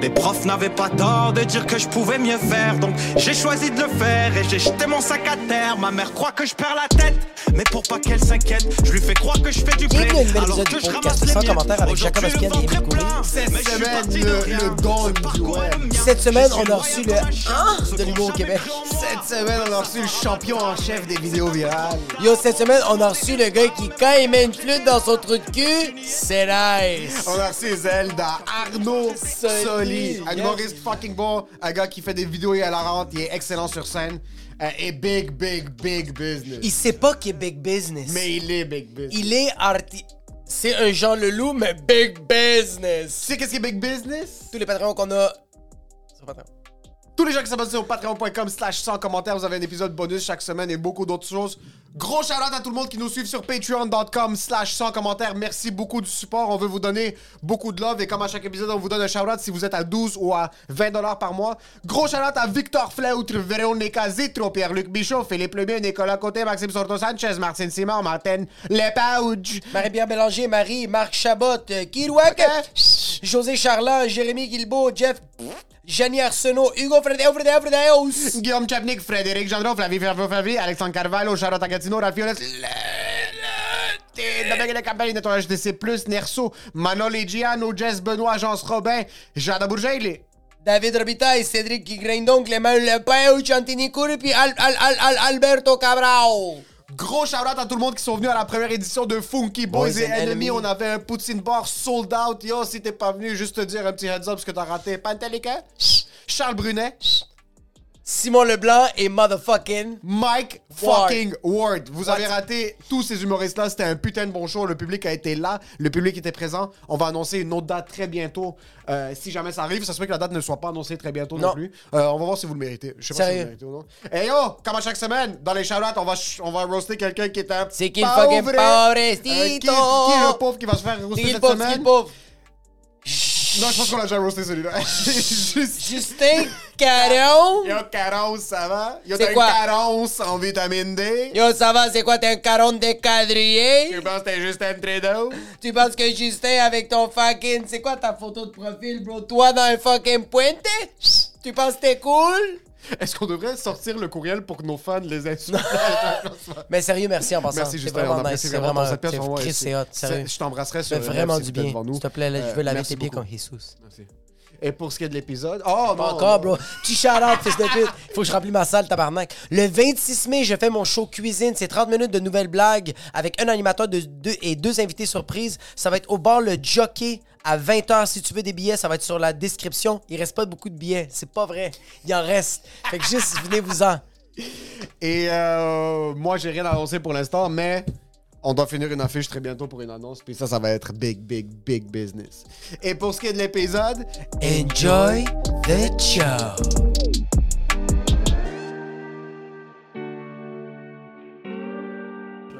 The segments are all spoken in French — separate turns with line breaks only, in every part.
Les profs n'avaient pas tort de dire que je pouvais mieux faire, donc j'ai choisi de le faire et j'ai jeté mon sac à terre. Ma mère croit que je perds la tête, mais pour pas qu'elle s'inquiète, je lui fais croire que je fais du blé.
Bienvenue à un nouvel
Alors
épisode
que
du
je
podcast
ramasse les
sans
miettes.
commentaire avec Jacob
Aujourd'hui, le
Asquel et
ventre
Éric
est plein,
Coury.
Cette
mais je suis
semaine,
parti de
le-
rien.
le don
Ce
du
parcours est
duel.
le mien.
Cette semaine,
Je suis
on a reçu le
loyal comme un
Ah
chien.
de l'humour au Québec.
Cette semaine, on a reçu le champion en chef des vidéos virales.
Yo, cette semaine, on a reçu le gars qui, quand il met une flûte dans son trou de cul, c'est nice.
On a reçu Zelda, Arnaud
Soli.
Soli, un
Yes.
humoriste fucking bon, un gars qui fait des vidéos et à la rente, il est excellent sur scène, euh, et big, big, big business.
Il sait pas qu'il est big business.
Mais il est big business.
il est arti... C'est un Jean Leloup, mais big business.
Tu sais qu'est-ce qui est big business?
Tous les patrons qu'on a... Sur Patreon.
Tous les gens qui s'abonnent sur patreon.com slash sans commentaire, vous avez un épisode bonus chaque semaine et beaucoup d'autres choses. Gros shout à tout le monde qui nous suit sur patreon.com slash sans commentaire. Merci beaucoup du support. On veut vous donner beaucoup de love et comme à chaque épisode, on vous donne un shout si vous êtes à 12 ou à 20 dollars par mois. Gros shout à Victor Fleutre, Véronica Zitro, Pierre-Luc Bichot, Philippe Lemay, Nicolas Côté, Maxime Sorto Sanchez, Martine Simon, Martin Lepauge.
Marie-Pierre Bélanger, Marie, Marc Chabot, euh, Kirouac, José Charland, Jérémy Guilbeault, Jeff, Jenny Arsenault, Hugo Fredeo, Fredeo, Fredeos.
Guillaume Chapnik, Frédéric Gendron, Flavie Fervo Favri, Alexandre Carvalho, Charlotte Agatino, Ralphiolet, Dominique de Campagne, Nettoyage DC+, Nerso, Manolé Giano, Jess Benoît, Jean Robin, Jada Bourgeil,
David Robitaille, Cédric Grindon, Clément Lepeu, Chantini Coury, puis Al- Al- Al- Al- Alberto Cabral.
Gros shout-out à tout le monde qui sont venus à la première édition de Funky Boys,
Boys
et
and
Enemy.
Enemy.
On avait un poutine bar sold out. Yo, si t'es pas venu, juste te dire un petit heads up parce que t'as raté Pantelica, Charles Brunet,
Simon Leblanc et motherfucking.
Mike
Ward.
fucking Ward. Vous avez
What?
raté tous ces humoristes-là. C'était un putain de bon show. Le public a été là. Le public était présent. On va annoncer une autre date très bientôt. Euh, si jamais ça arrive, ça se peut que la date ne soit pas annoncée très bientôt non,
Non.
plus. Euh, on va voir si vous le méritez. Je sais pas si vous le
Sérieux?
méritez ou non. Et yo, comme à chaque semaine, dans les charlottes, on va, ch- on va roaster quelqu'un qui est un
C'est qui le fucking
qui,
pobrecito?
qui est le pauvre qui va se faire roaster
Qu'il
cette
pauvre,
semaine?
qu'il pauvre.
Non, je pense qu'on l'a déjà roasté celui-là. Juste...
Justin Caron.
Yo, Carence, ça va? Yo,
C'est
t'as une
quoi?
carence en vitamine D?
Yo, ça va, c'est quoi, t'es un caron de quadrillé?
Je pense que t'es juste un Trudeau?
Tu penses que Justin avec ton fucking. C'est quoi ta photo de profil, bro? Toi dans un fucking puente? Tu penses que t'es cool?
Est-ce qu'on devrait sortir le courriel pour que nos fans les insultent?
Mais sérieux, merci en passant.
Euh, Merci
C'est
Justin,
vraiment
on
nice,
apprécie
c'est
vraiment ton
vraiment-
cette pièce
c'est-
pour moi.
Chris, c'est hot, sérieux.
Je t'embrasserai
Ça
sur
fait
le web
vraiment
si
du
t'es
bien.
devant nous.
S'il te plaît, là, je veux
Euh,
laver
merci
tes pieds
beaucoup.
comme Jesus.
Merci. Et pour ce qui est de l'épisode... Oh non!
Pas encore,
non.
bro. Petit shout-out, fils de pute. Faut que je remplis ma salle, tabarnak. Le 26 mai, je fais mon show cuisine. C'est 30 minutes de nouvelles blagues avec un animateur de, deux- et deux invités surprises. Ça va être au bar Le Jockey à 20h. Si tu veux des billets, ça va être sur la description. Il reste pas beaucoup de billets. C'est pas vrai. Il en reste. Fait que juste, venez-vous-en.
Et euh, moi, j'ai rien annoncé pour l'instant, mais... On doit finir une affiche très bientôt pour une annonce, puis ça, ça va être big, big, big business. Et pour ce qui est de l'épisode,
Enjoy the show.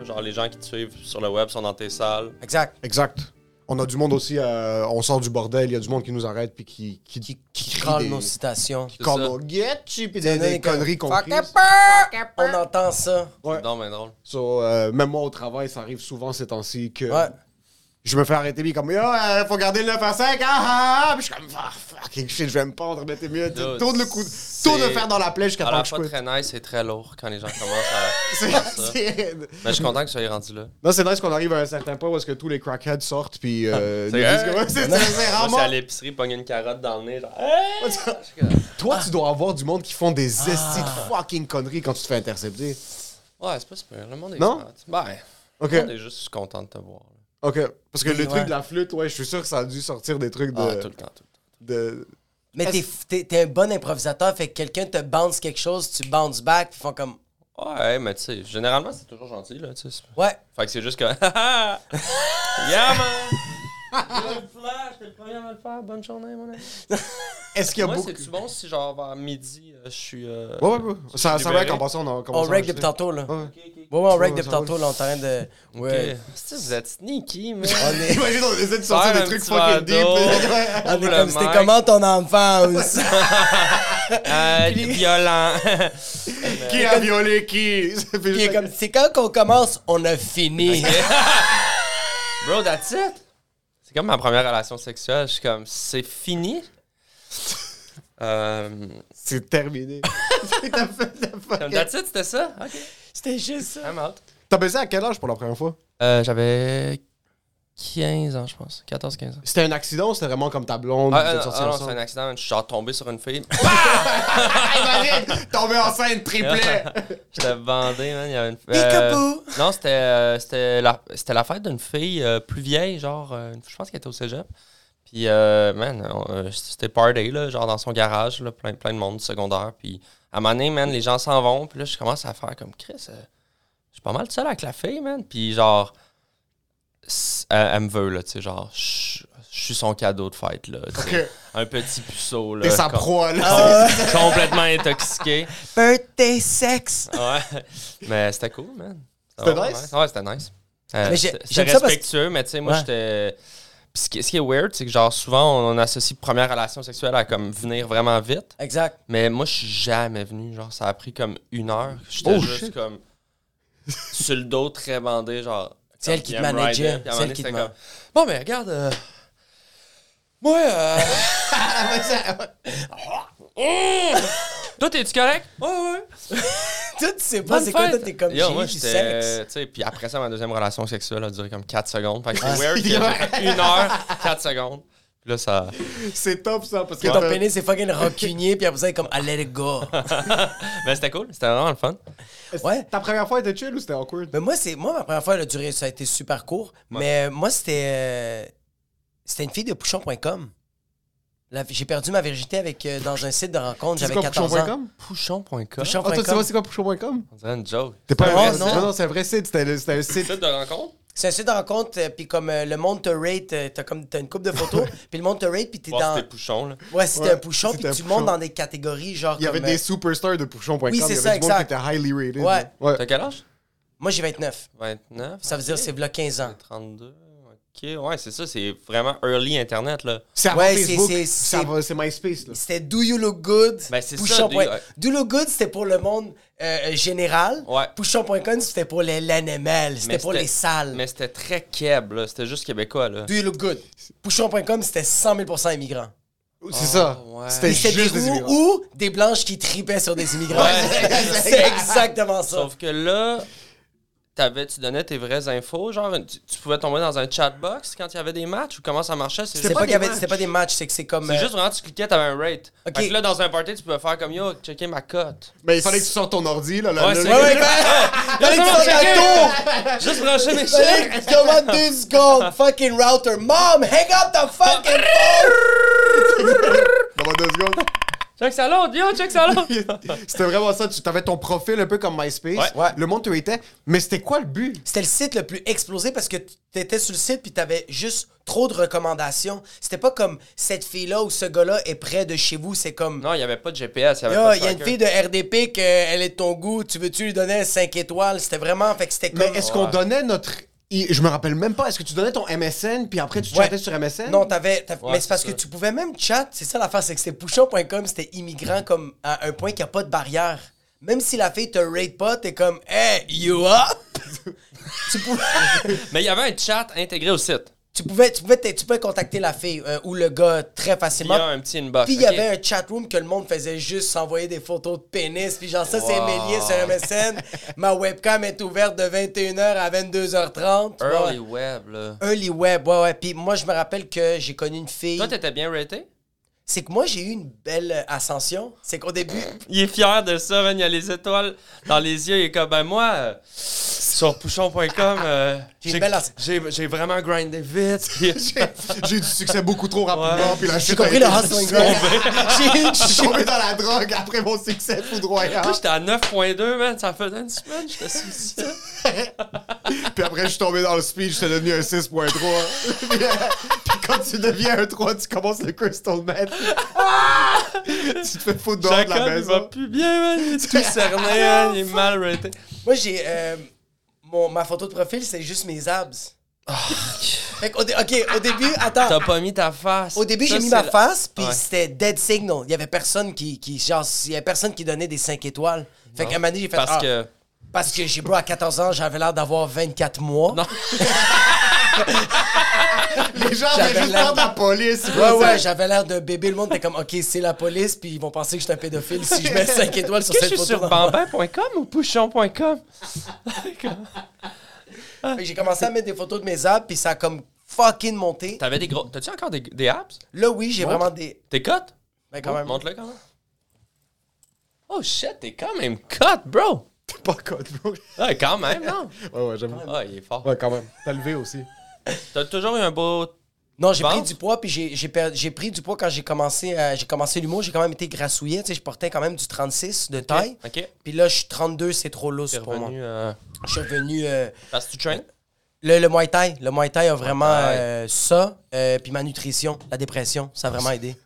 Genre, les gens qui te suivent sur le web sont dans tes salles.
Exact.
Exact. On a du monde aussi, euh, on sort du bordel, il y a du monde qui nous arrête puis qui qui
Qui, qui
crie
crâle
des-
nos citations.
qui colle
C'est ça.
nos guetchi puis des, des conneries qu'on
Fuck
crie.
a peur! On entend ça.
Ouais.
Non, mais drôle.
So, euh, même moi au travail, ça arrive souvent ces temps-ci que
Ouais.
je me fais arrêter puis comme yo, euh, faut garder le 9 à 5. Ah, ah, ah. Puis je suis comme ah, fucking shit, je vais me pendre, mais t'es mieux
Dude,
tourne le coup,
c'est-
tourne le fer dans la plaie jusqu'à
À
temps
la
que je
fois
quitte.
très nice et très lourd quand les gens commencent à. faire
C'est-
ça.
c'est-
Mais je suis content que tu sois rendu là.
Non, c'est nice qu'on arrive à un certain point où est-ce que tous les crackheads sortent puis euh, nous
C'est-
disent que- ouais, c'est c'est- c'est
Moi, c'est
rarement.
à l'épicerie, pogner une carotte dans le nez, genre. Hey!
Toi,
ah.
tu dois avoir du monde qui font des estis de fucking conneries quand tu te fais intercepter.
Ouais, c'est pas super. Le monde est
Non?
smart. Ben,
Ok.
le monde est juste content de te voir.
Ok, parce que
Oui,
le
ouais.
truc de la flûte, ouais, je suis sûr que ça a dû sortir des trucs de.
Ah, tout le temps, tout le temps.
de...
Mais t'es, t'es, t'es un bon improvisateur, fait que quelqu'un te bounce quelque chose, tu bounces back, puis ils font comme
Ouais, mais tu sais, généralement, c'est toujours gentil, là, tu sais. c'est-
Ouais,
Fait que c'est juste que. yeah, man! Yo, le flash, t'es le premier à me le faire. Bonne journée, mon ami.
Est-ce qu'il y a
Moi,
beaucoup.
c'est-tu bon si, genre, vers midi, euh, je suis. euh,
Ouais, ouais, ouais. Ça, ça va
libéré.
qu'en passant, on a commencé
On
à
reg depuis
enregistrer.
tantôt, là.
Ouais, ouais.
Ouais, ouais, on reg
Ouais,
depuis
ça va.
tantôt, là. On est en train de. Ouais.
Ok. C'est-tu, Vous êtes sneaky, man.
Ah,
On est.
Imagine, on essaie de sortir
Ouais,
des
un
trucs
petit
fucking deep.
verre
On est
Ouvre le
comme c'était
mic.
comment ton enfance?
Euh, violent.
qui a violé qui Ça fait
Puis il
juste-
est comme, c'est quand qu'on commence, on a fini.
Bro, that's it. C'est comme ma première relation sexuelle. Je suis comme, c'est fini. Euh,
C'est terminé. T'as fait- t'as
comme,
fucking-
that's it, c'était ça? Ok.
C'était juste ça.
I'm out.
T'as baisé à quel âge pour la première fois
Euh, J'avais 15 ans, je pense. 14-15 ans.
C'était un accident ou c'était vraiment comme ta blonde
Ah,
vous
ah,
êtes
non,
sortis
ah, non, c'est
ensemble?
un accident. man. Je suis genre tombé sur une fille.
Imagine, tombé enceinte triplet.
J'étais bandé, man. Il y avait une fille.
Peekaboo.
non, c'était euh, c'était la, c'était la fête d'une fille euh, plus vieille, genre, euh, une- je pense qu'elle était au cégep. Puis, euh, man, on, euh, c'était party, là, genre dans son garage, là, plein, plein de monde du secondaire. Puis, à un moment donné, man, les gens s'en vont. Puis là, je commence à faire comme Chris. euh, je suis pas mal seul avec la fille, man. Puis, genre, s- elle, elle me veut, là, tu sais, genre, je je suis son cadeau de fête, là. tu sais.
Ok.
Un petit puceau, là.
T'es sa
com-
proie, là.
Ah,
complètement intoxiqué.
birthday sex.
Ouais. Mais c'était cool, man.
C'était
vraiment
nice?
Ouais, c'était nice. Euh,
Mais j'ai-
c'était
j'aime
c'était
ça parce-
respectueux, mais tu sais, moi,
Ouais.
j'étais. Puis ce qui, ce qui est weird, c'est que genre souvent, on, on associe première relation sexuelle à comme venir vraiment vite.
Exact.
Mais moi, je suis jamais venu. Genre, ça a pris comme une heure. J'étais
Oh,
juste
shit.
comme sur le dos très bandé, genre.
C'est elle qui te
comme, Game
manageait.
Rider. Puis à un
C'est
moment
elle
donné,
qui te
c'était
man-
comme, Bon, mais regarde. euh, Moi, euh, toi, t'es-tu correct? Ouais, ouais.
Toi, tu sais pas, c'est quoi, toi, t'es comme,
Yo,
j'ai
moi,
eu du
j'étais, euh,
sexe.
tu sais, Puis après ça, ma deuxième relation sexuelle a duré comme 4 secondes. Fait que c'est
Ah,
weird. que j'ai fait une heure, 4 secondes. Puis là, ça.
C'est top, ça. Parce que
Que ton
t'as-
pénis, c'est fucking rancunier, puis après ça, il est comme, I let it go.
Mais c'était cool. C'était vraiment le fun.
Ouais.
Ta première fois était chill ou c'était awkward?
Mais moi, c'est moi ma première fois, elle a duré, ça a été super court. Mais euh, moi, c'était euh, c'était une fille de Pouchon.com. La- J'ai perdu ma virginité avec euh, dans un site de rencontre.
C'est
J'avais
quoi,
14 ans.
Pouchon.com?
Pouchon.com.
Pouchon
Ah,
point
toi, tu sais
com.
pas c'est quoi Pouchon.com?
On dirait une joke.
T'es pas
Ah,
un vrai
non.
site. Non, non, c'est un vrai site. C'était le- c'était un site.
Site de rencontre?
C'est un site de rencontre, euh, puis comme euh, le monde te rate, euh, t'as comme t'as une coupe de photos, puis le monde te rate, puis t'es
Bon,
dans.
c'était Pouchon, là.
Ouais, c'était
Ouais,
un Pouchon, puis
c'était un
tu
Pouchon.
montes dans des catégories, genre.
Il y avait
comme, euh,
des superstars de Pouchon.com.
Oui, c'est
Il y
ça,
avait du monde qui
exact.
était highly rated.
Ouais.
là. Ouais.
T'as quel âge?
Moi, j'ai 29.
29.
Ça veut dire, c'est v'là 15 ans.
32. Ok, ouais, c'est ça. C'est vraiment early Internet, là.
C'est avant
Ouais, c'est-
Facebook.
c'est- c'est-
C'est avant- c'est MySpace, là.
C'était Do You Look Good.
Ben, c'est ça,
Pouchon.
des-
Do You Look Good, c'était pour le monde euh, euh, général.
Ouais.
Pouchon.com, c'était pour les l'animal. C'était
Mais
pour les salles.
Mais c'était très keb, là. C'était juste québécois, là.
Do You Look Good. Pouchon.com, c'était 100 000 immigrants.
C'est ça.
ouais.
C'était
Oh, C'était des
juste des
roux
immigrants.
ou des blanches qui tripaient sur des immigrants.
Ouais.
c'est exactement ça.
Sauf que là, t'avais, tu donnais tes vraies infos. Genre, tu, tu pouvais tomber dans un chatbox quand il y avait des matchs ou comment ça marchait? C'est
C'est
juste-
pas,
pas
qu'il y avait-
des matchs.
c'était pas des matchs, c'est que c'est comme.
c'est
euh,
juste vraiment, tu cliquais, t'avais un rate.
Ok.
Fait que là, dans un party, tu pouvais faire comme yo, checker ma cote.
Mais il fallait que tu sortes ton ordi, là. là,
Ouais,
là,
c'est-
là.
Ouais, ouais, ben, fallait que tu sortes un tour.
Juste brancher mes
Fallait
chèques.
que tu commandes deux secondes. Fucking router. Mom, hang up the fucking phone.
Dans deux secondes.
Check ça l'autre, yo, check ça l'autre.
C'était vraiment ça. Tu avais ton profil un peu comme MySpace.
Ouais.
Ouais.
Le monde te était. Mais c'était quoi le but?
C'était le site le plus explosé parce que t'étais sur le site puis t'avais juste trop de recommandations. C'était pas comme cette fille-là ou ce gars-là est près de chez vous. C'est comme.
non, il n'y avait pas de GPS. Il y avait
Yo,
pas de
il y a une
tracker.
fille de RDP qu'elle est de ton goût, tu veux-tu lui donner 5 étoiles? C'était vraiment, fait que c'était
Mais
comme...
est-ce qu'on donnait notre. I- Je me rappelle même pas. Est-ce que tu donnais ton MSN puis après tu
Ouais.
chattais sur MSN?
Non, t'avais... t'avais-
Ouais,
mais c'est parce
c'est
que
ça.
tu pouvais même chat, c'est ça l'affaire, c'est que c'était pouchon.com, c'était immigrant
Mhm.
comme à un point qu'il n'y a pas de barrière. Même si la fille te rate pas, t'es comme « Hey, you up? » Tu pouvais...
Mais il y avait un chat intégré au site.
Tu pouvais, tu, pouvais, tu pouvais contacter la fille euh, ou le gars très
Il y a
facilement.
un petit inbox.
Puis il
Ah, ok.
y avait un chat room que le monde faisait juste s'envoyer des photos de pénis. Puis genre, ça, c'est
Wow.
mes liens sur MSN. Ma webcam est ouverte de 21h à 22h30.
Early
Ouais.
web, là.
Early web, ouais, ouais. Puis moi, je me rappelle que j'ai connu une fille.
Toi, t'étais bien raté?
C'est que moi, j'ai eu une belle euh, ascension. C'est qu'au début,
Il est fier de ça, man. Il a les étoiles dans les yeux. Il est comme, ben moi, euh, sur pouchon.com, euh,
J'ai une belle as-
j'ai- j'ai vraiment grindé vite. Puis-
J'ai eu du succès beaucoup trop rapidement.
Ouais.
Puis la
j'ai
chute
compris
a
le
été-
hustling grind. j'ai eu une
Je suis
chute.
tombé dans la drogue après mon succès foudroyant.
Moi, j'étais à 9.2, man. Ça faisait une semaine, j'étais suicide.
puis après, je suis tombé dans le speed. J'étais devenu un 6.3. puis Quand tu deviens un 3, tu commences le Crystal Meth. Ah! tu te fais foutre dehors de la
Jacob, il va
maison.
plus bien, man. Il est tout cerné,
Ah,
man. Il est mal raté.
Moi, j'ai. euh, mon, ma photo de profil, c'est juste mes abs.
Oh,
Fait que au dé- ok, au début, attends.
T'as pas mis ta face.
Au début,
Ça,
j'ai mis
c'est
ma
la-
face, puis
Ouais.
c'était dead signal. Il y avait personne qui, qui genre, il y avait personne qui donnait des 5 étoiles. Fait qu'à un moment donné, j'ai fait ah,
Parce que.
parce que j'ai bro à 14 ans, j'avais l'air d'avoir 24 mois.
Non.
Les gens
J'avais
viennent juste
la-
prendre la police.
Ouais, ouais, j'avais l'air d'un bébé. Le monde était comme, OK, c'est la police, puis ils vont penser que je suis un pédophile si je mets 5 étoiles sur
Est-ce que je
cette
suis
photo.
sur
dans-
bambin.com ou pouchon.com?
Fait que J'ai commencé à mettre des photos de mes abs, puis ça a comme fucking monté.
T'avais des gros. T'as-tu encore des, des abs?
Là, oui, j'ai vraiment des.
T'es cut?
Ben, quand même.
Montre-le quand même. Oh shit, t'es quand même cut, bro!
T'es pas code, bro.
Ouais, quand même, non?
Ouais, ouais, j'avoue.
Ah, il est fort.
Ouais, quand même. T'as levé aussi.
T'as toujours eu un beau.
Non, j'ai
Ventre?
pris du poids, puis j'ai j'ai per- j'ai pris du poids quand j'ai commencé, à- j'ai commencé l'humour. J'ai quand même été grassouillet. Tu sais, je portais quand même du 36 de taille.
Ok.
Puis là, je suis 32, c'est trop lourd
T'es
pour moi.
revenu. euh,
Je suis revenu. euh,
Parce que tu traînes?
le, le Muay Thai. Le Muay Thai a vraiment
Thai.
euh, ça. euh, puis ma nutrition, la dépression, ça a vraiment aidé.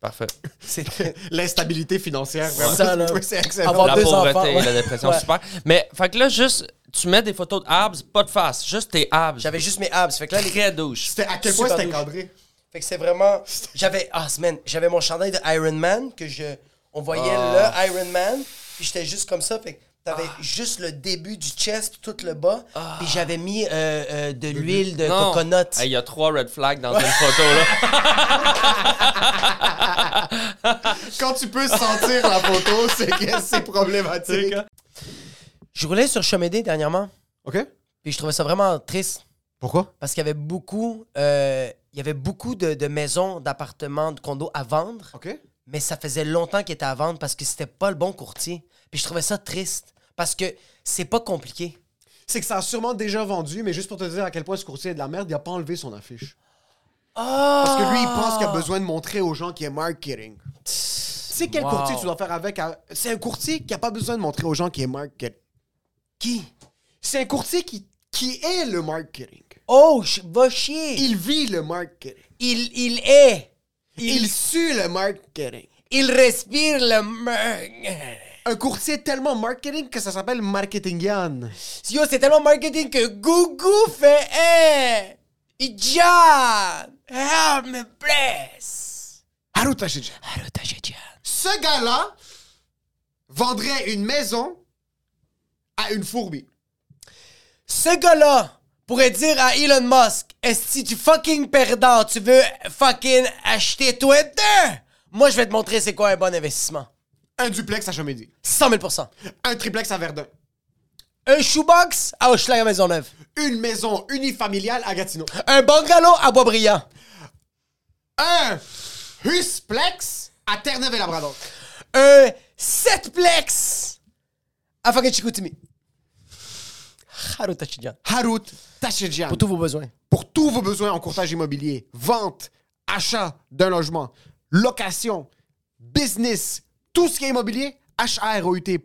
Parfait.
C'est-
L'instabilité financière, vraiment.
Ça, là.
Ouais, C'est excellent.
Avoir-
La
deux
pauvreté
Oh, enfants,
et
ouais.
la dépression,
Ouais.
super. Mais, fait que là, juste, tu mets des photos de abs, pas de face, juste tes abs.
J'avais juste mes abs. Fait que là, les...
très douche.
C'était à quel point
Super
c'était
douche.
cadré.
Fait que c'est vraiment. J'avais. Ah, semaine. J'avais mon chandail de Iron Man que je. On voyait
Ah.
le Iron Man. Puis j'étais juste comme ça. Fait que t'avais juste le début du chest puis tout le bas. Puis j'avais mis euh, euh, de l'huile de
Ah. Non.
coconut.
Hey, Il y a trois red flags dans une photo, là.
Quand tu peux sentir la photo, c'est que c'est problématique.
hein. Je roulais sur Chemédé dernièrement.
OK.
Puis je trouvais ça vraiment triste.
Pourquoi?
Parce qu'il y avait beaucoup. euh, il y avait beaucoup de, de maisons, d'appartements, de condos à vendre.
OK.
mais ça faisait longtemps qu'il était à vendre parce que c'était pas le bon courtier. Puis je trouvais ça triste parce que c'est pas compliqué.
C'est que ça a sûrement déjà vendu, mais juste pour te dire à quel point ce courtier est de la merde, il a pas enlevé son affiche. Parce que lui,
Ah!
il pense qu'il a besoin de montrer aux gens qu'il est marketing. Tu sais quel
Wow.
courtier tu dois faire avec? à- C'est un courtier qui a pas besoin de montrer aux gens qu'il est marketing. Qui? C'est un courtier qui, qui est le marketing.
Oh, ch- va chier. Il,
Il vit le marketing.
il, est.
Il,
Il,
sue le marketing.
il respire le. mer-
Un courtier tellement marketing que ça s'appelle marketingian.
Yo, c'est tellement marketing que Gougou fait. hein. Hey, John, help Ah, me bless.
Haruta Shiji.
Allô, t'as chez John.
Ce gars-là vendrait une maison à une fourmi.
Ce gars-là pourrait dire à Elon Musk, est-ce que tu fucking perdant, tu veux fucking acheter Twitter? Moi, je vais te montrer c'est quoi un bon investissement.
Un duplex à Chomédie.
100 000
Un triplex à Verdun.
Un shoebox à Hochelaga Maisonneuve.
Une maison unifamiliale à Gatineau.
Un bungalow à Boisbriand.
Un husplex à Terre-Neuve-et-Labrador.
Un setplex à fucking Chicoutimi. Haruta Chidian.
Harut Tachidjian.
Pour tous vos besoins.
pour tous vos besoins en courtage immobilier, vente, achat d'un logement, location, business, tout ce qui est immobilier,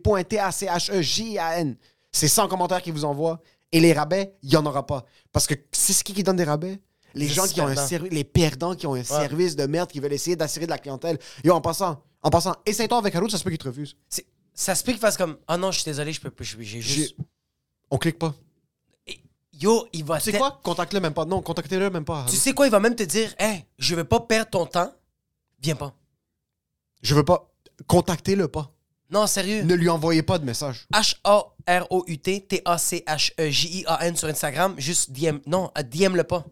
E H-R-O-U-T.T-A-C-H-E-J-A-N. C'est 100 commentaires qui vous envoient. Et les rabais, il n'y en aura pas. Parce que c'est ce qui qui donne des rabais? Les
Les
gens qui ont un
perdants.
service, les perdants qui ont un service de merde, qui veulent essayer d'assurer de la clientèle. Yo, en passant, en passant, essaye-toi avec Harout, ça se peut qu'ils te refusent.
C'est- Ça se peut qu'il fasse comme, ah non, je suis désolé, je peux plus, j'ai- j'ai juste...
On clique pas.
Yo, il va...
Tu sais
te-
quoi? Contacte-le même pas. Non, contactez-le même pas.
Tu
Harout.
sais quoi, il va même te dire, hey, je veux pas perdre ton temps, viens pas.
Je veux pas. Contactez-le pas.
Non, sérieux.
Ne lui envoyez pas de message.
E H-A-R-O-U-T-T-A-C-H-E-J-I-A-N sur Instagram. Juste DM. Non, euh, DM le pas.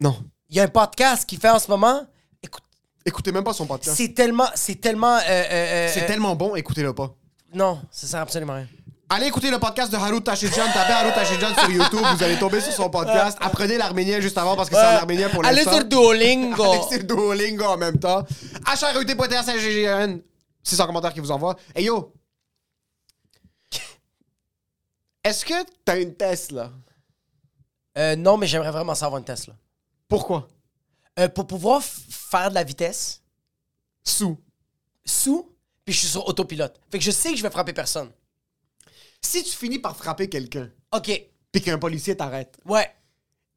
Non.
Il y a un podcast qu'il fait en ce moment. Écoute,
Écoutez même pas son podcast.
c'est tellement. C'est tellement. euh, euh, euh,
C'est
euh,
tellement bon, écoutez-le pas.
Non, ça sert absolument à rien.
Allez écouter le podcast de Harout Tachidjian. Tapez Harout Tachidjian sur YouTube. Vous allez tomber sur son podcast. Apprenez l'arménien juste avant parce que c'est en arménien pour
Allez
l'instant.
sur Duolingo.
Allez sur Duolingo en même temps. HRUT.TRCGGN. E C'est son commentaire qui vous envoie. Hey yo. Est-ce que t'as une Tesla?
Euh, non, mais j'aimerais vraiment savoir une Tesla.
Pourquoi?
Euh, pour pouvoir f- faire de la vitesse,
Sous.
sous, puis je suis sur autopilote. Fait que je sais que je vais frapper personne.
Si tu finis par frapper quelqu'un
OK.
puis qu'un policier t'arrête,
Ouais.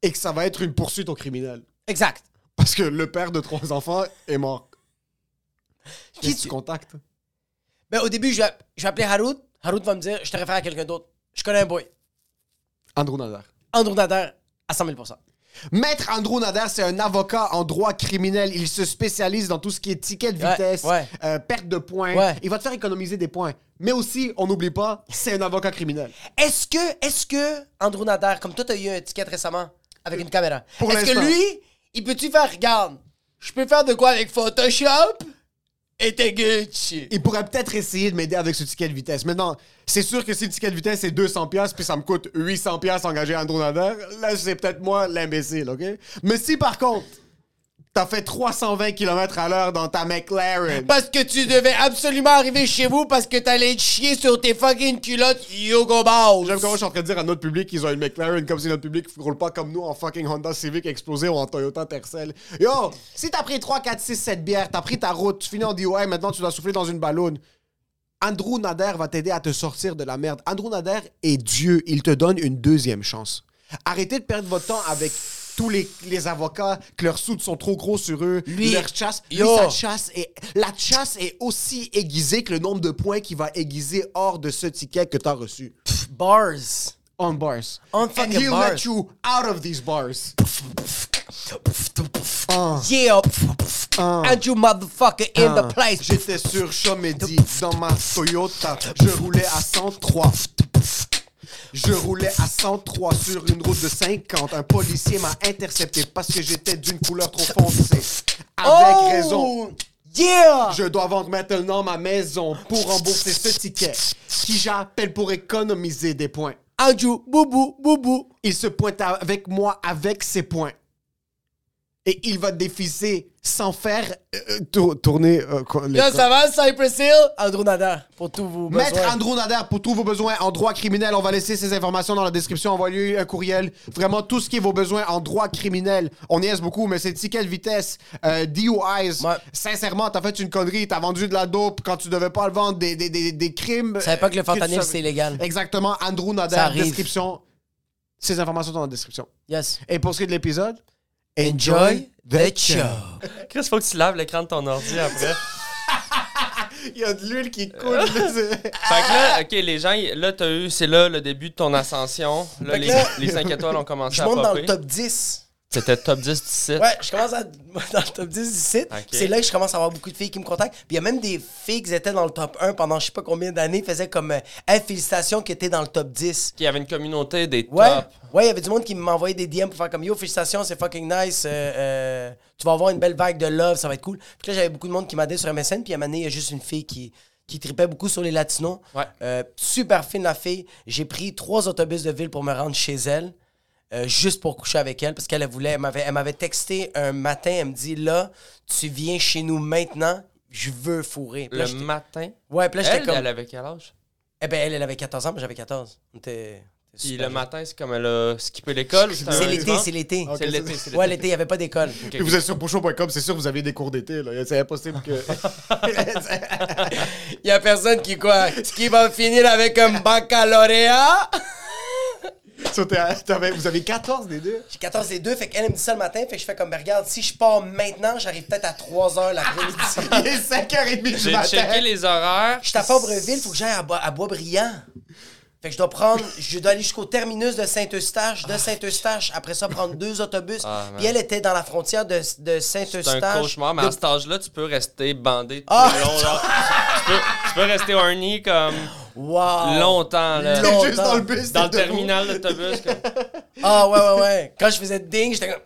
et que ça va être une poursuite au criminel.
Exact.
Parce que le père de trois enfants est mort. Qui
Qui
tu
tu-
contactes?
Ben, au début, je vais, je vais appeler Harout. Harout va me dire Je te réfère à quelqu'un d'autre. Je connais un boy.
Andrew Nader.
Andrew Nader à 100 000
Maître Andrew Nader, c'est un avocat en droit criminel. Il se spécialise dans tout ce qui est ticket de
Ouais,
vitesse,
ouais.
euh, perte de points.
Ouais.
Il va te faire économiser des points. Mais aussi, on n'oublie pas, c'est un avocat criminel.
Est-ce que, est-ce que Andrew Nader, comme toi, t'as eu un ticket récemment avec une caméra,
Pour
est-ce que
l'instant.
lui, il peut-tu faire Regarde, je peux faire de quoi avec Photoshop et t'es Gucci.
Il pourrait peut-être essayer de m'aider avec ce ticket de vitesse. Maintenant, c'est sûr que si le ticket de vitesse est 200 pièces puis ça me coûte 800 pièces engager Andrew Nader, là c'est peut-être moi l'imbécile, OK Mais si par contre, t'as fait 320 km à l'heure dans ta McLaren,
Parce que tu devais absolument arriver chez vous parce que t'allais te chier sur tes fucking culottes Yogo Balls.
J'aime comment je suis en train de dire à notre public qu'ils ont une McLaren comme si notre public roule pas comme nous en fucking Honda Civic explosé ou en Toyota Tercel. Yo, si t'as pris 3, 4, 6, 7 bières, t'as pris ta route, tu finis en DUI, maintenant tu dois souffler dans une ballonne. Andrew Nader va t'aider à te sortir de la merde. Andrew Nader est Dieu. Il te donne une deuxième chance. Arrêtez de perdre votre temps avec tous les, les avocats, que leurs soudes sont trop gros sur eux,
Lui-
leur chasse. Lui,
Yo.
sa chasse est, la chasse est aussi aiguisée que le nombre de points qu'il va aiguiser hors de ce ticket que t'as reçu
Bars.
on bars.
On
And
fucking
he'll
bars.
let you out of these bars.
Yeah. And you motherfucker in the place.
J'étais sur Chomedy dans ma Toyota. Je roulais à 103. Je roulais à 103 sur une route de 50. Un policier m'a intercepté parce que j'étais d'une couleur trop foncée. Avec
Oh!
raison.
Yeah.
Je dois vendre maintenant ma maison pour rembourser ce ticket qui j'appelle pour économiser des points.
And you boubou boubou.
Il se pointe avec moi avec ses points. Et il va défiser sans faire euh, euh, tour- tourner. euh, quoi, les-
Là, ça va, Cypress Hill? Andrew Nader, pour tous vos besoins.
Maître Andrew Nader, pour tous vos besoins en droit criminel, on va laisser ces informations dans la description. Envoyez-lui un courriel. Vraiment, tout ce qui est vos besoins en droit criminel. On niaise beaucoup, mais c'est ticket de vitesse, euh, DUIs.
Ouais.
Sincèrement, t'as fait une connerie. T'as vendu de la dope quand tu devais pas le vendre, des, des, des, des crimes. euh,
savais pas que le
tu
fentanyl,
savais-
c'est illégal.
Exactement. Andrew
Ça
Nader,
arrive.
description. Ces informations sont dans la description.
Yes.
Et pour ce qui est de l'épisode,
Enjoy the show.
Chris, faut que tu laves l'écran de ton ordi après.
Il y a de l'huile qui coule. là, c'est-
Fait que là, OK, les gens, là, t'as eu, c'est là le début de ton ascension. Là,
Fait que
les,
là,
les 5 étoiles ont commencé
Je
à
monte dans
popper.
le top 10.
C'était top 10 du site.
Ouais, je commence à dans le top 10 du site.
Ok.
C'est là que je commence à avoir beaucoup de filles qui me contactent. Puis il y a même des filles qui étaient dans le top 1 pendant je sais pas combien d'années, faisaient comme euh, Hey, félicitations que t'es dans le top 10.
Il y avait une communauté des
Ouais,
tops.
ouais, il y avait du monde qui m'envoyait des DM pour faire comme Yo, félicitations, c'est fucking nice. euh, euh, tu vas avoir une belle vague de love, ça va être cool. Puis là, j'avais beaucoup de monde qui m'a dit sur MSN. Puis à un moment donné, il y a juste une fille qui, qui tripait beaucoup sur les Latinos.
Ouais.
Euh, super fine la fille. J'ai pris trois autobus de ville pour me rendre chez elle. euh, juste pour coucher avec elle parce qu'elle elle voulait elle m'avait elle m'avait texté un matin elle me dit là tu viens chez nous maintenant je veux fourrer Puis là,
Le
j'étais-
matin.
ouais puis là j'étais
Elle,
comme
elle avait quel âge?
eh ben elle elle avait 14 ans moi j'avais 14 on était
Puis le matin, c'est comme elle a skippé l'école. ou c'était
c'est
un
l'été
dimanche?
c'est l'été
C'est l'été, c'est l'été.
Ouais, l'été, il n'y avait pas d'école.
Et vous êtes sur pochon.com, c'est sûr, vous avez des cours d'été. là. C'est impossible que.
Il n'y a personne qui quoi Qui va finir avec un baccalauréat
So, t'as- t'avais- vous avez 14 des deux.
J'ai 14 et 2, fait qu'elle elle me dit ça le matin, fait que je fais comme, ben, regarde, si je pars maintenant, j'arrive peut-être à 3 h
Il
l'après-midi.
est 5h30 du
Ah. J'ai
matin.
checké les horaires.
je suis à Fabreville, faut que j'aille à, Bois- à Boisbriand. Fait que je dois prendre, je dois aller jusqu'au terminus de Saint-Eustache, de Saint-Eustache, après ça prendre deux autobus.
Ah, man.
Puis elle était dans la frontière de, de
C'est un
Saint-Eustache.
cauchemar, mais à cet âge-là, tu peux rester bandé tout
Ah!
le long. là. tu, peux, tu peux rester horny comme
Wow!
longtemps. Là.
Ah! Long-
Juste dans le bus.
Dans le
t'es debout.
terminal d'autobus. comme-
Ah ouais, ouais, ouais. Quand je faisais ding, j'étais comme...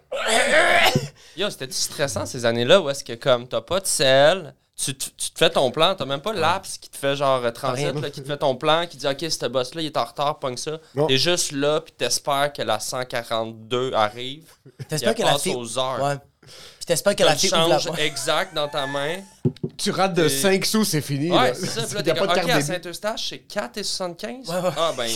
Yo, c'était-tu stressant ces années-là où est-ce que comme t'as pas de sel, tu, te- tu te fais ton plan, t'as même pas l'apps qui te fait genre euh, transit,
Ah. Rien.
là, qui te fait ton plan, qui dit ok, ce boss-là, il est en retard, pogne ça.
Non.
T'es juste là, puis t'espères que la 142 arrive.
T'espères
puis
que
elle
la
passe
fille-
aux heures.
Ouais. Puis t'espères que
T'as
la
le
fille ouvre la
change exact dans ta main.
Tu rates de
Et-
5 sous, c'est fini.
Ouais,
là.
c'est ça. Puis
Il
là,
y
t'es
a pas
comme,
de
ok,
carte
à
débit.
Saint-Eustache, c'est 4,75.
Ouais, ouais.
Ah ben,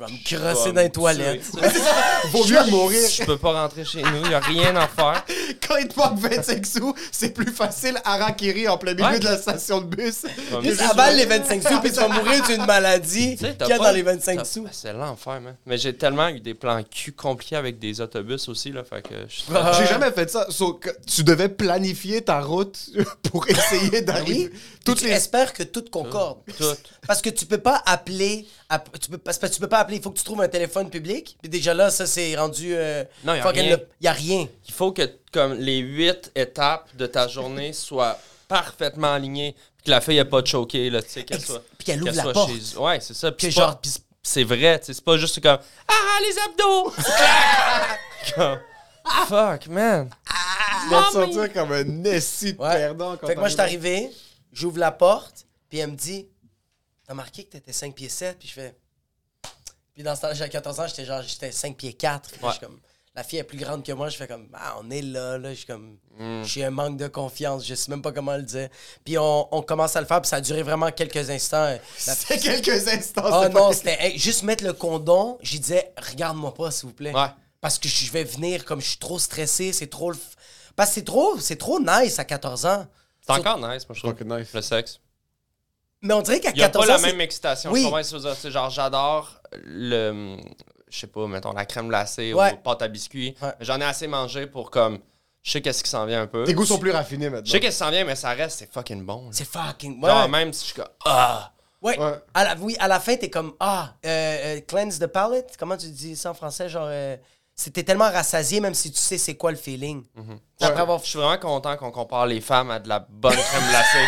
Je vais me crosser dans les toilettes.
c'est
Vaut mieux mourir.
Je peux pas rentrer chez nous, y a rien à faire.
Quand il te manque 25 sous, c'est plus facile à raquérir en plein milieu
Ouais.
de la station de bus.
mais
Juste avale les 25 sous, puis tu vas mourir d'une maladie
Tu sais, t'as
qu'il y a
pas-
dans les 25
t'as-
sous.
C'est l'enfer, man. Mais j'ai tellement eu des plans cul compliqués avec des autobus aussi, là. Fait que je suis-
Ah.
J'ai jamais fait ça. Sauf que tu devais planifier ta route pour
Ah
essayer d'arriver.
Oui.
Toutes
tu
les
espères que tout concorde.
Tout.
Parce que tu peux pas appeler. app- tu peux, parce que tu peux pas appeler. Il faut que tu trouves un téléphone public. Puis déjà là, ça, c'est rendu. euh,
Non, y a
fucking
rien.
le- y a rien.
Il faut que comme les huit étapes de ta journée soient parfaitement alignées, puis que la fille n'ait pas choqué, là, tu sais, qu'elle
Ex-
soit.
puis qu'elle ouvre la
soit
porte.
chez- Ouais, c'est ça. Puis
Que
c'est pas-
genre-
puis c'est- c'est vrai, tu sais, c'est pas juste comme Ah, les abdos! Comme, Fuck, man!
Tu vas te sentir comme un essie de
Ouais.
perdant. quand
fait que moi, je suis
t'arrives.
arrivé, j'ouvre la porte, puis elle me dit T'as marqué que t'étais 5 pieds 7, puis je fais. Puis dans ce temps-là, j'avais 14 ans, j'étais genre, j'étais 5 pieds 4. Puis là,
Ouais.
je suis comme, la fille est plus grande que moi, je fais comme, ah, on est là, là. Je suis comme,
Mm.
j'ai un manque de confiance, je sais même pas comment le dire. Puis on, on commence à le faire, puis ça a duré vraiment quelques instants. La-
C'était quelques instants.
Ah
c'est pas-
non, c'était hey, juste mettre le condom. J'y disais, regarde-moi pas, s'il vous plaît.
Ouais.
Parce que je vais venir, comme je suis trop stressé, c'est trop. le f- Parce que c'est trop, c'est trop nice à 14 ans.
C'est encore nice, moi, je trouve.
Fucking nice.
Le sexe.
Mais on dirait qu'à
Il n'y a
14
pas
ans.
la
c'est-
même excitation.
Oui.
Je comprends ce que tu veux dire. C'est genre, j'adore le. Je sais pas, mettons, la crème glacée
Ouais.
ou pâte à biscuits.
Ouais.
J'en ai assez mangé pour comme. Je sais qu'est-ce qui s'en vient un peu.
Tes goûts sont plus raffinés maintenant.
Je sais qu'est-ce qui s'en vient, mais ça reste, c'est fucking bon. là.
C'est fucking. Ouais.
Genre, même si je suis comme. Ah!
ouais.
Ouais.
À la, oui, à la fin, t'es comme Ah, euh, euh, cleanse the palate. Comment tu dis ça en français? Genre, euh, c'est- t'es tellement rassasié, même si tu sais c'est quoi le feeling. Après avoir.
Je suis vraiment content qu'on compare les femmes à de la bonne crème glacée.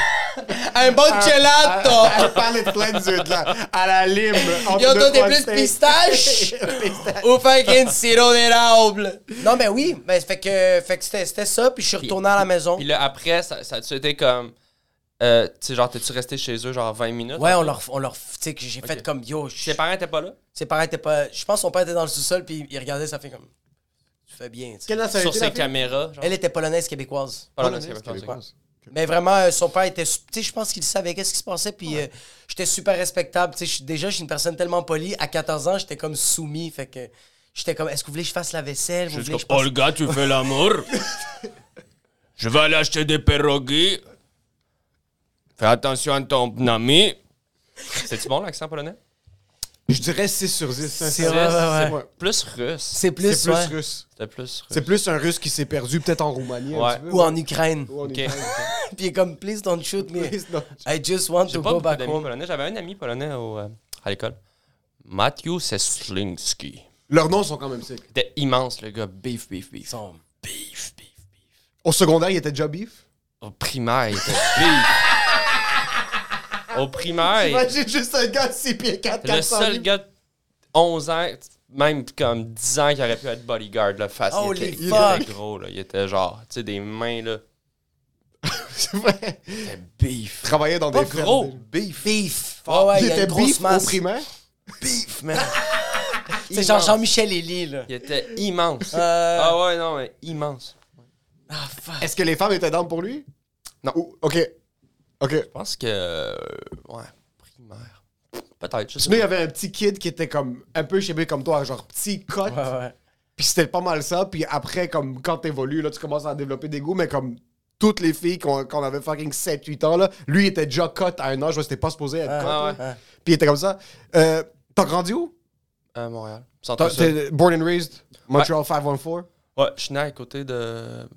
Un bon Ah,
Elle parle de cleanser de la, à la lime. entre deux, trois steaks.
pistache ah. ou fucking sirop d'érable? Non, mais oui, mais fait que, fait que c'était c'était ça, puis je suis retourné à la maison.
Puis là, après, ça, ça tu étais comme. euh, tu sais, genre, t'es-tu resté chez eux genre 20 minutes?
Ouais, on leur. On leur tu sais, que j'ai fait comme Yo, je-
Tes parents étaient pas là?
ses parents étaient pas. Je pense que son père était dans le sous-sol, puis il regardait, ça fait comme. Tu fais bien, tu sais.
Quelle
Sur
nationalité la
ses
fille?
caméras? Genre,
Elle était polonaise québécoise.
Pas là, c'est-
Québécoise.
Mais vraiment, euh, son père était. su- Tu sais, je pense qu'il savait qu'est-ce qui se passait, puis euh, j'étais super respectable. Tu sais, je suis- déjà, je suis une personne tellement polie. À 14 ans, j'étais comme soumis. Fait que j'étais comme, est-ce que vous voulez que je fasse la vaisselle? Vous voulez que je passe-
Olga, tu fais l'amour Je vais aller acheter des perrogues. Fais attention à ton ami.
C'est-tu bon l'accent polonais?
Je dirais 6 sur 10.
C'est ouais, ouais, ouais.
ouais.
Plus russe.
C'est plus,
C'est plus
ouais.
russe.
C'était plus russe.
C'est plus un russe qui s'est perdu, peut-être en Roumanie.
Ouais.
Un petit peu.
Ou en Ukraine.
Ou en
Ok.
Ukraine.
Puis il est comme, please don't shoot me.
Please don't.
I just want to
J'ai
go
pas beaucoup
back
d'amis
home.
polonais. J'avais un ami polonais au, euh, à l'école. Matthew Seslinski.
Leurs noms sont quand même sick.
Il était immense, le gars. Beef, beef, beef.
Son-
Beef, beef, beef.
Au secondaire, il était déjà beef.
Au primaire, il était beef. Au primaire, il-
Imagine juste un gars de 6 pieds 4,
le
400
seul gars de 11 ans, même comme 10 ans, qui aurait pu être bodyguard, là, face.
Holy
il, était, il
fuck.
était gros, là. Il était genre, tu sais, des mains, là.
C'est vrai.
Beef.
Travaillait dans
Pas
des fermes.
gros.
Beef.
Beef. Ouais, ouais,
Ah, il
il y a
était
une grosse
beef au
masse.
primaire.
Beef, man. C'est genre Jean-Michel Elie, là.
Il était immense.
Euh.
Ah ouais, non, mais immense.
Ah, fuck.
Est-ce que les femmes étaient d'âme pour lui?
Non.
Ou- OK. OK.
Je pense que. euh, ouais, primaire. Peut-être, je sais
Sinon, il y
pas.
avait un petit kid qui était comme un peu chez comme toi, genre petit cote.
Ouais, ouais.
Puis c'était pas mal ça. Puis après, comme quand t'évolues, là, tu commences à développer des goûts, mais comme toutes les filles qu'on qu'on avait fucking 7-8 ans, là, lui il était déjà cote à un âge où c'était pas supposé être cote.
Ah,
là.
ouais.
ouais.
Puis il était comme ça. Euh, T'as grandi où?
À Montréal.
T'as-
Centre-Sud.
T'es born and raised? Montreal 514?
Ouais, je suis né à côté de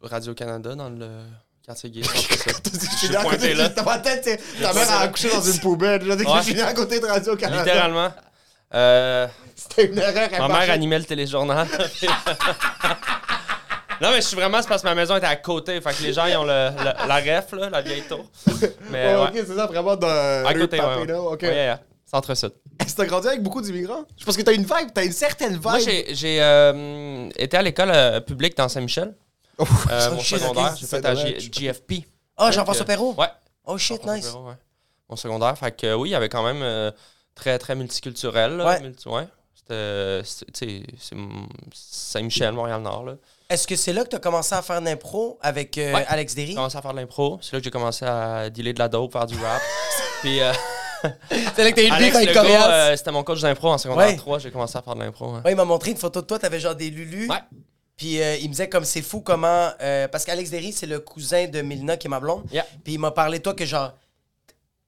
Radio-Canada, dans le quartier gay. Centre-Sud.
Je
suis pointé là.
Dans ma tête, c'est- ta mère a accouché dans une poubelle. Là, dès que
Ouais.
je suis né à côté de Radio-Canada.
Littéralement. Euh.
C'était une erreur. elle
Ma mère
marchait.
animait le téléjournal. non, mais je suis vraiment, c'est parce que ma maison était à côté. Fait que les gens, ils ont le, le- la ref, là, la vieille tour. Mais
Oh,
Ouais,
ouais,
Ok, c'est ça, vraiment dans
à
le
côté, ouais.
papé,
ouais.
là. Ok.
Ouais, yeah, yeah. Centre-Sud.
Est-ce que t'as grandi avec beaucoup d'immigrants? Je pense que t'as une vibe, t'as une certaine vibe.
Moi, j'ai j'ai, euh, été à l'école euh, publique dans Saint-Michel.
Oh,
Euh, mon
shit,
secondaire,
ok.
j'ai
C'est
fait à
dommage.
G- GFP.
Ah, Jean-François Perrault.
Ouais.
Oh shit,
Jean-François
nice.
Perrault, ouais. Mon secondaire. Fait que euh, oui, il y avait quand même euh, très, très multiculturel. là.
Ouais.
Multi- ouais. C'était, euh, c'est- tu sais, c'est mm, Saint-Michel, Montréal-Nord, là.
Est-ce que c'est là que t'as commencé à faire l'impro avec euh,
Ouais.
Alex Derry?
J'ai commencé à faire de l'impro. C'est là que j'ai commencé à dealer de la dope, faire du rap. Puis euh,
C'est là que t'as eu le beef
Alex
avec
Legault,
Corias.
euh, c'était mon coach d'impro en secondaire
Ouais.
3. J'ai commencé à faire de l'impro. hein.
Ouais, il m'a montré une photo de toi, t'avais genre des lulus.
Ouais.
Puis euh, il me disait comme c'est fou comment. euh, parce qu'Alex Derry, c'est le cousin de Milna qui est ma blonde.
Yeah.
Puis il m'a parlé, toi, que genre.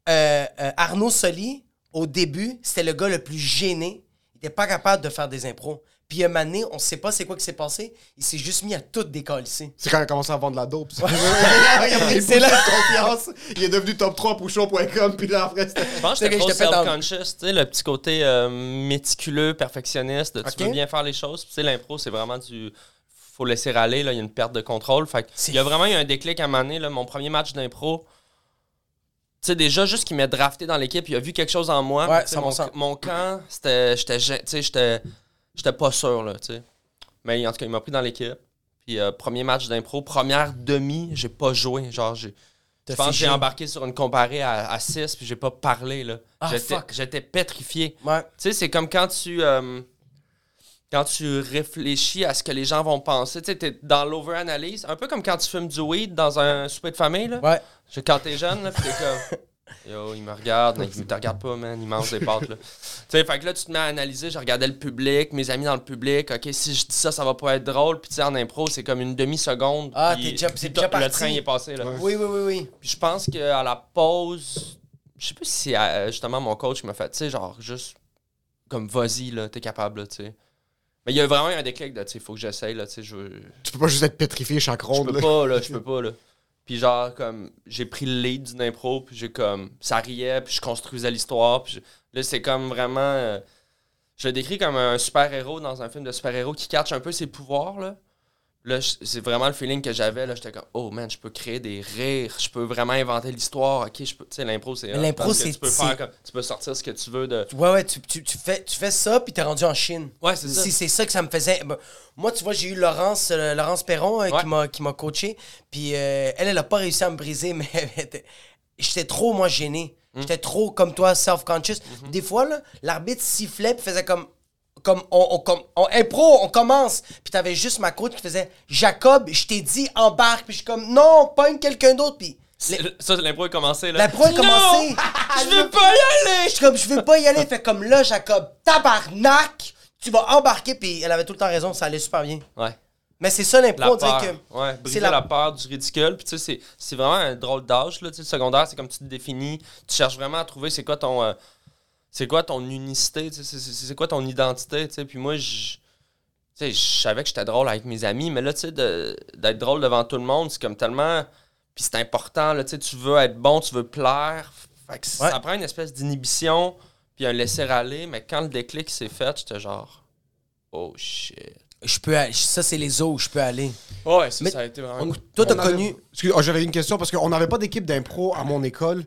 euh, euh, Arnaud Soli, au début, c'était le gars le plus gêné. Il n'était pas capable de faire des impros. Puis un moment donné, on ne sait pas c'est quoi qui s'est passé. Il s'est juste mis à tout décalisser.
C'est quand il a commencé à vendre la dope. ça. il a pris
C'est
c'est
là-
là confiance. Il est devenu top 3 pouchon.com. Puis là, après, c'était.
Je pense que
C'est
j'étais
que
trop
j'étais pas dans-
self-conscious, tu sais, le petit côté euh, méticuleux, perfectionniste, de tu
Ok.
veux bien faire les choses. Puis, Tu sais, l'impro, c'est vraiment du... faut laisser aller, là, il y a une perte de contrôle. Fait que
C'est
il y a vraiment eu un déclic à un moment donné, là, mon premier match d'impro. Tu sais, déjà, juste qu'il m'a drafté dans l'équipe, il a vu quelque chose en moi.
Ouais,
Tu sais,
100%.
mon, mon camp, c'était... J'étais gê- tu sais, j'étais- j'étais pas sûr, là, tu sais. Mais en tout cas, il m'a pris dans l'équipe. Puis euh, premier match d'impro, première demi, j'ai pas joué. Genre, j'ai... Je pense que j'ai embarqué sur une comparée à, 6 puis j'ai pas parlé là.
Ah,
J'étais-
fuck.
J'étais pétrifié. Tu
Ouais.
sais, c'est comme quand tu euh, quand tu réfléchis à ce que les gens vont penser. Tu sais, t'es dans l'over-analyse, un peu comme quand tu fumes du weed dans un souper de famille là.
Ouais.
Je- Quand t'es jeune là, puis t'es comme Yo, il me regarde, mais il te regarde pas, man, il mange des pâtes là. Tu sais, fait que là tu te mets à analyser, je regardais le public, mes amis dans le public, ok, si je dis ça, ça va pas être drôle, puis tu sais, en impro, c'est comme une demi-seconde.
Ah,
puis-
t'es déjà-
puis
c'est
le
déjà parti.
train il est passé là.
Oui, oui, oui, oui.
Puis je pense qu'à la pause, je sais pas si c'est euh, justement mon coach m'a fait, tu sais, genre, juste comme vas-y, là, t'es capable, là, tu sais. Mais il y a vraiment eu un déclic de, tu sais, faut que j'essaye, là, tu sais, je, je
Tu peux pas juste être pétrifié chaque ronde.
peux
là.
pas, là, je peux pas, là. Puis genre, comme, j'ai pris le lead d'une impro, puis j'ai comme, ça riait, puis je construisais l'histoire, puis je- là, c'est comme vraiment. euh, je le décris comme un super-héros dans un film de super-héros qui catch un peu ses pouvoirs, là. Là, je- c'est vraiment le feeling que j'avais. Là, j'étais comme, oh man, je peux créer des rires, je peux vraiment inventer l'histoire. Ok, je peux. Tu sais, l'impro, c'est.
Mais l'impro,
parce que
c'est-
Tu peux
c'est-
faire comme, tu peux sortir ce que tu veux de.
Ouais, ouais, tu, tu- tu fais, tu fais ça, puis t'es rendu en Chine.
Ouais, c'est ça.
Si c'est ça que ça me faisait. ben, moi, tu vois, j'ai eu Laurence, euh, Laurence Perron euh, qui
Ouais.
m'a- qui m'a coaché. Puis euh, elle, elle a pas réussi à me briser, mais elle était- j'étais trop, moi, gêné.
Hmm.
J'étais trop, comme toi, self-conscious. Des fois, là, l'arbitre sifflait, puis faisait comme. Comme on, on- comme on- impro, on commence. Puis t'avais juste ma coach qui faisait Jacob, je t'ai dit embarque. Puis je suis comme non, pogne quelqu'un d'autre. Puis
C'est- Ça, l'impro est commencé, là.
la pro a
Non!
commencé.
Je veux pas y aller!
Je suis comme, je veux pas y aller. Fait comme là, Jacob, tabarnak, tu vas embarquer. Puis elle avait tout le temps raison, ça allait super bien.
Ouais.
Mais c'est ça
La
l'impro, on dirait
peur.
que.
Ouais, briser la... peur du ridicule. Puis tu sais, c'est- c'est vraiment un drôle d'âge. là. Tu sais, Le secondaire, c'est comme tu te définis. Tu cherches vraiment à trouver c'est quoi ton. euh, c'est quoi ton unicité, tu sais, c'est c'est- c'est quoi ton identité, tu sais. Puis moi, je. Tu sais, je savais que j'étais drôle avec mes amis, mais là, tu sais, de- d'être drôle devant tout le monde, c'est comme tellement. Puis c'est important, là, tu sais, tu veux être bon, tu veux plaire. Fait que
Ouais.
ça prend une espèce d'inhibition, puis un laisser-aller. Mais quand le déclic s'est fait, j'étais genre. Oh shit.
Je peux aller- ça, c'est les eaux où je peux aller.
Ouais, ça,
Mais-
ça a été vraiment.
On- toi, t'as
On avait-
connu.
Excuse- oh, J'avais une question parce qu'on n'avait pas d'équipe d'impro à mon école.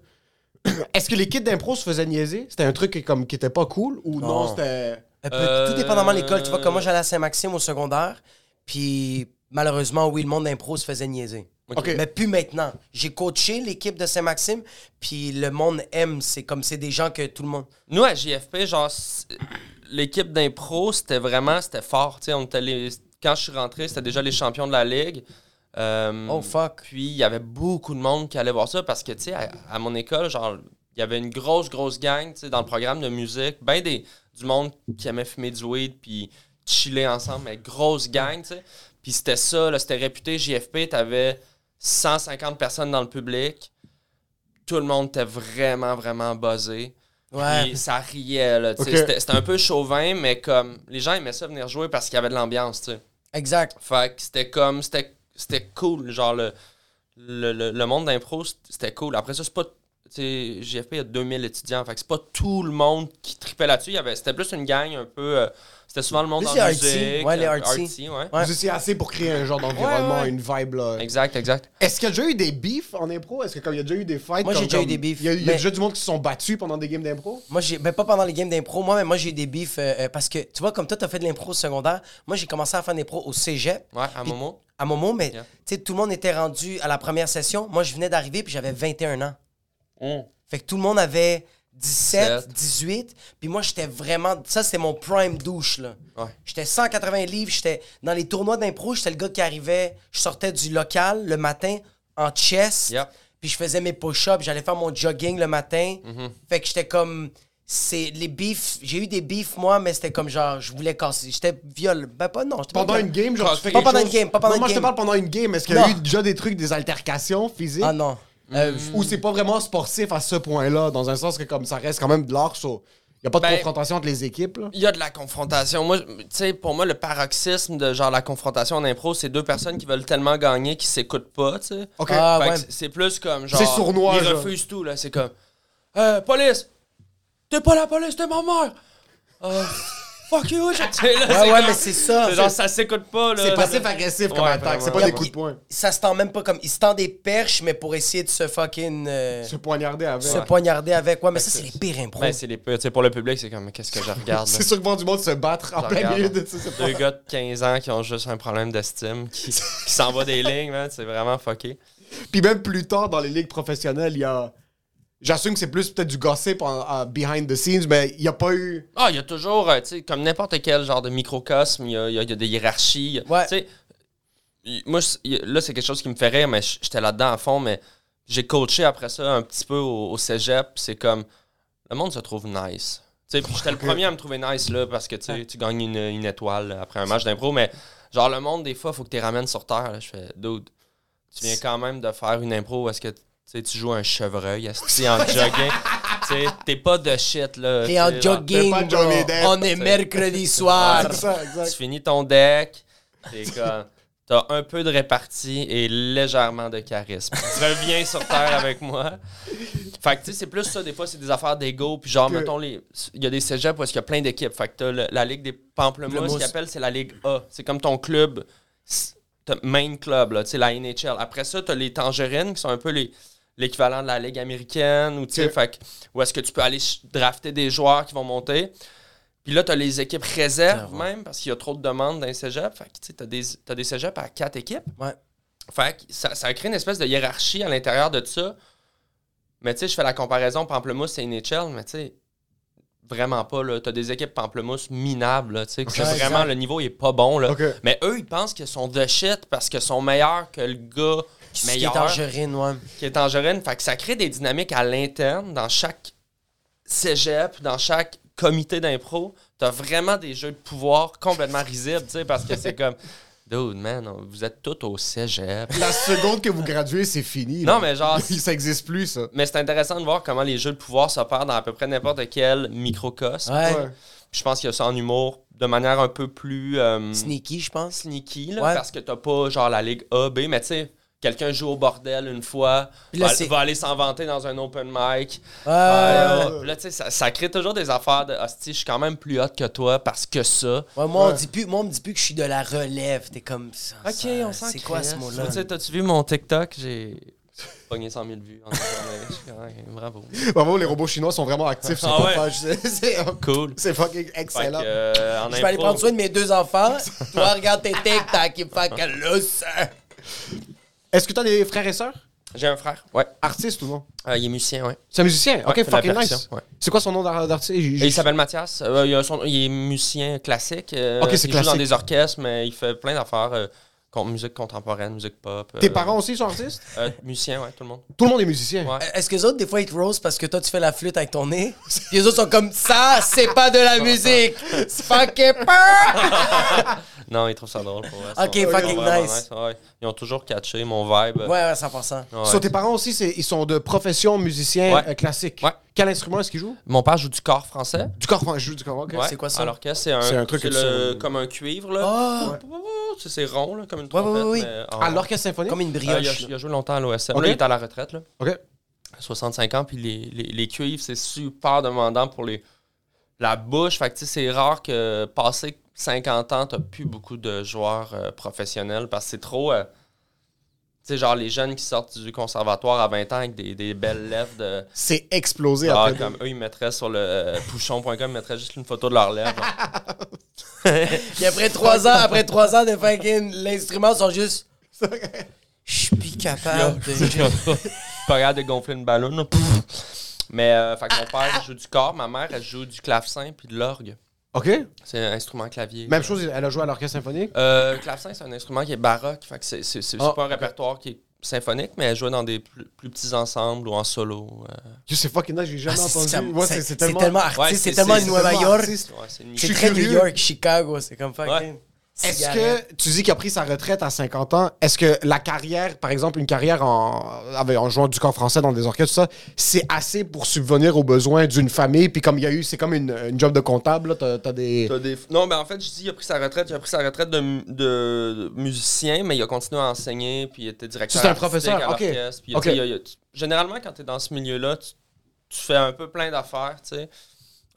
Est-ce que les kids d'impro se faisaient niaiser? C'était un truc qui, comme, qui était pas cool ou non?
Non.
C'était.
Un peu-
Euh,
Tout dépendamment de l'école. Tu vois, comme moi, j'allais à Saint-Maxime au secondaire. Puis malheureusement, oui, le monde d'impro se faisait niaiser.
Ok.
Mais plus maintenant. J'ai coaché l'équipe de Saint-Maxime, puis le monde aime. C'est comme c'est des gens que tout le monde.
Nous, à JFP, genre, c- l'équipe d'impro, c'était vraiment, c'était fort. tu sais, on était les- Quand je suis rentré, c'était déjà les champions de la Ligue. Euh,
Oh fuck.
Puis, il y avait beaucoup de monde qui allait voir ça parce que, tu sais, à, à mon école, genre, il y avait une grosse, grosse gang, tu sais, dans le programme de musique. Ben des, du monde qui aimait fumer du weed puis chiller ensemble, mais grosse gang, tu sais. Puis c'était ça, là, c'était réputé JFP, t'avais 150 personnes dans le public. Tout le monde était vraiment, vraiment buzzé.
Ouais.
Puis ça riait, là. tu sais.
Ok.
C'était c'était un peu chauvin, mais comme les gens aimaient ça venir jouer parce qu'il y avait de l'ambiance, tu sais.
Exact.
Fait que c'était comme, c'était c'était cool. Genre, le, le, le- le monde d'impro, c'était cool. Après ça, c'est pas. Tu sais, JFP, il y a 2000 étudiants. Fait que c'est pas tout le monde qui tripait là-dessus. Il y avait- C'était plus une gang un peu. euh, c'était souvent le monde
Plus
en
les
musique.
artsy. Ouais, les
euh,
artsy.
ouais.
Ouais.
Vous étiez assez pour créer un genre d'environnement, une vibe là.
Exact, exact.
Est-ce qu'il y a déjà eu des beefs en impro? Est-ce que comme il y a déjà eu des fights?
Moi,
comme-
j'ai déjà eu
comme-
des beefs,
Il y a, il y a
mais-
déjà du monde qui se sont battus pendant des games d'impro?
Moi, j'ai, ben pas pendant les games d'impro, moi, mais moi, j'ai eu des bifs euh, euh, parce que, tu vois, comme toi, t'as fait de l'impro au secondaire. Moi, j'ai commencé à faire de l'impro au cégep.
Ouais, à
Puis-
Momo.
À Momo, mais,
Yeah.
tu sais, tout le monde était rendu à la première session. Moi, je venais d'arriver, puis j'avais 21 ans. Fait que tout le monde avait 17,
Sept.
18. Puis moi, j'étais vraiment. Ça, c'était mon prime douche, là.
Ouais.
J'étais 180 livres. J'étais dans les tournois d'impro. J'étais le gars qui arrivait. Je sortais du local le matin en chest.
Yep. Mm-hmm.
Puis je faisais mes push-ups. J'allais faire mon jogging le matin. Fait que j'étais comme. c'est les beefs. J'ai eu des beefs, moi, mais c'était comme genre, je voulais casser. J'étais viol. Ben, pas non. j'étais pas
Pendant
viol.
une game, genre, tu fais
Pas
quelque
pendant
chose-
une game, pas pendant
Non, Moi,
une
je te
game.
parle pendant une game. Est-ce qu'il y a
Non.
eu déjà des trucs, des altercations physiques?
Ah non. Euh, je-
Ou c'est pas vraiment sportif à ce point-là, dans un sens que comme ça reste quand même de l'art, so. Il n'y a pas de
Ben-
confrontation entre les équipes, là.
Il y a de la confrontation. Moi, je- tu sais, pour moi, le paroxysme de genre la confrontation en impro, c'est deux personnes qui veulent tellement gagner qu'ils s'écoutent pas, tu sais.
OK.
Ah,
Fait que
ouais.
c'est- C'est plus comme genre.
C'est sournois,
Ils
genre.
refusent tout, là. C'est comme. Euh, police! T'es pas la police, t'es ma mère! Euh, fuck you! Je... Tu sais, là,
Ouais, ouais,
comme-
mais c'est ça.
genre, ça s'écoute pas, là.
C'est passif-agressif comme
Ouais,
attaque, c'est pas
vraiment.
des coups de poing.
Ça se tend même pas comme. Ils se tendent des perches, mais pour essayer de se fucking. euh,
Se poignarder avec.
se poignarder avec. Ouais, mais ça,
que
c'est les pires impros.
Ben, c'est les pires. Tu sais, pour le public, c'est comme, qu'est-ce que je regarde? là?
C'est sûr que voir du monde se battre en
Je
plein
regarde.
milieu de ça, c'est pas...
Deux gars de 15 ans qui ont juste un problème d'estime, qui, qui s'envoient des lignes, man, c'est vraiment fucké.
Puis même plus tard, dans les ligues professionnelles, il y a... J'assume que c'est plus peut-être du gossip en, en behind the scenes, mais il n'y a pas eu...
Ah, il y a toujours, euh, tu sais, comme n'importe quel genre de microcosme, il y a, il y a- il y a des hiérarchies. il y a-
Ouais.
Tu sais, il- moi, je- il- là, c'est quelque chose qui me fait rire, mais j- j'étais là-dedans à fond, mais j'ai coaché après ça un petit peu au, au cégep, puis c'est comme, le monde se trouve nice. Tu sais, puis j'étais le premier à me trouver nice, là, parce que, tu sais, tu gagnes une, une étoile là, après un match d'impro, mais genre, le monde, des fois, faut que tu les ramènes sur terre, là. Je fais, dude, tu viens quand même de faire une impro où est-ce que, tu sais, tu joues un chevreuil, esti, en jogging. Tu sais, t'es pas de shit, là.
Et en
tu sais, genre,
jogging,
pas de
bro.
Johnny Depp,
on est mercredi soir.
Ah,
C'est ça, exact.
Tu finis ton deck, t'es comme. T'as un peu de répartie et légèrement de charisme. Tu reviens sur terre avec moi. Fait que, tu sais, c'est plus ça. Des fois, c'est des affaires d'ego. Puis, genre,
Que-
mettons, les- il y a des cégeps où est-ce qu'il y a plein d'équipes. Fait que t'as le- la Ligue des Pamplemousses, ce qu'ils appellent, c'est la Ligue A. C'est comme ton club, s- ton main club, là, tu sais, la NHL. Après ça, t'as les Tangerines qui sont un peu les l'équivalent de la Ligue américaine. Ou, tu sais,
Que-
fait que, où est-ce que tu peux aller ch- drafter des joueurs qui vont monter. Puis là, tu as les équipes réserves même, parce qu'il y a trop de demandes dans les cégeps. Fait que, tu sais, t'as des, t'as des cégeps à quatre équipes.
Ouais.
Fait que ça, ça crée une espèce de hiérarchie à l'intérieur de ça. Mais tu sais, je fais la comparaison Pamplemousse et NHL, mais tu sais, vraiment pas, là. T'as des équipes Pamplemousse minables, là, tu sais, que
Ok.
c'est vraiment, le niveau il est pas bon, là.
OK.
Mais eux, ils pensent qu'ils sont de shit parce qu'ils sont meilleurs que le gars
Ce qui est
meilleur
tangerine, ouais.
qui est tangerine. Fait que ça crée des dynamiques à l'interne dans chaque cégep, dans chaque comité d'impro. T'as vraiment des jeux de pouvoir complètement risibles, tu sais, parce que c'est comme, dude, man, on- vous êtes tous au cégep.
La seconde que vous graduez, c'est fini.
Non,
là.
mais genre,
Ça existe plus, ça.
mais c'est intéressant de voir comment les jeux de pouvoir s'opèrent dans à peu près n'importe quel microcosme.
Ouais.
Ouais.
Je pense qu'il y a ça en humour de manière un peu plus euh,
Sneaky, je pense.
sneaky, là,
Ouais.
parce que t'as pas genre la ligue A, B, mais tu sais, quelqu'un joue au bordel une fois,
Puis là,
va,
c'est-
va aller s'en vanter dans un open
Ouais,
mic. Ah,
ouais,
ouais. Puis Là, tu sais, ça, ça crée toujours des affaires de hostie, je suis quand même plus haute que toi parce que ça.
ouais. Ouais, moi, on
Ouais.
dit plus, moi, on me dit plus que je suis de la relève. T'es comme ça. ça, C'est quoi ce mot-là?
Tu sais, t'as-tu vu mon TikTok J'ai pogné 100 000 vues en une journée. Je suis quand même- Bravo.
Bravo, les robots chinois sont vraiment actifs sur
Ah
ton
ouais.
page. C'est- C'est
Cool.
c'est fucking
Fait que,
excellent.
euh, en
Je vais aller
impro-
prendre soin de mes deux enfants. Toi, regarde tes TikTok. Il fait que là, ça.
Est-ce que t'as des frères et sœurs?
J'ai un frère, ouais.
Artistes ou non?
Euh, il est musicien, ouais.
C'est un musicien?
Ouais,
ok,
fait de la
fucking
percussion,
nice.
ouais.
C'est quoi son nom d'ar- d'artiste? J-
Et
j-
il s'appelle Mathias. Euh, il, a son- il est musicien classique. euh,
Ok, c'est
il joue
classique.
dans des orchestres, mais il fait plein d'affaires. euh, con- musique contemporaine, musique pop. euh,
Tes parents aussi sont artistes?
euh, Musicien, ouais, tout le monde.
Tout le monde est musicien.
Ouais.
Est-ce que les autres, des fois, ils te rose parce que toi, tu fais la flûte avec ton nez? Puis les autres sont comme ça, c'est pas de la musique! Fucking peur!
Non, ils trouvent ça drôle pour vrai.
Ok,
Ils sont-
fucking
ils sont vraiment
nice.
ouais. Ils ont toujours catché mon vibe.
Ouais, ouais, 100%.
Ouais.
So, tes parents aussi, c'est- ils sont de profession musicien
Ouais.
euh, classique.
Ouais.
Quel instrument est-ce qu'ils jouent?
Mon père joue du corps français.
Du corps, je joue du corps. ok.
Ouais.
c'est quoi ça?
Alors que c'est un,
C'est un truc
c'est
que
le-
tu-
comme un cuivre là.
Oh!
C'est- C'est rond là, comme une
ouais,
trompette.
ouais, ouais.
mais en-
À l'orchestre symphonique?
Comme une
Euh, il, a,
brioche. là.
il a joué longtemps à l'OSM.
Ok.
Là, il est à la retraite là.
Ok.
65 ans puis les, les, les cuivres c'est super demandant pour les la bouche. Fait que tu sais, c'est rare que passé 50 ans t'as plus beaucoup de joueurs euh, professionnels parce que c'est trop. euh, tu sais, genre les jeunes qui sortent du conservatoire à 20 ans avec des, des belles lèvres de.
C'est explosé
Ah,
après.
comme eux, ils mettraient sur le euh, pouchon.com, ils mettraient juste une photo de leur lèvre.
Puis après trois ans, après trois ans de fucking, l'instrument sont juste. Je suis plus capable de.
pas capable de gonfler une ballonne. là. Pfff. Mais euh, fait que mon père joue du corps, ma mère elle joue du clavecin puis de l'orgue.
OK.
C'est un instrument clavier.
Même chose, elle a joué à l'orchestre symphonique.
Euh, le clavecin, c'est un instrument qui est baroque. Fait que c'est c'est- c'est
Ah,
pas un répertoire qui est symphonique, mais elle jouait dans des plus, plus petits ensembles ou en solo. euh.
Yo, c'est fucking nice, j'ai jamais
Ah, c'est- c'est-
entendu. Ouais,
c'est-
c'est-
c'est tellement artiste,
Ouais,
c'est
c'est-
tellement
c'est-
c'est
Nueva
tellement
York.
artiste.
Ouais, c'est une-
Je
C'est
suis
très New
curieux.
York, Chicago, c'est comme fucking.
Ouais.
Est-ce
cigarette.
que tu dis qu'il a pris sa retraite à 50 ans? Est-ce que la carrière, par exemple, une carrière en, avec- en jouant du corps français dans des orchestres, tout ça, c'est assez pour subvenir aux besoins d'une famille? Puis comme il y a eu, c'est comme une, une job de comptable, là, t'as, t'as des.
T'as des- Non, mais en fait, je dis, il a pris sa retraite. Il a pris sa retraite de, mu- de musicien, mais il a continué à enseigner, puis il était directeur.
C'est un
artistique
professeur,
à
ok.
l'orchestre, puis, tu
Ok.
sais, il a- il a- tu- Généralement, quand tu es dans ce milieu-là, tu, tu fais un peu plein d'affaires, tu sais.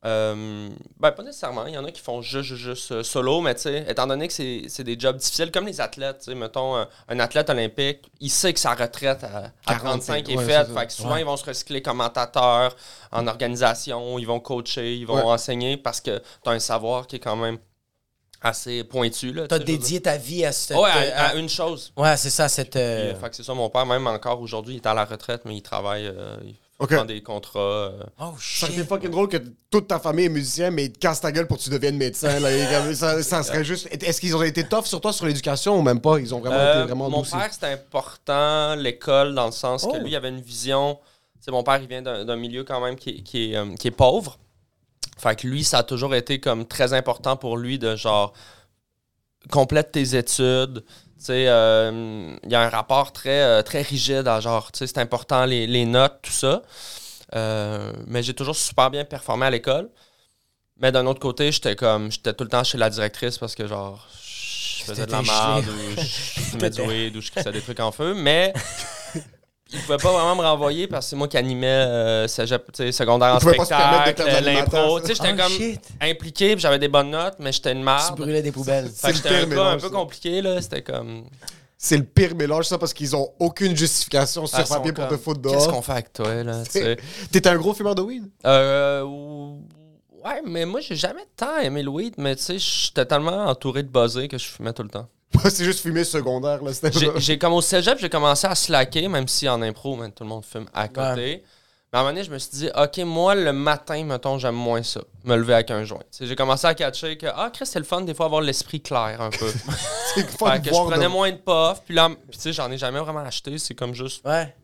Euh, ben, pas nécessairement. Il y en a qui font juste, juste, juste, euh, solo, mais tu sais, étant donné que c'est c'est des jobs difficiles, comme les athlètes, tu sais, mettons, un, un athlète olympique, il sait que sa retraite à, à
45,
35 est
ouais,
faite.
c'est ça.
Fait que souvent, ils vont se recycler commentateurs en organisation, ils vont coacher, ils vont
Ouais.
enseigner parce que tu as un savoir qui est quand même assez pointu. Là,
T'as
tu sais, je veux
dédié ta vie à cette.
dire. Ouais,
euh,
à, à une chose.
ouais, c'est ça, cette.
Puis,
euh,
euh, fait que c'est ça, mon père, même encore aujourd'hui, il est à la retraite, mais il travaille, euh, il
Ok.
prend des contrats. euh.
Oh
Ça serait
shit.
fucking drôle que toute ta famille est musicienne, mais ils te cassent ta gueule pour que tu deviennes médecin. là, et comme ça, ça serait juste. Est-ce qu'ils auraient été tough sur toi sur l'éducation ou même pas? Ils ont vraiment
Euh,
été vraiment
mon
douces.
père, c'était important, l'école, dans le sens
Oh.
que lui, il avait une vision. Tu sais, mon père, il vient d'un d'un milieu quand même qui, est- qui est, euh, qui est pauvre. Fait que lui, ça a toujours été comme très important pour lui de genre complète tes études. Tu sais, euh, il y a un rapport très, euh, très rigide à genre, tu sais, c'est important les, les notes, tout ça. Euh, mais j'ai toujours super bien performé à l'école. Mais d'un autre côté, j'étais comme, j'étais tout le temps chez la directrice parce que genre, je faisais de la
T'étais
merde
gelé.
ou Euh, je fumais du
T'étais-
weed ou je crissais des trucs en feu. Mais il pouvait pas vraiment me renvoyer parce que c'est moi qui animais euh, cégep, tu sais, secondaire en
pouvait pas se permettre de
spectacle, euh,
perdre l'animateur, ça.
l'impro.
Ah,
Tu sais, j'étais
Oh,
comme ah,
shit.
impliqué, puis j'avais des bonnes notes, mais j'étais une
Tu
marde.
brûlais des poubelles.
Fait que
C'est
j'étais
le
un
pire
gars un
mélange,
peu
ça.
compliqué, là. C'était comme.
C'est le pire mélange, ça, parce qu'ils ont aucune justification sur
Ah, ils
papier
sont
pour te
comme,
foutre
Qu'est-ce qu'on
dehors.
fait avec toi, là? tu sais?
T'étais un gros fumeur de weed?
Euh, ou- ouais, mais moi, j'ai jamais tant aimé le weed, mais tu sais, j'étais tellement entouré de buzzés que je fumais tout le temps.
C'est juste fumé secondaire, là. C'était
J'ai- J'ai comme au cégep, j'ai commencé à slacker, même si en impro, man, tout le monde fume à côté. Mais à un moment donné, je me suis dit, OK, moi, le matin, mettons, j'aime moins ça, me lever avec un joint. Tu sais, J'ai commencé à catcher que, ah, Chris, c'est le fun des fois avoir l'esprit clair un peu.
C'est fun
Fait
de
que je
voir
prenais
de-
moins de puff, puis là, puis tu sais, j'en ai jamais vraiment acheté. C'est comme juste,
Ouais.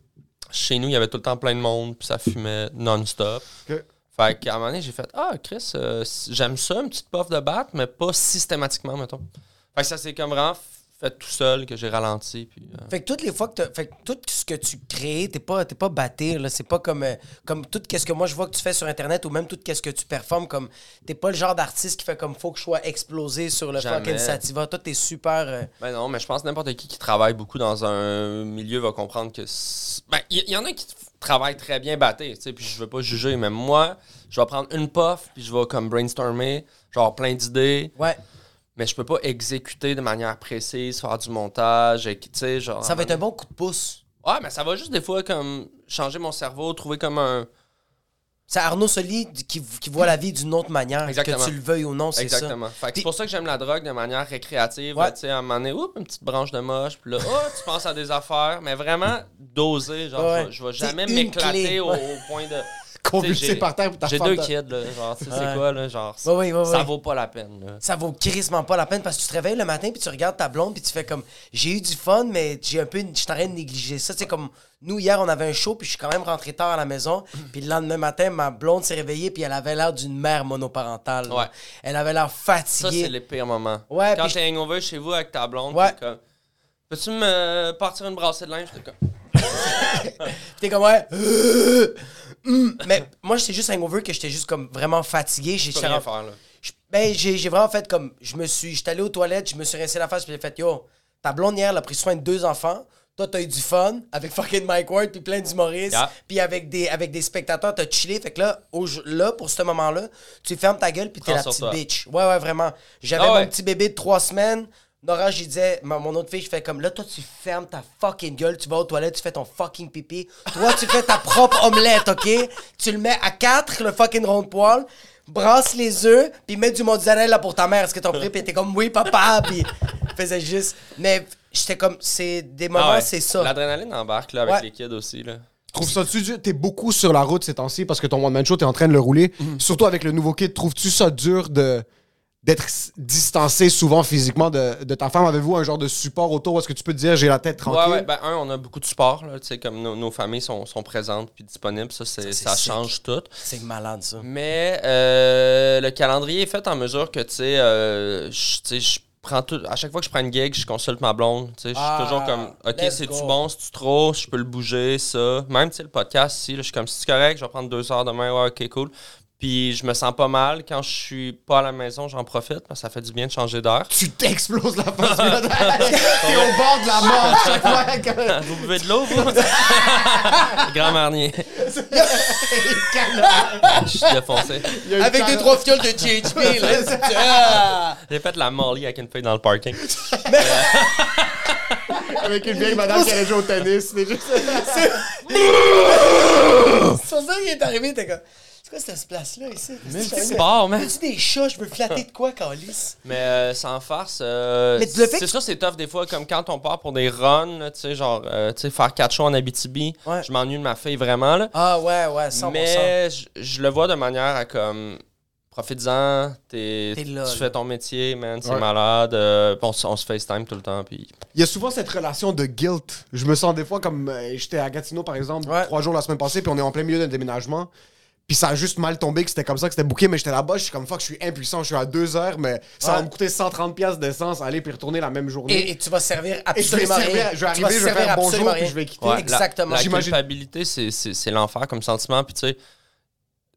chez nous, il y avait tout le temps plein de monde, puis ça fumait non-stop.
Ok.
Fait qu'à un moment donné, j'ai fait Ah, Chris, euh, si- j'aime ça, une petite puff de batte, mais pas systématiquement, mettons. Fait que ça, c'est comme vraiment f- fait tout seul que j'ai ralenti. Puis, euh,
Fait que toutes les fois que t'as- Fait que tout ce que tu crées, t'es pas, t'es pas batté, là. C'est pas comme, euh, comme tout ce que moi je vois que tu fais sur Internet ou même tout ce que tu performes. Comme, t'es pas le genre d'artiste qui fait comme faut que je sois explosé sur le
Jamais.
fucking Sativa. Toi, t'es super. euh,
Ben non, mais je pense que n'importe qui qui travaille beaucoup dans un milieu va comprendre que. c'est- Ben, il y, y en a qui travaillent très bien batté, tu sais, puis je veux pas juger, mais moi, je vais prendre une puff, puis je vais comme brainstormer, genre plein d'idées,
Ouais.
mais je peux pas exécuter de manière précise, faire du montage, et, tu sais, genre.
Ça va être un bon coup de pouce.
Ouais, mais ça va juste des fois comme changer mon cerveau, trouver comme un.
C'est Arnaud Soli du- qui, qui voit la vie d'une autre manière,
Exactement.
que tu le veuilles ou non, c'est ça.
Exactement. Fait que
Puis-
c'est pour ça que j'aime la drogue de manière récréative.
Ouais.
là, Tu sais, à un moment donné, oups, une petite branche de moche, puis là, oh, tu penses à des affaires, mais vraiment dosé. Genre,
Ouais.
je vais- je
C'est
vais jamais
une clé.
m'éclater au,
Ouais.
au point de. Tu sais,
convulsé
j'ai-
par terre pour ta
J'ai
femme
deux
de-
kids, là. Genre, tu sais,
Ouais.
c'est quoi, là? Genre,
Ouais, ouais, ouais,
ça
ouais.
vaut pas la peine, là.
Ça vaut crissement pas la peine parce que tu te réveilles le matin puis tu regardes ta blonde puis tu fais comme j'ai eu du fun mais j'ai un peu je suis en train de négliger ça tu sais comme nous hier on avait un show puis je suis quand même rentré tard à la maison
Mhm.
puis le lendemain matin ma blonde s'est réveillée puis elle avait l'air d'une mère monoparentale là.
Ouais.
elle avait l'air
Ça, c'est
fatiguée
les pires moments.
Ouais,
Quand
puis-
t'es hangover chez vous avec ta blonde,
Ouais.
t'es comme. Peux-tu me partir une brassée de linge? J'étais comme,
Puis t'es comme ouais euh, hum. mais moi j'étais juste hangover que j'étais juste comme vraiment fatigué j'ai
Je peux rien faire, là.
Je- ben, j'ai j'ai vraiment fait comme. Je me suis. J'étais allé aux toilettes, je me suis rincé la face, puis j'ai fait Yo, ta blonde hier, elle a pris soin de deux enfants. Toi, t'as eu du fun avec fucking Mike Ward, puis plein d'humoristes,
Yeah.
puis avec des, avec des spectateurs, t'as chillé. Fait que là, au- là pour ce moment-là, tu fermes ta gueule, puis t'es
Prends
la
sur
petite
toi.
bitch. Ouais, ouais, vraiment. J'avais
Ah ouais.
mon petit bébé de trois semaines. Nora, je lui disais, ma- mon autre fille, je fais comme là, toi, tu fermes ta fucking gueule, tu vas aux toilettes, tu fais ton fucking pipi. Toi, tu fais ta propre omelette, OK? Tu le mets à 4, le fucking rond de poil, brasse les œufs, puis mets du mozzarella pour ta mère. Est-ce que t'as pris? Puis t'es comme, oui, papa. Puis faisais juste. Mais j'étais comme, c'est des moments,
Ah ouais.
c'est ça.
L'adrénaline embarque, là, avec
Ouais.
les kids aussi, là.
Trouves ça tu dur? T'es beaucoup sur la Mhm. route ces temps-ci parce que ton one man show t'es en train de le rouler. Surtout avec le nouveau kit, trouves-tu ça dur de d'être s- distancé souvent physiquement de, de ta femme. Avez-vous un genre de support autour? où Est-ce que tu peux te dire j'ai la tête tranquille?
Ouais, ouais, ben, un, on a beaucoup de support, là, tu sais, comme nos, nos familles sont, sont présentes puis disponibles, ça, c'est,
c'est
ça,
sick.
change tout.
C'est malade, ça.
Mais euh, le calendrier est fait en mesure que, tu sais, euh, je- tu sais, je prends tout. À chaque fois que je prends une gig, je consulte ma blonde. Tu sais, je suis
Ah,
toujours comme, OK,
let's
c'est-tu
go.
bon, c'est-tu trop, je peux le bouger, ça. Même, tu sais, le podcast, si, là, je suis comme, c'est correct, je vais prendre deux heures demain, ouais, OK, cool. Puis je me sens pas mal. Quand je suis pas à la maison, j'en profite, parce que ça fait du bien de changer d'heure.
Tu t'exploses la face. T'es au bord de la mort chaque fois. que-
Vous buvez de l'eau, vous? Grand marnier. Je suis défoncé.
Il y a une
Avec deux,
canne-
trois fioles de GHB, là. c'est- Ah!
J'ai fait la molly avec une fille dans le parking.
Avec une vieille madame qui allait jouer au tennis. C'est juste-
C'est pour ça qu'il est arrivé, t'es comme... C'est quoi cette place-là, ici?
Multisport, man.
tu des chats, je veux flatter de quoi, Calis?
Mais euh, sans farce, euh,
Mais le fait que-
c'est sûr, c'est tough des fois, comme quand on part pour des runs, là, tu sais, genre, euh, tu sais, faire quatre shows en Abitibi,
Ouais.
je m'ennuie de ma fille vraiment, là.
Ah ouais, ouais, sans bon sens.
mais je, je le vois de manière à comme, profites-en, t'es-
T'es là,
tu
là.
fais ton métier, man, c'est
Ouais.
malade, euh, puis on, se- on se FaceTime tout le temps, puis
Il y a souvent cette relation de guilt. Je me sens des fois comme euh, j'étais à Gatineau, par exemple,
Ouais.
trois jours la semaine passée, puis on est en plein milieu d'un déménagement. Puis ça a juste mal tombé que c'était comme ça, que c'était bouqué, mais j'étais là-bas, je suis comme fuck, je suis impuissant, je suis à deux heures, mais ça va
Ouais.
me coûter 130$ piastres d'essence, aller puis retourner la même journée.
Et, et tu vas servir
Et je vais
absolument
servir-
rien.
je vais
Tu vas
arriver, je vais
servir
faire
absolument
bonjour,
rien.
puis je vais quitter.
Ouais, la-
Exactement.
La,
J'imagine-
culpabilité, c'est- c'est c'est l'enfer comme sentiment. Puis, tu sais,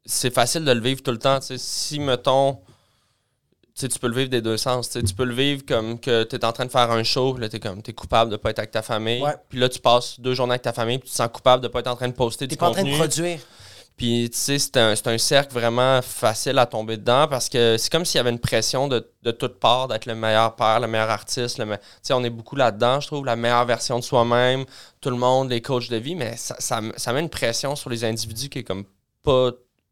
c'est facile de le vivre tout le temps. Tu sais, si, mettons, tu sais, tu peux le vivre des deux sens. Tu sais, tu peux le vivre comme que tu es en train de faire un show, puis là, tu es, es coupable de pas être avec ta famille.
Ouais.
Puis là, tu passes deux journées avec ta famille, puis tu te sens coupable de pas être en train de poster
T'es
du
pas en
contenu.
train de produire.
Puis, tu sais, c'est un, c'est un cercle vraiment facile à tomber dedans parce que c'est comme s'il y avait une pression de, de toutes parts d'être le meilleur père, le meilleur artiste. Le me- Tu sais, on est beaucoup là-dedans, je trouve, la meilleure version de soi-même, tout le monde, les coachs de vie, mais ça, ça, ça met une pression sur les individus qui est comme pas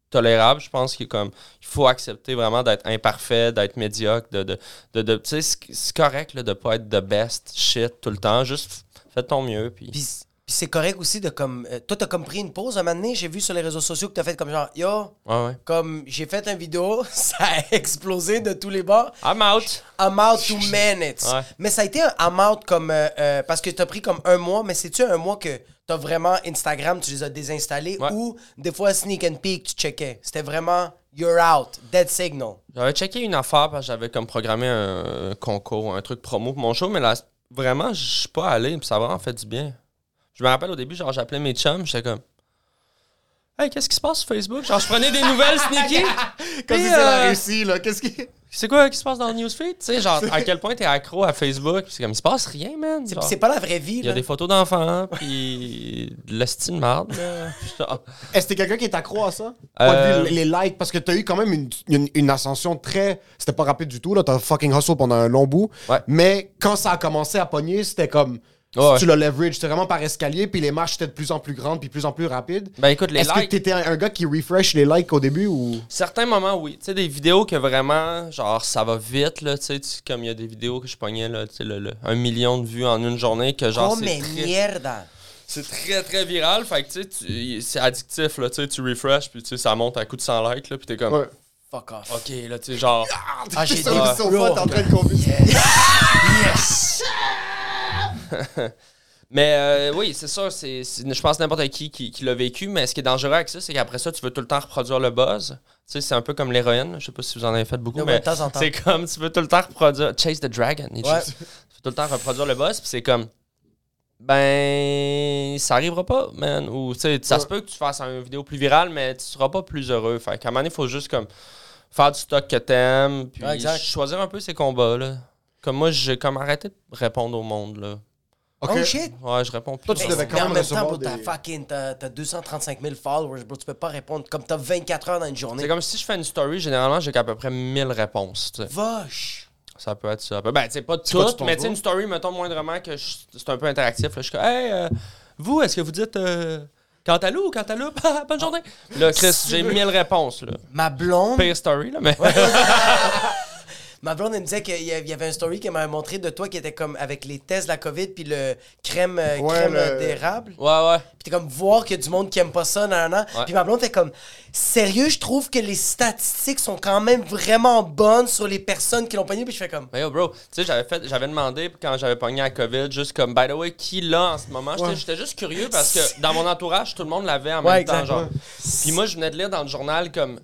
tolérable. Je pense qu'il est comme il faut accepter vraiment d'être imparfait, d'être médiocre, de. de, de, de- tu sais, c'est- c'est correct là, de pas être the best shit tout le temps. Juste fais de ton mieux. Puis,
Puis, puis c'est correct aussi de comme. euh, toi, t'as comme pris une pause un moment donné. J'ai vu sur les réseaux sociaux que t'as fait comme genre, yo,
ouais, ouais.
comme j'ai fait une vidéo, ça a explosé de tous les bords.
I'm out!
I'm out two minutes.
Ouais.
Mais ça a été un I'm out comme. euh, euh, parce que t'as pris comme un mois, mais c'est-tu un mois que t'as vraiment Instagram, tu les as désinstallés
Ouais.
ou des fois sneak and peek, tu checkais. C'était vraiment you're out, dead signal.
J'avais checké une affaire parce que j'avais comme programmé un concours, un truc promo pour mon show, mais là, vraiment, je suis pas allé, puis ça a vraiment fait du bien. Je me rappelle au début, genre, j'appelais mes chums, j'étais comme. Hey, qu'est-ce qui se passe sur Facebook? Genre, je prenais des nouvelles sneaky.
Comme
Puis,
si c'est la
euh,
Russie, là. Qu'est-ce qui.
C'est quoi qui se passe dans le newsfeed? Tu sais, genre, à quel point t'es accro à Facebook? Puis c'est comme, il se passe rien, man.
C'est-
Genre,
C'est pas la vraie vie.
Il y a
là.
des photos d'enfants, puis de l'estime de marde, là. Puis genre,
Est-ce que t'es Eh, quelqu'un qui est accro à ça?
Euh,
Point de vue, les les likes, parce que t'as eu quand même une, une- une ascension très. C'était pas rapide du tout, là. T'as fucking hustle pendant un long bout.
Ouais.
Mais quand ça a commencé à pogner, c'était comme.
Ouais.
Tu l'as leverage, c'était vraiment par escalier, puis les marches étaient de plus en plus grandes, puis de plus en plus rapides.
Ben écoute, les
Est-ce
likes.
que t'étais un, un gars qui refresh les likes au début ou.
Certains moments, oui. Tu sais, des vidéos que vraiment, genre, ça va vite, là, tu sais, tu- comme il y a des vidéos que je pognais, là, tu sais, le, le- un million de vues en une journée, que genre,
Come
c'est
and
très,
mierda.
c'est très, très viral, fait que, tu sais, tu- c'est addictif, là, tu sais, tu refresh, puis tu sais, ça monte à coup de 100 likes, là, puis t'es comme,
Ouais.
Fuck off.
ok, là, tu sais, genre,
Ah, j'ai
T'es
dit,
sur le sofa,
bro.
t'es en train de convaincre.
mais euh, oui, c'est sûr, c'est, c'est- je pense n'importe qui qui, qui l'a vécu, mais ce qui est dangereux avec ça, c'est qu'après ça, tu veux tout le temps reproduire le buzz, tu sais, c'est un peu comme l'héroïne, je sais pas si vous en avez fait beaucoup,
Ouais,
mais
de temps en temps.
c'est comme, tu veux tout le temps reproduire, chase the dragon, et
Ouais.
tu- tu veux tout le temps reproduire le boss, puis c'est comme. Ben, ça arrivera pas, man. Ou, tu sais, ça se peut que tu fasses une vidéo plus virale, mais tu seras pas plus heureux. Fait qu'à un moment donné, il faut juste, comme, faire du stock que t'aimes, puis
Ouais, exact.
choisir un peu ses combats, là. Comme moi, j'ai comme arrêté de répondre au monde, là.
Ok.
Oh shit.
Ouais, je réponds plus.
Toi, tu
Mais
devais
mais
quand
en
même
même temps, bro,
recevoir
t'as
des-
fucking t'as t'as 235 000 followers, bro. Tu peux pas répondre comme t'as 24 heures dans une
C'est
journée.
comme si je fais une story, généralement, j'ai qu'à peu près 1000 réponses, tu sais.
Vache.
Ça peut être ça. Ben, c'est pas
quoi, tu
tout,
penses
mais tu sais,
pas?
une story, mettons moindrement que je- c'est un peu interactif. là. Je suis comme, hey, euh, vous, est-ce que vous dites euh, Cantalou ou Cantaloupe? Bonne journée. Là, Chris, j'ai mille réponses. Là.
Ma blonde,
Pire story, là, mais.
Ma blonde, elle me disait qu'il y a- il y avait un story qu'elle m'avait montré de toi qui était comme avec les tests de la COVID puis le crème, euh,
Ouais,
crème
le-
euh, d'érable.
Ouais, ouais.
Puis t'es comme voir qu'il y a du monde qui aime pas ça, nan, nan, nan.
Ouais.
Puis ma blonde fait comme sérieux, je trouve que les statistiques sont quand même vraiment bonnes sur les personnes qui l'ont pogné. Puis je fais comme
Mais yo, bro, tu sais, j'avais fait, j'avais demandé quand j'avais pogné la COVID, juste comme, by the way, qui l'a en ce moment? J'étais- J'étais juste curieux parce que dans mon entourage, tout le monde l'avait en
Ouais,
même temps,
exact,
genre.
ouais.
Puis moi, je venais de lire dans le journal comme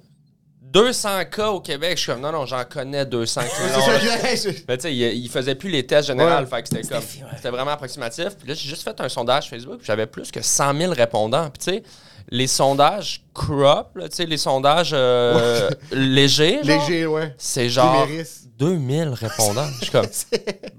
200 cas au Québec. Je suis comme, non, non, j'en connais 200 cas.
Ah,
C'est
Non,
ça,
là.
je-
Mais tu sais, il, il faisait plus les tests généraux,
Ouais.
fait que c'était comme,
fi- ouais.
c'était vraiment approximatif. Puis là, j'ai juste fait un sondage Facebook, puis j'avais plus que 100 000 répondants. Puis tu sais, les sondages crop, là, tu sais, les sondages euh, légers, genre,
Léger, ouais.
c'est genre
Numéris.
2000 répondants. Je suis comme,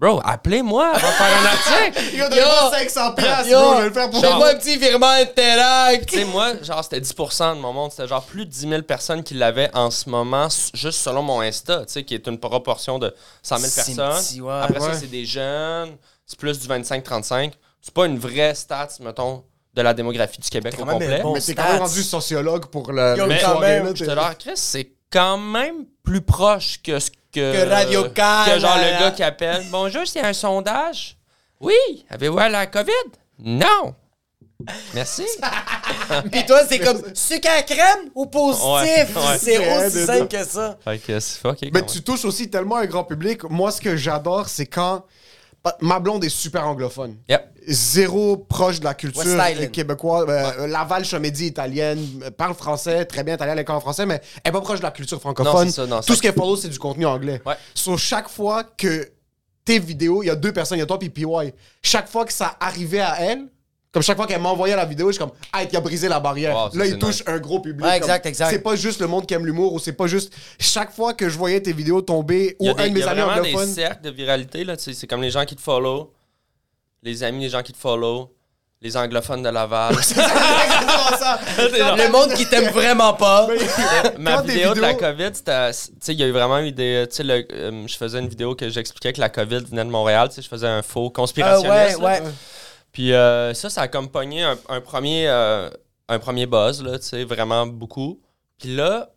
bro, appelez-moi, on va faire un article.
Yo, donne-moi 500 piastres,
Yo,
bro, je vais le faire pour
fais-moi un petit virement Interact.
Tu sais, moi, genre, c'était 10% de mon monde. C'était genre plus de 10 000 personnes qui l'avaient en ce moment, s- juste selon mon Insta, tu sais, qui est une proportion de 100 000
C'est
personnes. Ah, ben,
petit, ouais.
Après
Ouais.
ça, c'est des jeunes, c'est plus du 25-35. C'est pas une vraie stat, mettons, de la démographie du Québec au
quand même
complet.
bon.
Mais t'es quand même
Stats.
rendu sociologue pour la
Yo,
la
mais-
soirée,
quand même,
là, t'es-
J'étais là, Chris, c'est quand même plus proche que ce que.
Que Radio Can,
Que genre
là, là.
le gars qui appelle. Bonjour, c'est un sondage. Oui, avez-vous à la COVID? Non. Merci.
Puis toi, c'est comme sucre à crème ou positif.
Ouais, ouais.
C'est
Ouais,
aussi
c'est
simple que ça.
fait que c'est fucké.
Mais Ben, tu touches aussi tellement un grand public. Moi, ce que j'adore, c'est quand. Ma blonde est super anglophone.
Yep.
Zéro proche de la
West
culture
Island.
québécoise. Euh, Laval, Chomédie, italienne. euh, Parle français, très bien italien, l'école en français, mais elle est pas proche de la culture francophone.
Non, c'est ça, non,
Tout
ça-
ce qu'elle follow, c'est du contenu anglais.
Ouais.
Sur chaque fois que tes vidéos, il y a deux personnes, il y a toi puis PY. Chaque fois que ça arrivait à elle, comme chaque fois qu'elle m'envoyait la vidéo, je suis comme, ah, il a brisé la barrière.
Wow, ça,
Là,
c'est
il touche un gros public.
Ouais,
comme-
exact, exact.
C'est pas juste le monde qui aime l'humour ou c'est pas juste. Chaque fois que je voyais tes vidéos tomber ou
Il y a,
un
des,
de
il y
mes
a
amis
vraiment des
anglophones.
cercles de viralité. là, tu sais, C'est comme les gens qui te follow, les amis, les gens qui te follow, les anglophones de Laval.
Exactement ça.
genre-
Le monde qui t'aime vraiment pas.
Ma
Quand des
vidéo de la
vidéos-
COVID, c'était- tu sais, il y a eu vraiment eu des. Tu sais, le- euh, je faisais une vidéo que j'expliquais que la COVID venait de Montréal. Tu sais, je faisais un faux
Ah
conspirationniste.
Euh,
ouais,
là.
ouais.
Puis euh, ça, ça a comme pogné un, un premier, euh, un premier buzz, là, tu sais, vraiment beaucoup. Puis là,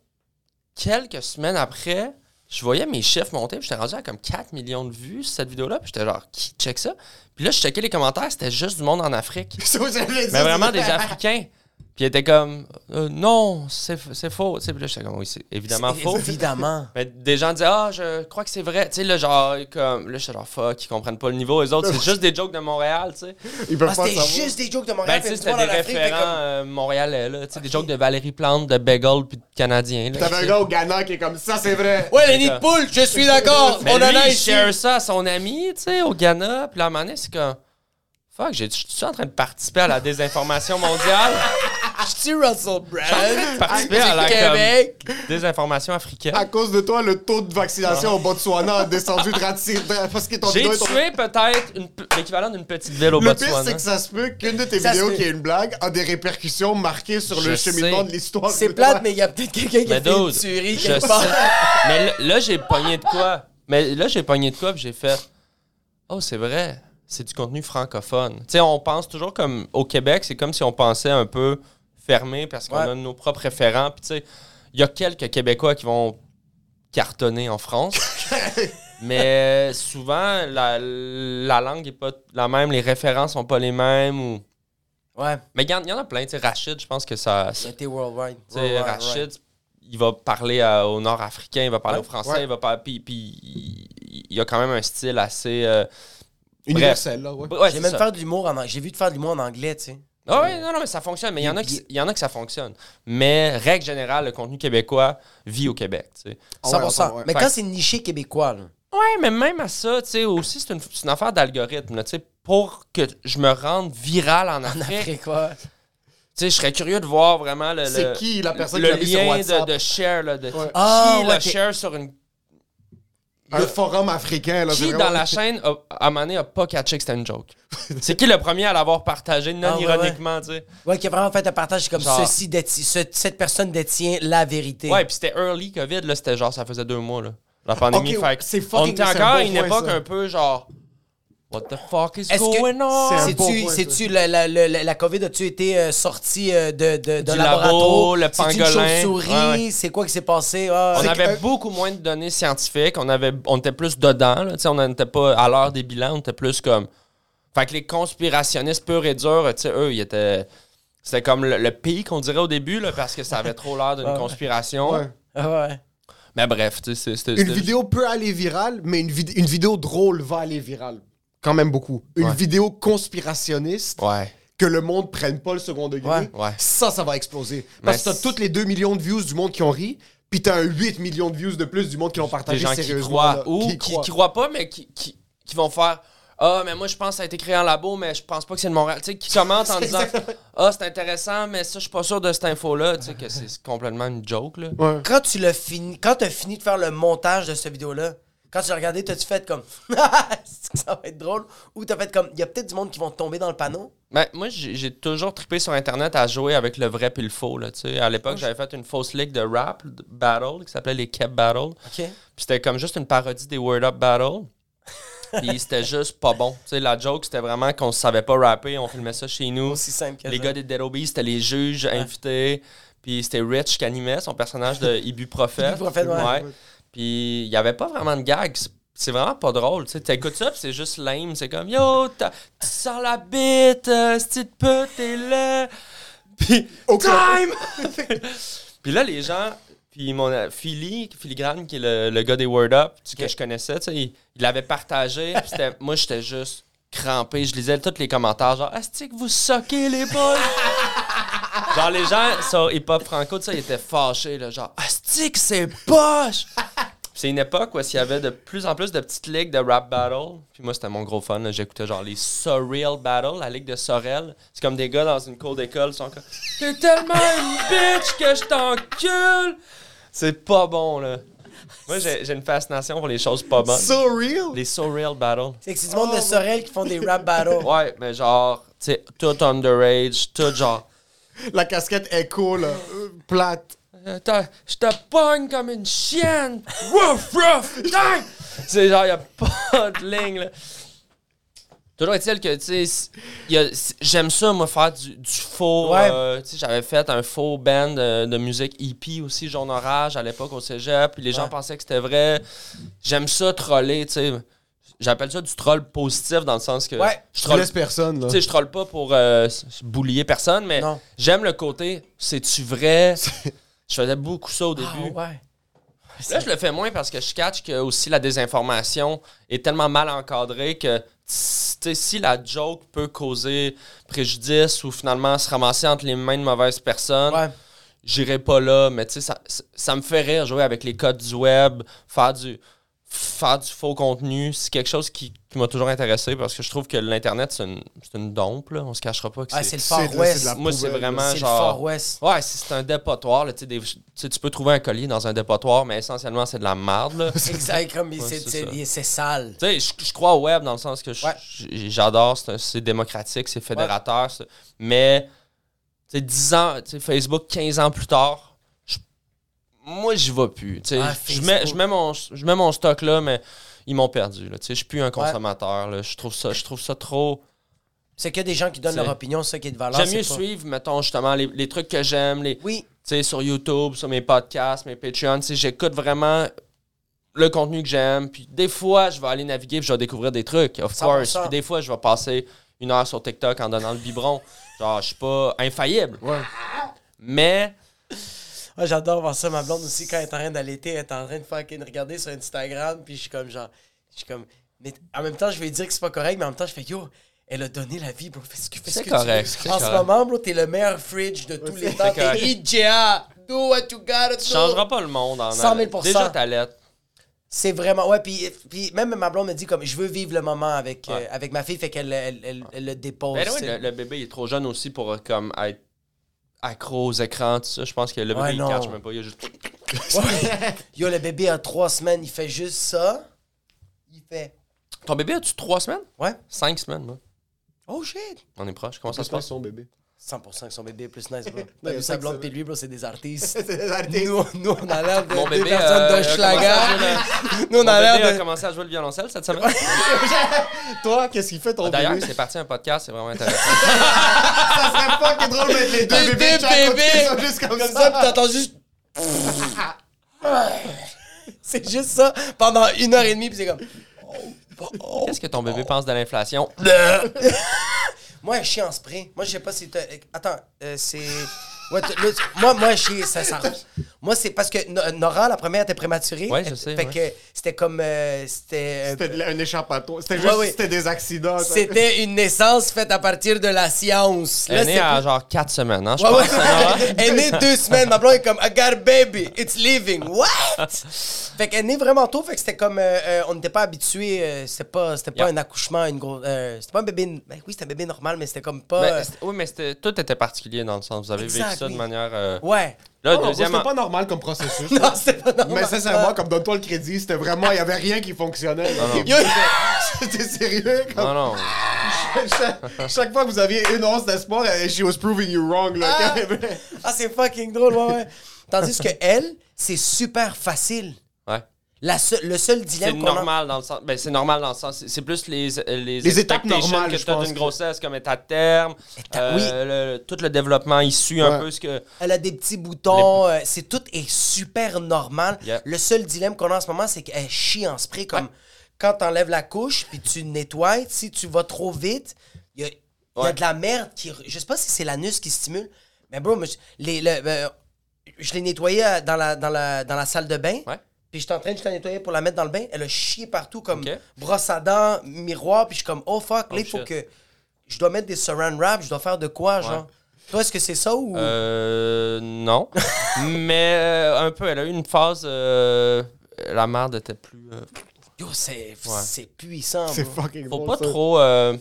quelques semaines après, je voyais mes chiffres monter, puis j'étais rendu à comme 4 millions de vues sur cette vidéo-là, puis j'étais genre, qui check ça? Puis là, je checkais les commentaires, c'était juste du monde en Afrique.
Ça, j'allais dire,
Mais vraiment
c'est-
des Africains. Puis ils étaient comme, Euh, non, c'est f- c'est faux. Tu sais, Puis là, j'étais comme, oui, c'est évidemment faux.
Évidemment.
Mais des gens disaient, ah, je crois que c'est vrai. Tu sais, là, genre, comme, là, j'étais genre, fuck, ils comprennent pas le niveau. Eux autres, c'est juste des jokes de Montréal, tu sais.
Ils peuvent
Ah,
pas
c'était
savoir.
juste des jokes de
Ben,
Montréal.
tu sais,
puis
c'était
une
des
fois en Afrique,
référents
t'es comme-
euh, montréalais, là. Tu sais, des jokes de Valérie Plante, de Bagel, puis de Canadiens, là.
T'avais un gars au Ghana qui est comme ça, c'est vrai.
Ouais, les nids de poule, je suis d'accord.
Mais
On en
lui,
a
il
ici.
share ça à son ami, tu sais, au Ghana. Puis là, à un moment donné, c'est comme... Fuck, j'ai- je suis en train de participer à la désinformation mondiale.
Je suis Russell Ah, Brand.
participer à la
Du
comme,
Québec.
désinformation africaine.
À cause de toi, le taux de vaccination au Botswana a descendu de ratir parce que ton
J'ai
vidéo est tombée-
tué peut-être une p- l'équivalent d'une petite ville au
Le pire,
Botswana.
c'est que ça se peut qu'une de tes
Ça se
vidéos
peut.
qui est une blague a des répercussions marquées sur le
Je
cheminement
sais.
de l'histoire.
C'est plate, mais il y a peut-être quelqu'un qui a
Mais
fait une
dude,
tuerie
je
quelque
sais.
part.
Mais là, là, j'ai pogné de quoi. Mais là, j'ai pogné de quoi, puis j'ai fait. Oh, c'est vrai, c'est du contenu francophone. Tu sais, on pense toujours comme au Québec, c'est comme si on pensait un peu fermé parce qu'on
Ouais.
a nos propres référents. Puis tu sais, il y a quelques Québécois qui vont cartonner en France. mais souvent, la, la langue n'est pas la même, les références sont pas les mêmes. Ou...
Ouais,
Mais il y, en- il y en a plein. Tu sais, Rachid, je pense que ça.
ça a été worldwide.
Tu sais,
Worldwide,
Rachid,
right.
il va parler à- au nord-africain, il va parler
Ouais,
au français,
ouais.
il va parler. Puis, puis il, il a quand même un style assez. euh,
Universel, là, ouais.
ouais, c'est
J'ai même
ça.
faire de l'humour en anglais. J'ai vu de faire de l'humour en anglais, tu sais.
Ah ouais, non, non, mais ça fonctionne. Mais il y, en a qui, il y en a que ça fonctionne. Mais règle générale, le contenu québécois vit au Québec. tu sais.
Ah 100%.
Ah ouais.
Mais
Fait-
quand c'est niché québécois, là.
Ouais, mais même à ça, tu sais, aussi, c'est une, c'est une affaire d'algorithme. là, tu sais, Pour que je me rende viral en
En
Afrique,
Afrique, ouais.
tu sais, je serais curieux de voir vraiment le.
C'est
le-
qui la personne
le
qui l'a mis sur
lien
WhatsApp?
de, de share, là, de qui
Ah, ouais,
le
t'es-
share sur une
Un forum africain, là. c'est
Qui
vraiment-
dans la chaîne, a, à un moment donné, a pas catché que c'était une joke? C'est qui le premier à l'avoir partagé
Ah, ouais,
non-ironiquement, tu sais?
Ouais, qui a vraiment fait un partage comme
Genre-
ceci déti- ce- cette personne détient la vérité.
Ouais, puis c'était early COVID, là, c'était genre, ça faisait deux mois, là. La pandémie,
Ok,
fait que
c'est fucking-
on était
c'est un
encore à
bon
une
point,
époque
ça.
un peu genre... What the fuck is
Est-ce
going on?
que
C'est un bon
sais-tu
point,
sais-tu la, la, la, la- la COVID a-tu été euh, sortie euh, de de, de
Du
laboratoire
labo, le
C'est une
pangolin.
chauve-souris,
Ouais, ouais.
c'est quoi qui s'est passé Ah,
On
c'est-
avait
que- euh,
beaucoup moins de données scientifiques, on, avait, on était plus dedans, là, tu sais, on n'était pas à l'heure des bilans, on était plus comme. Fait que les conspirationnistes purs et durs, tu sais, eux, ils étaient. C'était comme le, le pic, on dirait au début, là, parce que ça avait trop l'air d'une conspiration.
Ouais.
Ah ouais.
Mais bref, tu sais, c'est- c'était.
Une
c'était-
vidéo peut aller virale, mais une, vid- une vidéo drôle va aller virale. Quand même beaucoup. Une
Ouais.
vidéo conspirationniste,
Ouais,
que le monde prenne pas le second degré,
Ouais.
ouais.
ça, ça va exploser.
Mais
Parce que t'as
c'est-
toutes les 2 millions de views du monde qui ont ri, puis t'as un 8 millions de views de plus du monde qui l'ont
des
partagé
gens qui
sérieusement.
croient
là,
ou qui,
qui croient.
qui croient pas, mais qui, qui, qui vont faire Ah, mais moi je pense que ça a été créé en labo, mais je pense pas que c'est de Montréal. Tu sais, qui commentent en
C'est
disant
exactement-
Ah, c'est intéressant, mais ça, je suis pas sûr de cette info-là. Tu sais, que c'est complètement une joke, là.
Ouais.
Quand tu l'as fini, quand t'as fini de faire le montage de cette vidéo là, quand tu l'as regardé, t'as-tu fait comme Est-ce que ça va être drôle ou t'as fait comme il y a peut-être du monde qui vont tomber dans le panneau
Ben, moi, j'ai j'ai toujours trippé sur Internet à jouer avec le vrai puis le faux. Là, tu sais. à l'époque, j'avais fait une fausse ligue de rap de battle qui s'appelait les Cap Battle.
Ok.
Puis c'était comme juste une parodie des Word Up Battle. Puis c'était juste pas bon. Tu sais, la joke, c'était vraiment qu'on savait pas rapper. On filmait ça chez nous.
Aussi simple que
Les
ça.
gars des Dead Obies, c'était les juges invités. Puis c'était Rich qui animait son personnage de Ibuprofète.
Ibuprofène, ouais.
Puis il n'y avait pas vraiment de gag. C'est- C'est vraiment pas drôle. Tu sais, t'écoutes ça, puis c'est juste lame. C'est comme Yo, t'as- tu sens la bite, euh, c'ti de pute, t'es là. Puis
Ok.
time! puis là, les gens. Puis mon euh, Philly, Filigrane, qui est le, le gars des Word Up, tu- que je connaissais, tu sais, il, il l'avait partagé. puis c'était- moi, j'étais juste crampé. Je lisais tous les commentaires, genre, est-ce que vous soquez les boys? Genre, les gens sur Hip Hop Franco, tu sais, ils étaient fâchés, là, genre, Astic, c'est poche! C'est une époque où il y avait de plus en plus de petites ligues de rap battle. Puis moi, c'était mon gros fun. là. J'écoutais genre les Sorel Battle, la ligue de Sorel. C'est comme des gars dans une cour d'école. ils sont comme T'es tellement une bitch que je t'encule! C'est pas bon, là. Moi, j'ai j'ai une fascination pour les choses pas bonnes.
So real.
Les Sorel Battle.
C'est que c'est du monde
Oh,
de Sorel qui font des rap battles.
Ouais, mais genre, tu sais, tout underage, tout genre.
La casquette écho, là, euh, plate.
Euh, t'as- Je te pogne comme une chienne! Wouf, wouf! dang! C'est genre, y a pas de ligne, là. Toujours est-il que, tu sais, c- y a- c- j'aime ça, moi, faire du, du faux.
Ouais.
euh, tu sais, j'avais fait un faux band euh, de musique hippie aussi, Jaune Orage, à l'époque au cégep, puis les gens
Ouais.
pensaient que c'était vrai. J'aime ça troller, tu sais. J'appelle ça du troll positif dans le sens que
Ouais.
je
Tu
troll
laisses personne, là.
tu sais, je troll pas pour euh, s- boulier personne, mais
Non.
j'aime le côté c'est-tu vrai? Je faisais beaucoup ça au début.
Ah ouais.
Là, je le fais moins parce que je catch que aussi la désinformation est tellement mal encadrée que tss, tu sais, si la joke peut causer préjudice ou finalement se ramasser entre les mains de mauvaises personnes,
Ouais.
j'irai pas là, mais tu sais, ça, ça- ça me fait rire jouer avec les codes du web, faire du faire du faux contenu, c'est quelque chose qui, qui m'a toujours intéressé parce que je trouve que l'internet c'est une, c'est une dompe là, on se cachera pas que
Ah, c'est
c'est
le
c'est
Far
de la-
West.
c'est de la
moi c'est
poubelle, là.
vraiment
C'est le
genre
Far West.
Ouais, c'est c'est un dépotoir. Là, tu sais, des- tu sais, tu peux trouver un collier dans un dépotoir, mais essentiellement, c'est de la merde. là. Tu
Exact, comme il- c'est
c'est
c'est-
ça.
il- c'est sale.
sais, je je crois au web dans le sens que je-
Ouais.
j- j'adore, c'est un- c'est démocratique, c'est fédérateur. c'est- Mais, tu sais, 10 ans, tu sais, Facebook, 15 ans plus tard, je- moi, j'y vais plus. Tu sais,
Ah,
je mets,
Facebook.
je mets mon, je mets mon stock là, mais ils m'ont perdu. là. Tu sais, Je suis plus un consommateur. là. Je trouve ça, je trouve ça trop.
C'est que des gens qui donnent
C'est-
leur opinion, c'est ça qui est de valeur.
J'aime
c'est
mieux
pas-
suivre, mettons, justement, les, les trucs que j'aime, les,
Oui,
tu sais, sur YouTube, sur mes podcasts, mes Patreons, tu sais, j'écoute vraiment le contenu que j'aime. Puis des fois, je vais aller naviguer, puis je vais découvrir des trucs, of
100%.
course. Puis des fois, je vais passer une heure sur TikTok en donnant le biberon. Genre, je suis pas infaillible.
Ouais.
Mais,
Ah, j'adore voir ça. Ma blonde aussi, quand elle est en train d'allaiter, elle est en train de fucking regarder sur Instagram. Puis je suis comme genre. Je suis comme. Mais en même temps, je vais lui dire que c'est pas correct, mais en même temps, je fais yo, elle a donné la vie, bro. Fais ce que fais ce
C'est
que
correct,
tu
c'est
veux. En ce
correct.
moment, bro, t'es le meilleur fridge de tous les temps.
correct.
T'es IGA. Do what you gotta do.
tu changeras pas le monde en
100 000
allait- Déjà, ta lettre.
C'est vraiment. Ouais, puis, puis même ma blonde me dit comme je veux vivre le moment avec, euh,
Ouais.
avec ma fille, fait qu'elle elle, elle- elle le dépose.
Ben ouais,
tu sais.
le, le bébé il est trop jeune aussi pour euh, comme être accro aux écrans, tout ça. Je pense que le bébé
Ouais,
il
non.
catch même pas. Il a juste.
Yo, le bébé en trois semaines, il fait juste ça. Il fait.
Ton bébé a-tu trois semaines?
Ouais.
Cinq semaines, moi.
Oh shit!
On est proche. Comment ça
Ça
se
se passe
passe?
son bébé.
100% que son bébé est plus nice, bro.
Non,
T'as
y a
vu sa
pas que
blonde
ça.
pis lui, bro, c'est des artistes.
C'est des artistes.
Nous, on- nous, on a l'air de
Mon
deux
bébé,
personnes
euh,
d'un
a
schlager. Nous, on
Mon
a
bébé a
l'air de...
commencé à jouer le violoncelle cette semaine.
Toi, qu'est-ce qu'il fait ton
D'ailleurs,
bébé?
c'est parti un podcast, c'est vraiment intéressant.
Ça serait pas que drôle, mais les deux
Bébé,
bébés, tu as raconté
bébé.
ça juste comme,
Comme ça,
ça.
pis t'entends juste... C'est juste ça pendant une heure et demie, pis c'est comme...
Oh.
Qu'est-ce que ton bébé pense de l'inflation?
Moi, un chien en spray. Moi, je sais pas si t'as. euh, Attends, euh, c'est. Ouais, t'as- là, tu- moi, moi, chier, ça, ça. Moi, c'est parce que No- euh, Nora, la première, était prématurée.
Ouais, je sais,
Fait
ouais.
que c'était comme. euh, c'était. euh,
C'était de- un échappatoire. C'était
Ouais,
juste
ouais.
c'était des accidents. ça.
C'était une naissance faite à partir de la science.
Elle est née
c'est-
à genre 4 semaines, hein, je
Ouais,
pense.
ouais. Elle est née deux semaines. Ma blonde est comme, I got a baby, it's leaving. What? Fait qu'elle est née vraiment tôt. Fait que c'était comme, euh, euh, on n'était pas habitués. euh, c'était pas, c'était pas
Yeah.
un accouchement, une grosse. euh, c'était pas un bébé. ben oui, c'était un bébé normal, mais c'était comme pas.
Mais
euh,
c'était- Ben, oui, mais c'était- tout était particulier dans le sens. Vous avez
Exact,
vécu ça de
oui.
manière. euh,
ouais.
Là,
Non, non,
deuxième.
C'était pas normal comme processus.
Non, c'était pas normal.
Mais sincèrement, comme donne-toi le crédit, c'était vraiment, il y avait rien qui fonctionnait.
Yo,
C'était sérieux. comme-
Non, non.
chaque, chaque fois que vous aviez une once d'espoir, eh, she was proving you wrong. Là,
Ah!
quand même.
Ah, c'est fucking drôle, ouais, ouais. Tandis que elle, c'est super facile.
Ouais.
La seul- le seul
C'est
dilemme qu'on a.
normal dans le sens. Ben, c'est normal dans le sens. C'est- C'est plus les, les,
Les étapes
expectations
normales,
que
je
t'as
pense
d'une
que-
grossesse, comme être à terme.
Éta-
euh, le- tout le développement issu
Ouais.
un peu ce que.
Elle a des petits boutons, euh, c'est tout est super normal.
Yeah.
Le seul dilemme qu'on a en ce moment, c'est qu'elle chie en spray comme quand t'enlèves la couche puis tu nettoies, si tu vas trop vite, il y a, il y a
Ouais.
de la merde qui re- je sais pas si c'est l'anus qui stimule, mais bro, moi, je- les le- euh, je l'ai nettoyé euh, dans la dans la dans la salle de bain.
Ouais.
Puis j'étais en train de la nettoyer pour la mettre dans le bain. Elle a chié partout, comme
Ok.
brosse à dents, miroir. Puis je suis comme, oh fuck, là, il
Oh,
faut
shit.
que. Je dois mettre des saran wrap, je dois faire de quoi, genre. Toi, est-ce que c'est ça ou.
Euh, non. mais euh, un peu, elle a eu une phase. euh, la merde était plus. euh,
Yo, c'est
Ouais.
c'est puissant.
C'est
bro.
fucking
faut
drôle,
pas
ça.
trop. euh,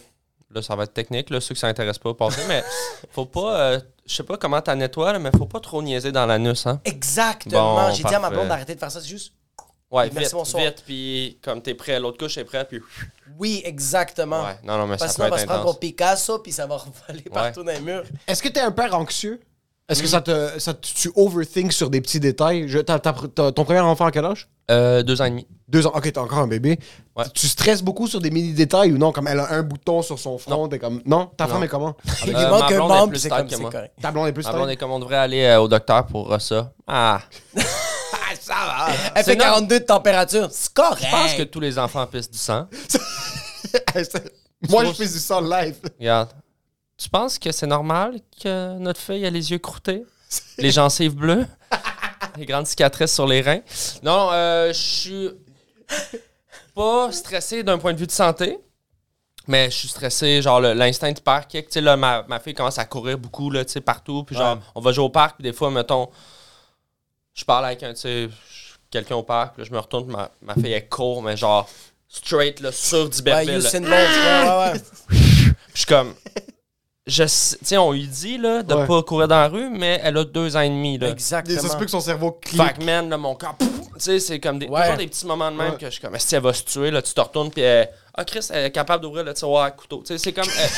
là, ça va être technique, là, ceux que ça intéresse pas, passez, mais faut pas. euh, je sais pas comment t'as nettoies, là, mais faut pas trop niaiser dans l'anus, hein.
Exactement.
Bon,
J'ai dit à ma blonde
parfait.
d'arrêter de faire ça. C'est juste.
Ouais,
Merci,
vite,
bonsoir.
vite, puis comme t'es prêt, l'autre couche est prêt, puis.
Oui, exactement.
Ouais, non, non, mais
Parce que
ça
sinon, on
peut
va
être
se prendre
intense. Euh,
pour Picasso, puis ça va revoler partout dans les murs.
Est-ce que t'es un père anxieux? Est-ce que ça te, ça te- tu overthinks sur des petits détails? Je- t'as- t'as- t'as- ton premier enfant à quel âge?
Euh, deux ans et demi.
Deux ans. Ok, t'as encore un bébé.
Ouais.
Tu stresses beaucoup sur des mini-détails ou non? Comme elle a un bouton sur son front, t'es comme. Non? Ta femme est comment?
Il lui
ma
manque un
blonde est
membre,
plus
c'est
tard
comme
que
c'est
moi.
correct.
Ta blonde est plus
Ah, bon, on
tight?
est comme on devrait aller euh, au docteur pour euh, ça. Ah!
Elle fait
non-
42 de température. C'est correct.
Je pense que tous les enfants pissent du sang.
Moi, je fais du sang live.
Regarde. Tu penses que c'est normal que notre fille a les yeux croûtés, les gencives bleues, les grandes cicatrices sur les reins? Non, euh, je suis pas stressé d'un point de vue de santé, mais je suis stressé, genre le- l'instinct de parc. Tu sais, là, ma, ma fille commence à courir beaucoup, là, tu sais, partout. Puis genre,
Ouais.
on va jouer au parc, puis des fois, mettons, je parle avec un, tu sais, quelqu'un au parc, puis là, je me retourne, puis ma, ma fille, elle court, mais genre, straight, là, sur du
Ouais,
berbil, là.
Usain Bolt, ouais, ouais, ouais.
Puis je suis comme. Je, sais- tu sais, on lui dit là, de
Ouais.
pas courir dans la rue, mais elle a deux ans et demi. Là.
Exactement.
Ça se peut que son cerveau clique.
Fait que, man, là, mon corps. pouf, Tu sais, c'est comme des,
Ouais.
toujours des petits moments de même
Ouais.
que je suis comme, si elle va se tuer, là, tu te retournes, puis elle. Ah, Chris, elle est capable d'ouvrir le tiroir à couteau. Tu sais, c'est comme. elle-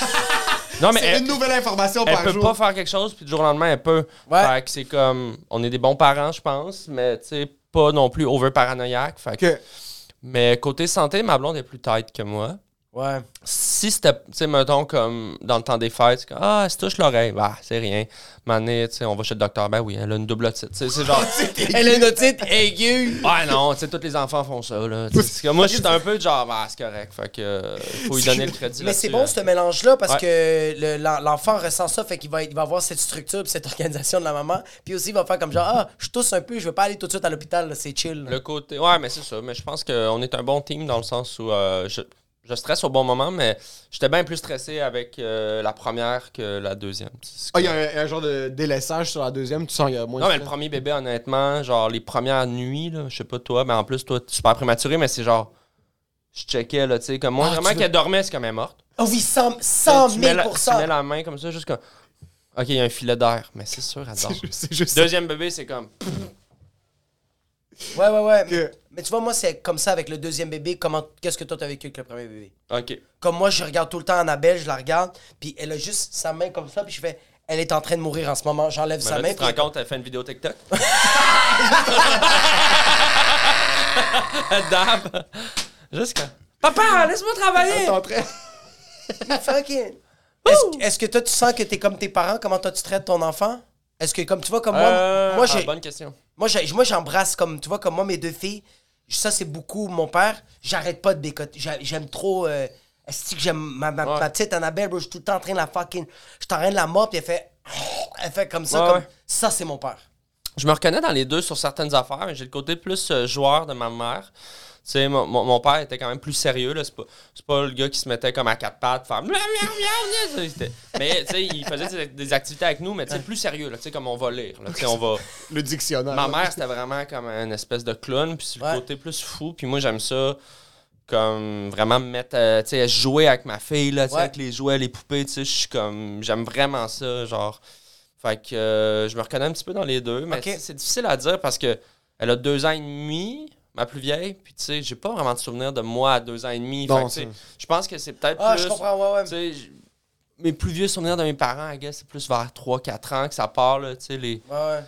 non, mais
C'est
elle,
une nouvelle information
elle
par
peut
jour.
pas faire quelque chose, puis du jour au lendemain, elle peut.
Ouais.
Fait que c'est comme. On est des bons parents, je pense, mais tu sais, pas non plus over paranoïaque. Fait que-
Ok.
Mais côté santé, ma blonde est plus tight que moi
Ouais.
si c'était, tu sais, mettons, comme dans le temps des fêtes, c'est comme, ah, elle se touche l'oreille, bah, c'est rien. Mané, tu sais, on va chez le docteur, ben oui, elle a une double otite. Tu sais, c'est genre,
Elle a une otite aiguë.
ah non, tu sais, tous les enfants font ça, là. Tu sais, c'est que moi, je suis un peu genre, bah, c'est correct, fait que euh, faut lui donner le crédit
Mais c'est bon
là-dessus, là. euh,
ce mélange-là parce
Ouais.
que le- l'en- l'enfant ressent ça, fait qu'il va, être- il va avoir cette structure puis cette organisation de la maman. Puis aussi, il va faire comme genre, ah, je tousse un peu, je veux pas aller tout de suite à l'hôpital, là, c'est chill.
Le côté, ouais, mais c'est ça, mais je pense qu'on est un bon team dans le sens où euh, je, je stresse au bon moment, mais j'étais bien plus stressé avec euh, la première que la deuxième. C'est
Ah, il y a un, un genre de délaissage sur la deuxième, tu sens qu'il y a moins
Non,
de
mais le premier bébé, honnêtement, genre les premières nuits, là, je sais pas toi, mais en plus, toi, t'es super prématuré, mais c'est genre. Je checkais, là, tu sais, comme moi,
Ah,
vraiment
tu veux-
qu'elle dormait, c'est comme elle est morte.
Oh oui, 100, 100
tu,
000
mets la, tu mets la main comme ça, juste comme. Ok, il y a un filet d'air, mais c'est sûr, elle dort.
C'est juste- C'est juste
Deuxième bébé, c'est comme.
Ouais, ouais, ouais.
Que-
Mais tu vois, moi, c'est comme ça avec le deuxième bébé. Comment, qu'est-ce que toi, t'as vécu avec le premier bébé?
Ok.
Comme moi, je regarde tout le temps Annabelle, je la regarde, puis elle a juste sa main comme ça, puis je fais Elle est en train de mourir en ce moment. J'enlève
Mais
sa
là,
main.
tu te rends compte, elle fait une vidéo TikTok. Dab. Jusqu'à. Papa, laisse-moi travailler!
T'es en train-
puis- Fucking. Est-ce que- est-ce que toi, tu sens que t'es comme tes parents? Comment toi, tu traites ton enfant? Est-ce que, comme tu vois, comme moi,
Euh,
moi,
ah,
j'ai,
bonne question.
Moi, j'ai- moi, j'embrasse comme, tu vois, comme moi, mes deux filles. Ça, c'est beaucoup mon père. J'arrête pas de bécoter. J'a- J'aime trop. Euh, est que j'aime ma, ma, ma petite Annabelle, bro? Je suis tout le temps en train de la fucking. Je suis en train de la mordre, puis elle fait. Elle fait comme ça.
Ouais,
comme,
ouais.
Ça, c'est mon père.
je me reconnais dans les deux sur certaines affaires, mais j'ai le côté plus euh, joueur de ma mère. Tu sais, mon, mon- mon père était quand même plus sérieux. là. C'est pas, c'est pas le gars qui se mettait comme à quatre pattes, faire miaou, miaou, miaou, miaou. C'était- Mais tu sais, il faisait des- des activités avec nous, mais tu sais, plus sérieux, là, tu sais, comme on va lire. là. Tu sais, on va...
Le dictionnaire.
Ma mère, c'était vraiment comme une espèce de clown, puis c'est le
Ah Ouais.
côté plus fou. Puis moi, j'aime ça comme vraiment me mettre, euh, tu sais, jouer avec ma fille, là, tu sais,
Ouais.
avec les jouets, les poupées, tu sais, je suis comme, j'aime vraiment ça, genre. Fait que euh, je me reconnais un petit peu dans les deux, mais
Ok.
tu sais, c'est difficile à dire parce que elle a deux ans et demi, ma plus vieille, puis tu sais, j'ai pas vraiment de souvenir de moi à deux ans et demi. Fait
Non,
que, tu sais, je pense que c'est peut-être
Ah,
plus...
je comprends, ouais, ouais.
Tu sais, j- mes plus vieux souvenirs de mes parents, I guess, c'est plus vers 3-4 ans que ça part, là, tu sais, les...
Ouais, ouais.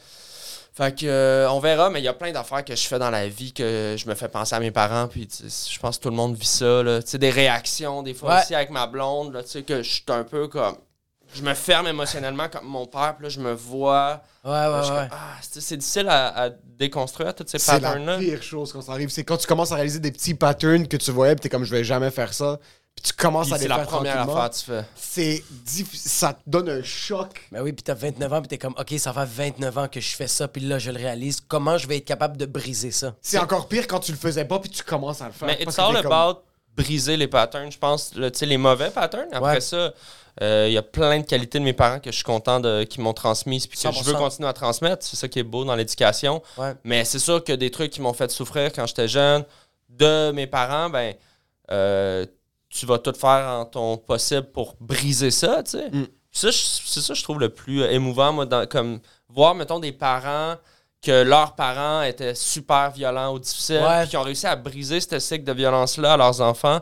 Fait que euh, on verra, mais il y a plein d'affaires que je fais dans la vie que je me fais penser à mes parents, puis tu sais, je pense que tout le monde vit ça, là. Tu sais, des réactions, des fois
Ouais.
aussi avec ma blonde, là, tu sais, que je suis un peu comme... Je me ferme émotionnellement comme mon père, puis là, je me vois...
Ouais,
je suis
ouais,
comme,
ouais.
Ah, c'est c'est difficile à, à déconstruire, toutes ces
C'est la
patterns-là.
pire chose quand ça arrive. C'est quand tu commences à réaliser des petits patterns que tu voyais, puis t'es comme je vais jamais faire ça. Puis tu commences
Puis
à les
C'est la
faire
première
tranquillement.
affaire que tu fais.
C'est diffi- ça te donne un choc.
Ben oui, puis t'as 29 ans, puis t'es comme, OK, ça fait 29 ans que je fais ça, puis là, je le réalise. Comment je vais être capable de briser ça?
C'est encore pire quand tu le faisais pas puis tu commences à le faire.
Mais
Parce
it's
que
all
t'es comme-
about briser les patterns, je pense, le- tu sais, les mauvais patterns. Après
Ouais.
ça, euh, il y a plein de qualités de mes parents que je suis content de, qui m'ont transmises puis que je veux
100%.
continuer à transmettre. C'est ça qui est beau dans l'éducation.
Ouais.
Mais c'est sûr que des trucs qui m'ont fait souffrir quand j'étais jeune de mes parents, ben euh, tu vas tout faire en ton possible pour briser ça, tu sais.
Mm.
Ça, je- c'est ça que je trouve le plus euh, émouvant, moi, dans- comme voir, mettons, des parents que leurs parents étaient super violents ou difficiles,
Ouais.
puis qui ont réussi à briser ce cycle de violence-là à leurs enfants.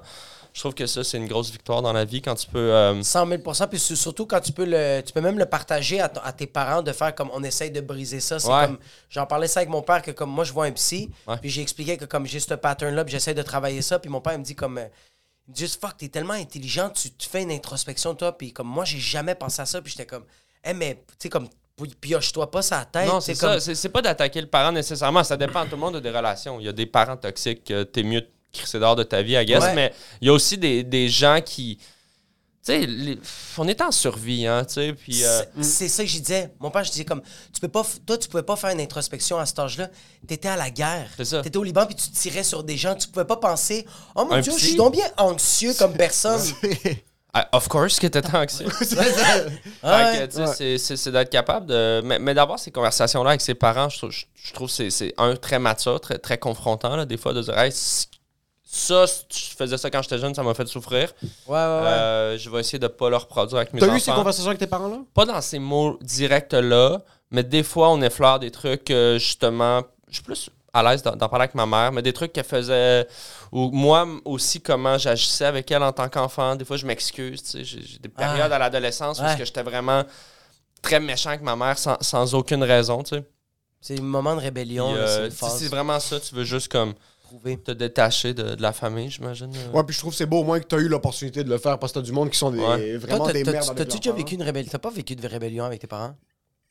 Je trouve que ça, c'est une grosse victoire dans la vie quand tu peux... euh,
100 000 puis su- surtout quand tu peux le tu peux même le partager à, ton- à tes parents de faire comme on essaye de briser ça c'est
Ouais.
comme j'en parlais ça avec mon père que comme moi je vois un psy
Ouais.
puis j'ai expliqué que comme j'ai ce pattern là puis j'essaie de travailler ça puis mon père il me dit comme euh, il me dit juste fuck t'es tellement intelligent tu, tu fais une introspection toi puis comme moi j'ai jamais pensé à ça puis j'étais comme eh mais tu sais comme pi- pioche-toi pas sa tête
non,
tu sais,
c'est
comme-
ça. C'est- C'est pas d'attaquer le parent nécessairement. Ça dépend. Tout le monde a des relations. Il y a des parents toxiques que t'es mieux de crisser dehors de ta vie, I guess.
Ouais.
Mais il y a aussi des, des gens qui... Tu sais, les- on est en survie, hein, tu sais, puis... euh,
Mm.
C'est- C'est ça que je disais. Mon père, je disais comme, tu peux pas, f- toi, tu pouvais pas faire une introspection à cet âge-là. T'étais à la guerre.
C'est ça.
T'étais au Liban, puis tu tirais sur des gens. Tu pouvais pas penser, oh mon
Un
Dieu,
psy.
je suis donc bien anxieux comme personne.
Ah, of course que t'étais anxieux.
Ah
Fait que,
ouais.
tu sais, c'est- c'est c'est d'être capable de. Mais, mais d'avoir ces conversations-là avec ses parents, je, trou- je- je trouve que c'est- c'est un très mature, très, très confrontant, là, des fois, de dire Hey, c- ça, c- je faisais ça quand j'étais jeune, ça m'a fait souffrir.
Ouais, ouais, ouais.
Euh, je vais essayer de pas le reproduire avec mes
T'as
enfants.
eu ces conversations avec tes parents là
Pas dans ces mots directs-là, mais des fois, on effleure des trucs, euh, justement. Je suis plus à l'aise d'en d'en parler avec ma mère, mais des trucs qu'elle faisait. Ou moi m- aussi, comment j'agissais avec elle en tant qu'enfant. Des fois, je m'excuse. tu sais, J'ai j'ai des
Ah.
périodes à l'adolescence où
Ouais.
est-ce que j'étais vraiment très méchant avec ma mère sans, sans aucune raison. tu sais.
C'est un moment de rébellion.
Puis,
là, c'est
euh,
une
si c'est
phase
vraiment ça, tu veux juste comme
prouvée.
te détacher de, de la famille, j'imagine. euh.
Ouais, puis je trouve que c'est beau au moins que t'as eu l'opportunité de le faire parce que t'as du monde qui sont des,
Ouais.
vraiment
Toi, t'as-
des merdes.
t'as-
avec
t'as-tu
leurs
déjà
parents.
vécu une rébellion? T'as pas vécu de rébellion avec tes parents?
hein.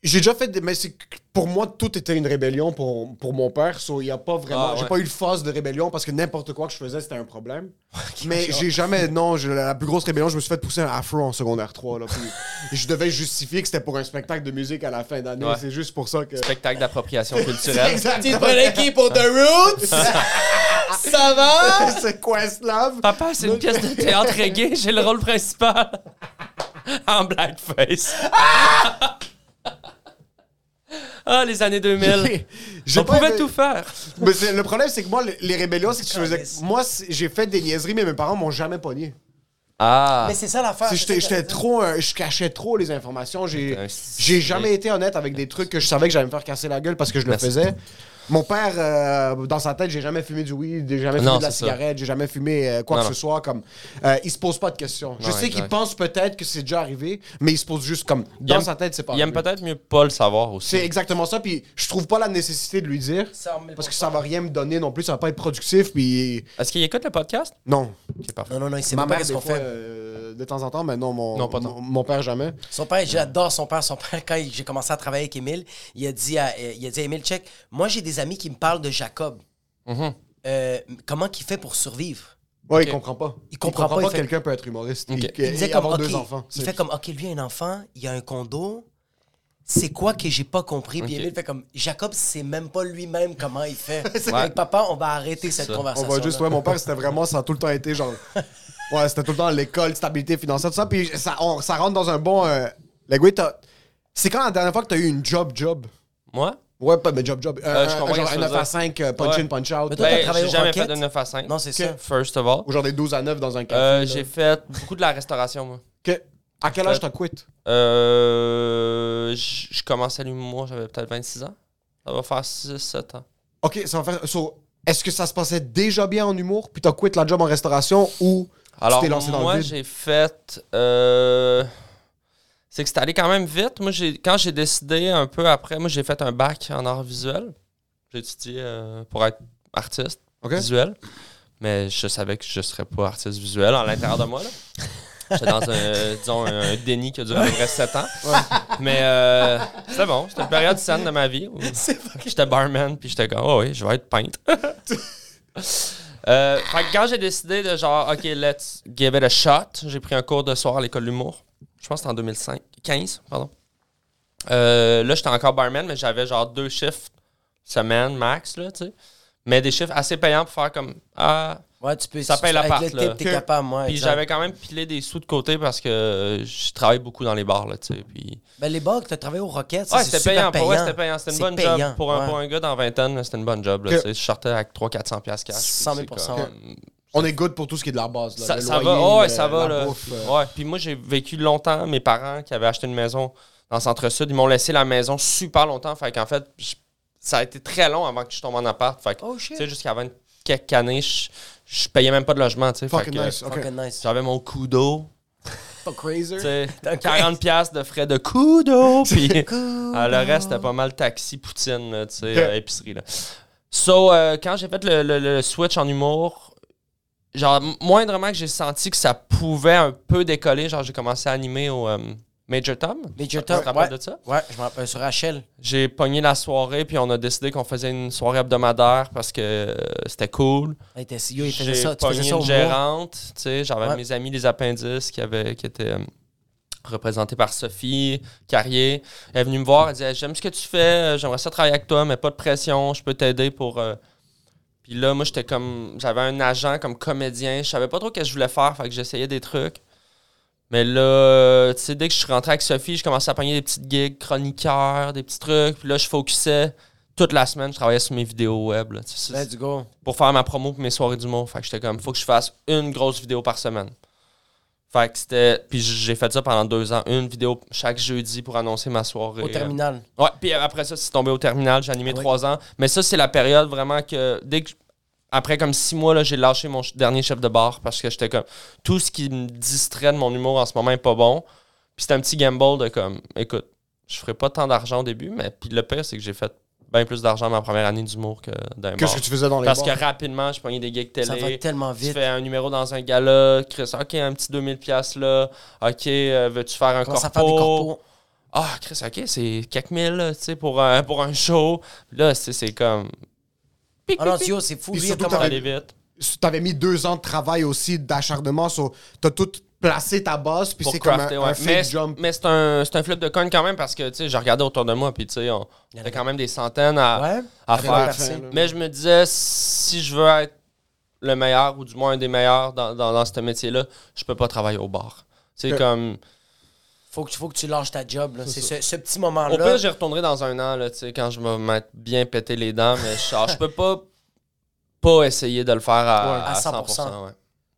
J'ai déjà fait des. Mais c'est que pour moi, tout était une rébellion pour, pour mon père. So, il y a pas vraiment.
Ah, ouais.
J'ai pas eu de phase de rébellion parce que n'importe quoi que je faisais, c'était un problème. mais j'ai jamais. Non, j'ai- la plus grosse rébellion, je me suis fait pousser un afro en secondaire 3. Là, puis je devais justifier que c'était pour un spectacle de musique à la fin d'année.
Ouais.
C'est juste pour ça que.
Spectacle d'appropriation culturelle.
Exactement.
équipe pour The Roots? ça va?
C'est Questlove.
Papa, c'est une pièce de théâtre reggae, j'ai le rôle principal. en blackface. Ah, les années 2000.
J'ai
On
pas
pouvait
aimé-
tout faire.
Mais c'est- le problème, c'est que moi, les, les rébellions, c'est que je faisais.
Calisse.
Moi, c'est- j'ai fait des niaiseries, mais mes parents m'ont jamais pogné.
Ah.
Mais c'est ça l'affaire.
Si
Ah, c'est
J'étais
ça que-
j'étais trop. un- Je cachais trop les informations. J'ai
T'es un stylé.
j'ai jamais été honnête avec des trucs que je savais que j'allais me faire casser la gueule parce que je le
Merci.
faisais. Mon père, euh, dans sa tête, j'ai jamais fumé du weed, j'ai jamais fumé
Non,
de la
c'est ça.
cigarette, j'ai jamais fumé euh, quoi
Non,
que
non.
ce soit. Comme, euh, il se pose pas de questions. Je
Non,
sais qu'il
exact.
pense peut-être que c'est déjà arrivé, mais il se pose juste comme dans
aime-
sa tête, c'est pas.
Il aime
arrivé.
peut-être mieux pas le savoir
C'est
aussi.
exactement ça, puis je trouve pas la nécessité de lui dire.
100 000
Parce que ça va rien me donner non plus, ça va pas être productif, puis.
Est-ce qu'il écoute le podcast?
Non.
Ok, parfait.
Non, non, non, il sait
Ma
même pas
mère,
qu'est-ce
des
qu'on
fois,
fait.
euh, de temps en temps, mais non, mon,
Non, pas tant.
mon, mon père jamais.
Son père, j'adore son père. Son père, quand j'ai commencé à travailler avec Émile, il a dit à, euh, il a dit à Émile, check, moi j'ai des amis qui me parlent de Jacob.
Mhm.
Euh, comment qu'il fait pour survivre?
Ouais, il
Ok.
comprend pas.
Il comprend pas, il
que
fait-
quelqu'un peut être humoriste
Ok.
et,
Il disait
et
comme,
avoir
OK,
deux enfants.
il fait comme, OK, lui a un enfant, il a un condo. C'est quoi que j'ai pas compris? Puis
OK.
Émile fait comme, Jacob sait même pas lui-même comment il fait.
Ouais.
Fait que, papa, on va arrêter cette
ça.
On
conversation.
va juste, ouais, mon père, c'était vraiment, ça a tout le temps été genre. Ouais, c'était tout le temps l'école, stabilité financière, tout ça. Puis ça, on- ça rentre dans un bon. Euh, le gars, t'as- c'est quand la dernière fois que t'as eu une job-job?
Moi?
Ouais, pas mais job-job.
Euh, je
un,
comprends
genre un
ce que tu
9
veux
à
dire.
5, euh, punch
Ouais.
in, punch out.
Mais toi, t'as
Ben,
travaillé
j'ai
aux
jamais
Rockets?
fait de 9 à 5.
Non, c'est ça.
First of all.
Ou genre des 12 à 9 dans un café.
Euh,
là.
j'ai fait beaucoup de la restauration, moi.
Que- À quel âge t'as quitté?
Euh, j- je commençais l'humour, j'avais peut-être 26 ans. Ça va faire 6-7 ans.
Ok, ça va faire. so, Est-ce que ça se passait déjà bien en humour, puis t'as quitté la job en restauration ou
Alors,
tu t'es lancé dans
moi,
le vide?
j'ai fait. euh, C'est que c'est allé quand même vite. Moi, j'ai quand j'ai décidé un peu après, moi, j'ai fait un bac en art visuel. J'ai étudié euh, pour être artiste
Ok.
visuel. Mais je savais que je serais pas artiste visuel à l'intérieur de moi. là. J'étais dans un, disons, un déni qui a duré à peu près 7 ans. Mais euh, c'était bon. C'était une période saine de ma vie. où-
C'est vrai.
J'étais barman, puis j'étais comme, oh oui, je vais être peintre. Euh, fait que quand j'ai décidé de genre, OK, let's give it a shot, j'ai pris un cours de soir à l'école de l'humour. Je pense que c'était en 2005, 15, pardon. Euh, là, j'étais encore barman, mais j'avais genre deux chiffres semaine max, là, tu sais. Mais des chiffres assez payants pour faire comme, ah,
Ouais, tu peux.
Ça
si
paye
tu-
la
avec
part,
le
là.
tip, t'es capable, moi.
puis j'avais quand même pilé des sous de côté parce que euh, je travaille beaucoup dans les bars, là, tu sais. Puis...
Ben, les bugs, t'as travaillé aux Rockets.
Ouais,
ça, c'est
c'était
super
payant. Pour
payant.
vrai, c'était payant. C'était une
C'est
bonne
payant,
job. Pour un,
ouais.
pour un gars dans vingtaine, c'était une bonne job. Là,
Que-
tu sais. Je sortais avec 300-400$ cash. puis
100 000
c'est comme-
on est good pour tout ce qui est de la base? Là,
Ça,
le
ça
loyer,
va, oh, ouais,
le-
ça va.
la
Là.
bouffe, euh,
Ouais. Puis moi, j'ai vécu longtemps. Mes parents qui avaient acheté une maison dans le centre-sud, ils m'ont laissé la maison super longtemps. Fait qu'en fait, je- ça a été très long avant que je tombe en appart. Fait que,
Oh
tu
shit.
sais, jusqu'à 20 quelques années, je, je payais même pas de logement, tu sais. Fait
Fucking
que,
nice, ok.
Fucking nice.
J'avais mon coup d'eau.
Pas crazy.
tu sais, 40 pièces de frais de coudo puis euh, le reste c'était pas mal taxi poutine là, tu sais euh, épicerie là. So euh, quand j'ai fait le, le- le switch en humour genre m- moindrement que j'ai senti que ça pouvait un peu décoller genre j'ai commencé à animer au euh, Major Tom
Major
Tu te
Tom,
rappelles
ouais.
de ça
Ouais, je me rappelle sur HL.
j'ai pogné la soirée puis on a décidé qu'on faisait une soirée hebdomadaire parce que euh, c'était cool
Elle était- Yo, E il faisait
j'ai
ça. Tu faisais
pogné
ça au mois.
une gérante, tu sais, j'avais
Ouais.
mes amis les appendices qui, avaient, qui étaient euh, représentés par Sophie Carrier. Elle est venue me voir, elle disait J'aime ce que tu fais, euh, j'aimerais ça travailler avec toi, mais pas de pression, je peux t'aider pour. euh. Puis là, moi, j'étais comme. J'avais un agent comme comédien, je savais pas trop ce que je voulais faire, fait que j'essayais des trucs. Mais là, euh, tu sais, dès que je suis rentré avec Sophie, je commençais à pogner des petites gigs, chroniqueurs, des petits trucs. Puis là, je focusais toute la semaine, je travaillais sur mes vidéos web. là, tu sais,
Let's go.
pour faire ma promo pour mes soirées d'humour. Fait que j'étais comme, faut que je fasse une grosse vidéo par semaine. Fait que c'était. Puis j'ai fait ça pendant deux ans, une vidéo chaque jeudi pour annoncer ma soirée. euh,
Au terminal.
Ouais, puis après ça, c'est tombé au terminal, j'ai animé
Ah oui.
trois ans. Mais ça, c'est la période vraiment que. Dès que après comme six mois, là, j'ai lâché mon ch- dernier chef de bar parce que j'étais comme. Tout ce qui me distrait de mon humour en ce moment est pas bon. Puis c'était un petit gamble de comme, écoute, je ferai pas tant d'argent au début, mais puis le pire, c'est que j'ai fait bien plus d'argent ma première année d'humour que d'un
Qu'est-ce
bar.
que tu faisais dans les
Parce
bars?
que rapidement, je pogné des gigs
Ça va
télé.
tellement
Tu
vite.
fais un numéro dans un gala, Chris, ok, un petit 2000$ piastres là, ok, euh, veux-tu faire un
Commence
corpo?
à faire des corpos.
Ah, Chris, ok, c'est quelques mille, là, tu sais, pour, un- pour un show. Là, c'est c'est comme.
Ah non, yo, c'est fou.
Puis
Lui,
surtout,
comment-
Ça va aller vite.
t'avais mis deux ans de travail aussi d'acharnement sur t'as tout placé ta base puis
Pour
c'est comme un,
crafter,
un
ouais.
fake
Mais,
jump
mais c'est un, c'est un flip de con quand même parce que, tu sais, je regardais autour de moi, puis, tu sais, on
Il y en
était
avait-
quand même des centaines à,
Ouais.
à
Avec
faire.
la percée.
Mais je me disais, si je veux être le meilleur ou du moins un des meilleurs dans, dans, dans ce métier-là, je peux pas travailler au bar. C'est
Ok.
comme.
Faut que, faut que tu lâches ta job. là. C'est
ça.
ce, ce petit
Au
moment-là.
pire, j'y retournerai dans un an, là, tu sais, quand je vais m'être bien pété les dents, mais je, genre, je peux pas pas essayer de le faire à,
Ouais.
à
À
100%.
100%,
ouais.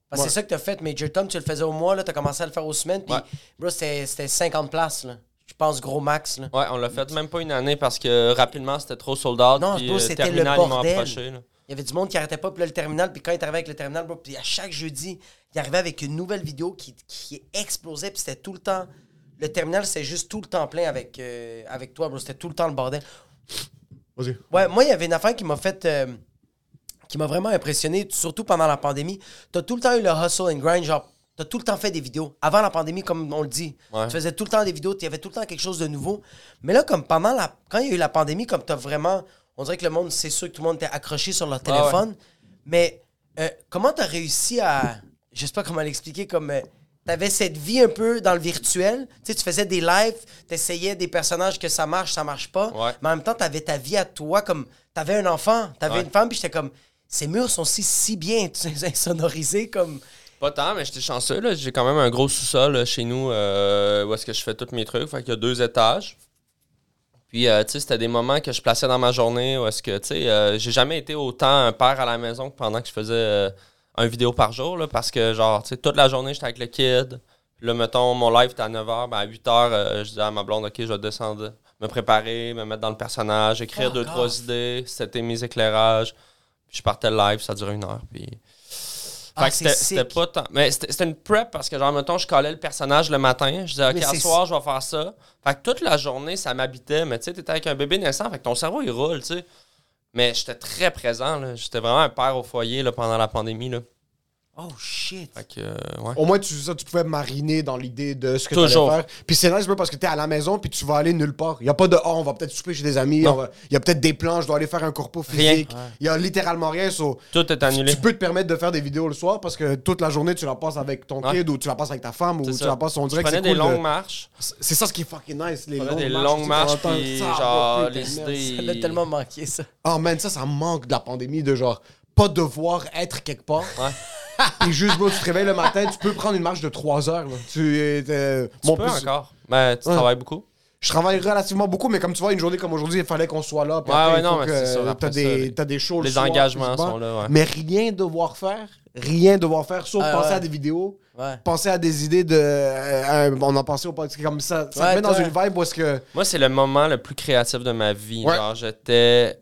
Parce que C'est ça que t'as fait, Major Tom. Tu le faisais au mois. là, T'as commencé à le faire aux semaines. Puis,
Ouais.
bro, c'était c'était 50 places. là. Je pense, gros max. Là.
Ouais, on l'a fait même pas une année parce que rapidement c'était trop sold out.
Non,
puis,
bro,
euh,
c'était le
Terminal, ils m'ont
bordel.
approché, là.
Il y avait du monde qui arrêtait pas, puis là, le terminal, puis quand il arrivait avec le terminal, bro, puis à chaque jeudi, il arrivait avec une nouvelle vidéo qui, qui explosait, puis c'était tout le temps. Le terminal, c'était juste tout le temps plein avec, euh, avec toi, bro. C'était tout le temps le bordel.
Vas-y.
Ouais, moi, il y avait une affaire qui m'a fait. euh, qui m'a vraiment impressionné, surtout pendant la pandémie. T'as tout le temps eu le hustle and grind, genre. T'as tout le temps fait des vidéos. Avant la pandémie, comme on le dit,
Ouais.
tu faisais tout le temps des vidéos, il y avait tout le temps quelque chose de nouveau. Mais là, comme pendant la. Quand il y a eu la pandémie, comme t'as vraiment. On dirait que le monde, c'est sûr que tout le monde était accroché sur leur téléphone. Mais euh, comment t'as réussi à. Je sais pas comment l'expliquer, comme. euh, T'avais cette vie un peu dans le virtuel. Tu sais, tu faisais des lives, t'essayais des personnages que ça marche, ça marche pas.
Ouais.
Mais en même temps, t'avais ta vie à toi, comme t'avais un enfant, t'avais
Ouais.
une femme, puis j'étais comme, ces murs sont si, si bien tu sais, insonorisés, comme.
Pas tant, mais j'étais chanceux. là. J'ai quand même un gros sous-sol là, chez nous euh, où est-ce que je fais tous mes trucs. Fait qu'il y a deux étages. Puis, euh, tu sais, c'était des moments que je plaçais dans ma journée où est-ce que, tu sais, euh, j'ai jamais été autant un père à la maison que pendant que je faisais euh, un vidéo par jour, là, parce que, genre, tu sais, toute la journée, j'étais avec le kid. Puis là, mettons, mon live était à 9h, ben à 8h, euh, je disais à ma blonde, OK, je vais descendre, me préparer, me mettre dans le personnage, écrire
Oh,
deux,
God.
trois idées. C'était mes éclairages. Puis je partais le live, ça durait une heure, puis...
Ah,
Fait que
c'est
c'était-
sick.
c'était pas tant. Mais c'était c'était une prep parce que, genre, mettons, je collais le personnage le matin. Je disais,
Mais
OK, à
c'est-
soir, je vais faire ça. Fait que toute la journée, ça m'habitait. Mais tu sais, t'étais avec un bébé naissant. Fait que ton cerveau, il roule, tu sais. Mais j'étais très présent, là. J'étais vraiment un père au foyer, là, pendant la pandémie, là.
Oh shit!
Fait que, euh, ouais.
Au moins, tu, ça, tu pouvais mariner dans l'idée de ce que tu
Toujours.
faire. Puis c'est nice, bro, parce que t'es à la maison, puis tu vas aller nulle part. Il n'y a pas de « oh, on va peut-être souper chez des amis
Non.
on va- Il y a peut-être des plans, je dois aller faire un corpo
Rien.
physique. Il y a littéralement rien, so-
Tout est annulé.
Tu peux te permettre de faire des vidéos le soir parce que toute la journée, tu la passes avec ton
Ouais.
kid ou tu la passes avec ta femme ou
C'est
tu
ça.
la passes... On
Je
dirait que
prenais
c'est cool
des longues
de-
marches.
C'est ça ce qui est fucking nice, les
Je
longues
prenais des
marches,
longues
tu sais,
marches,
pendant le
puis
temps.
genre,
putain,
les
merde.
idées.
Ça l'a tellement manqué, ça.
Oh man, ça, ça me manque de la pandémie, de genre pas devoir être quelque part. hein.
Ouais.
Et juste, bro, tu te réveilles le matin, tu peux prendre une marche de 3 heures. là. Tu, es, euh,
Tu
mon
peux
plus-
encore. Ben, tu
Ouais.
travailles beaucoup.
Je travaille relativement beaucoup, mais comme tu vois, une journée comme aujourd'hui, il fallait qu'on soit là. puis
Ouais,
après,
ouais,
il
non,
faut
mais
que-
c'est sûr, après
T'as
ça,
des,
les-
t'as des shows le
les
soir,
engagements
physiquement.
sont là, ouais.
Mais rien devoir faire, rien devoir faire, sauf
Ah,
penser
ouais.
à des vidéos,
Ouais.
penser à des idées de. euh, euh, on en pensait au podcast comme ça. Ça
Ouais,
te met dans
toi.
une vibe où est-ce que.
Moi, c'est le moment le plus créatif de ma vie.
Ouais.
Genre, j'étais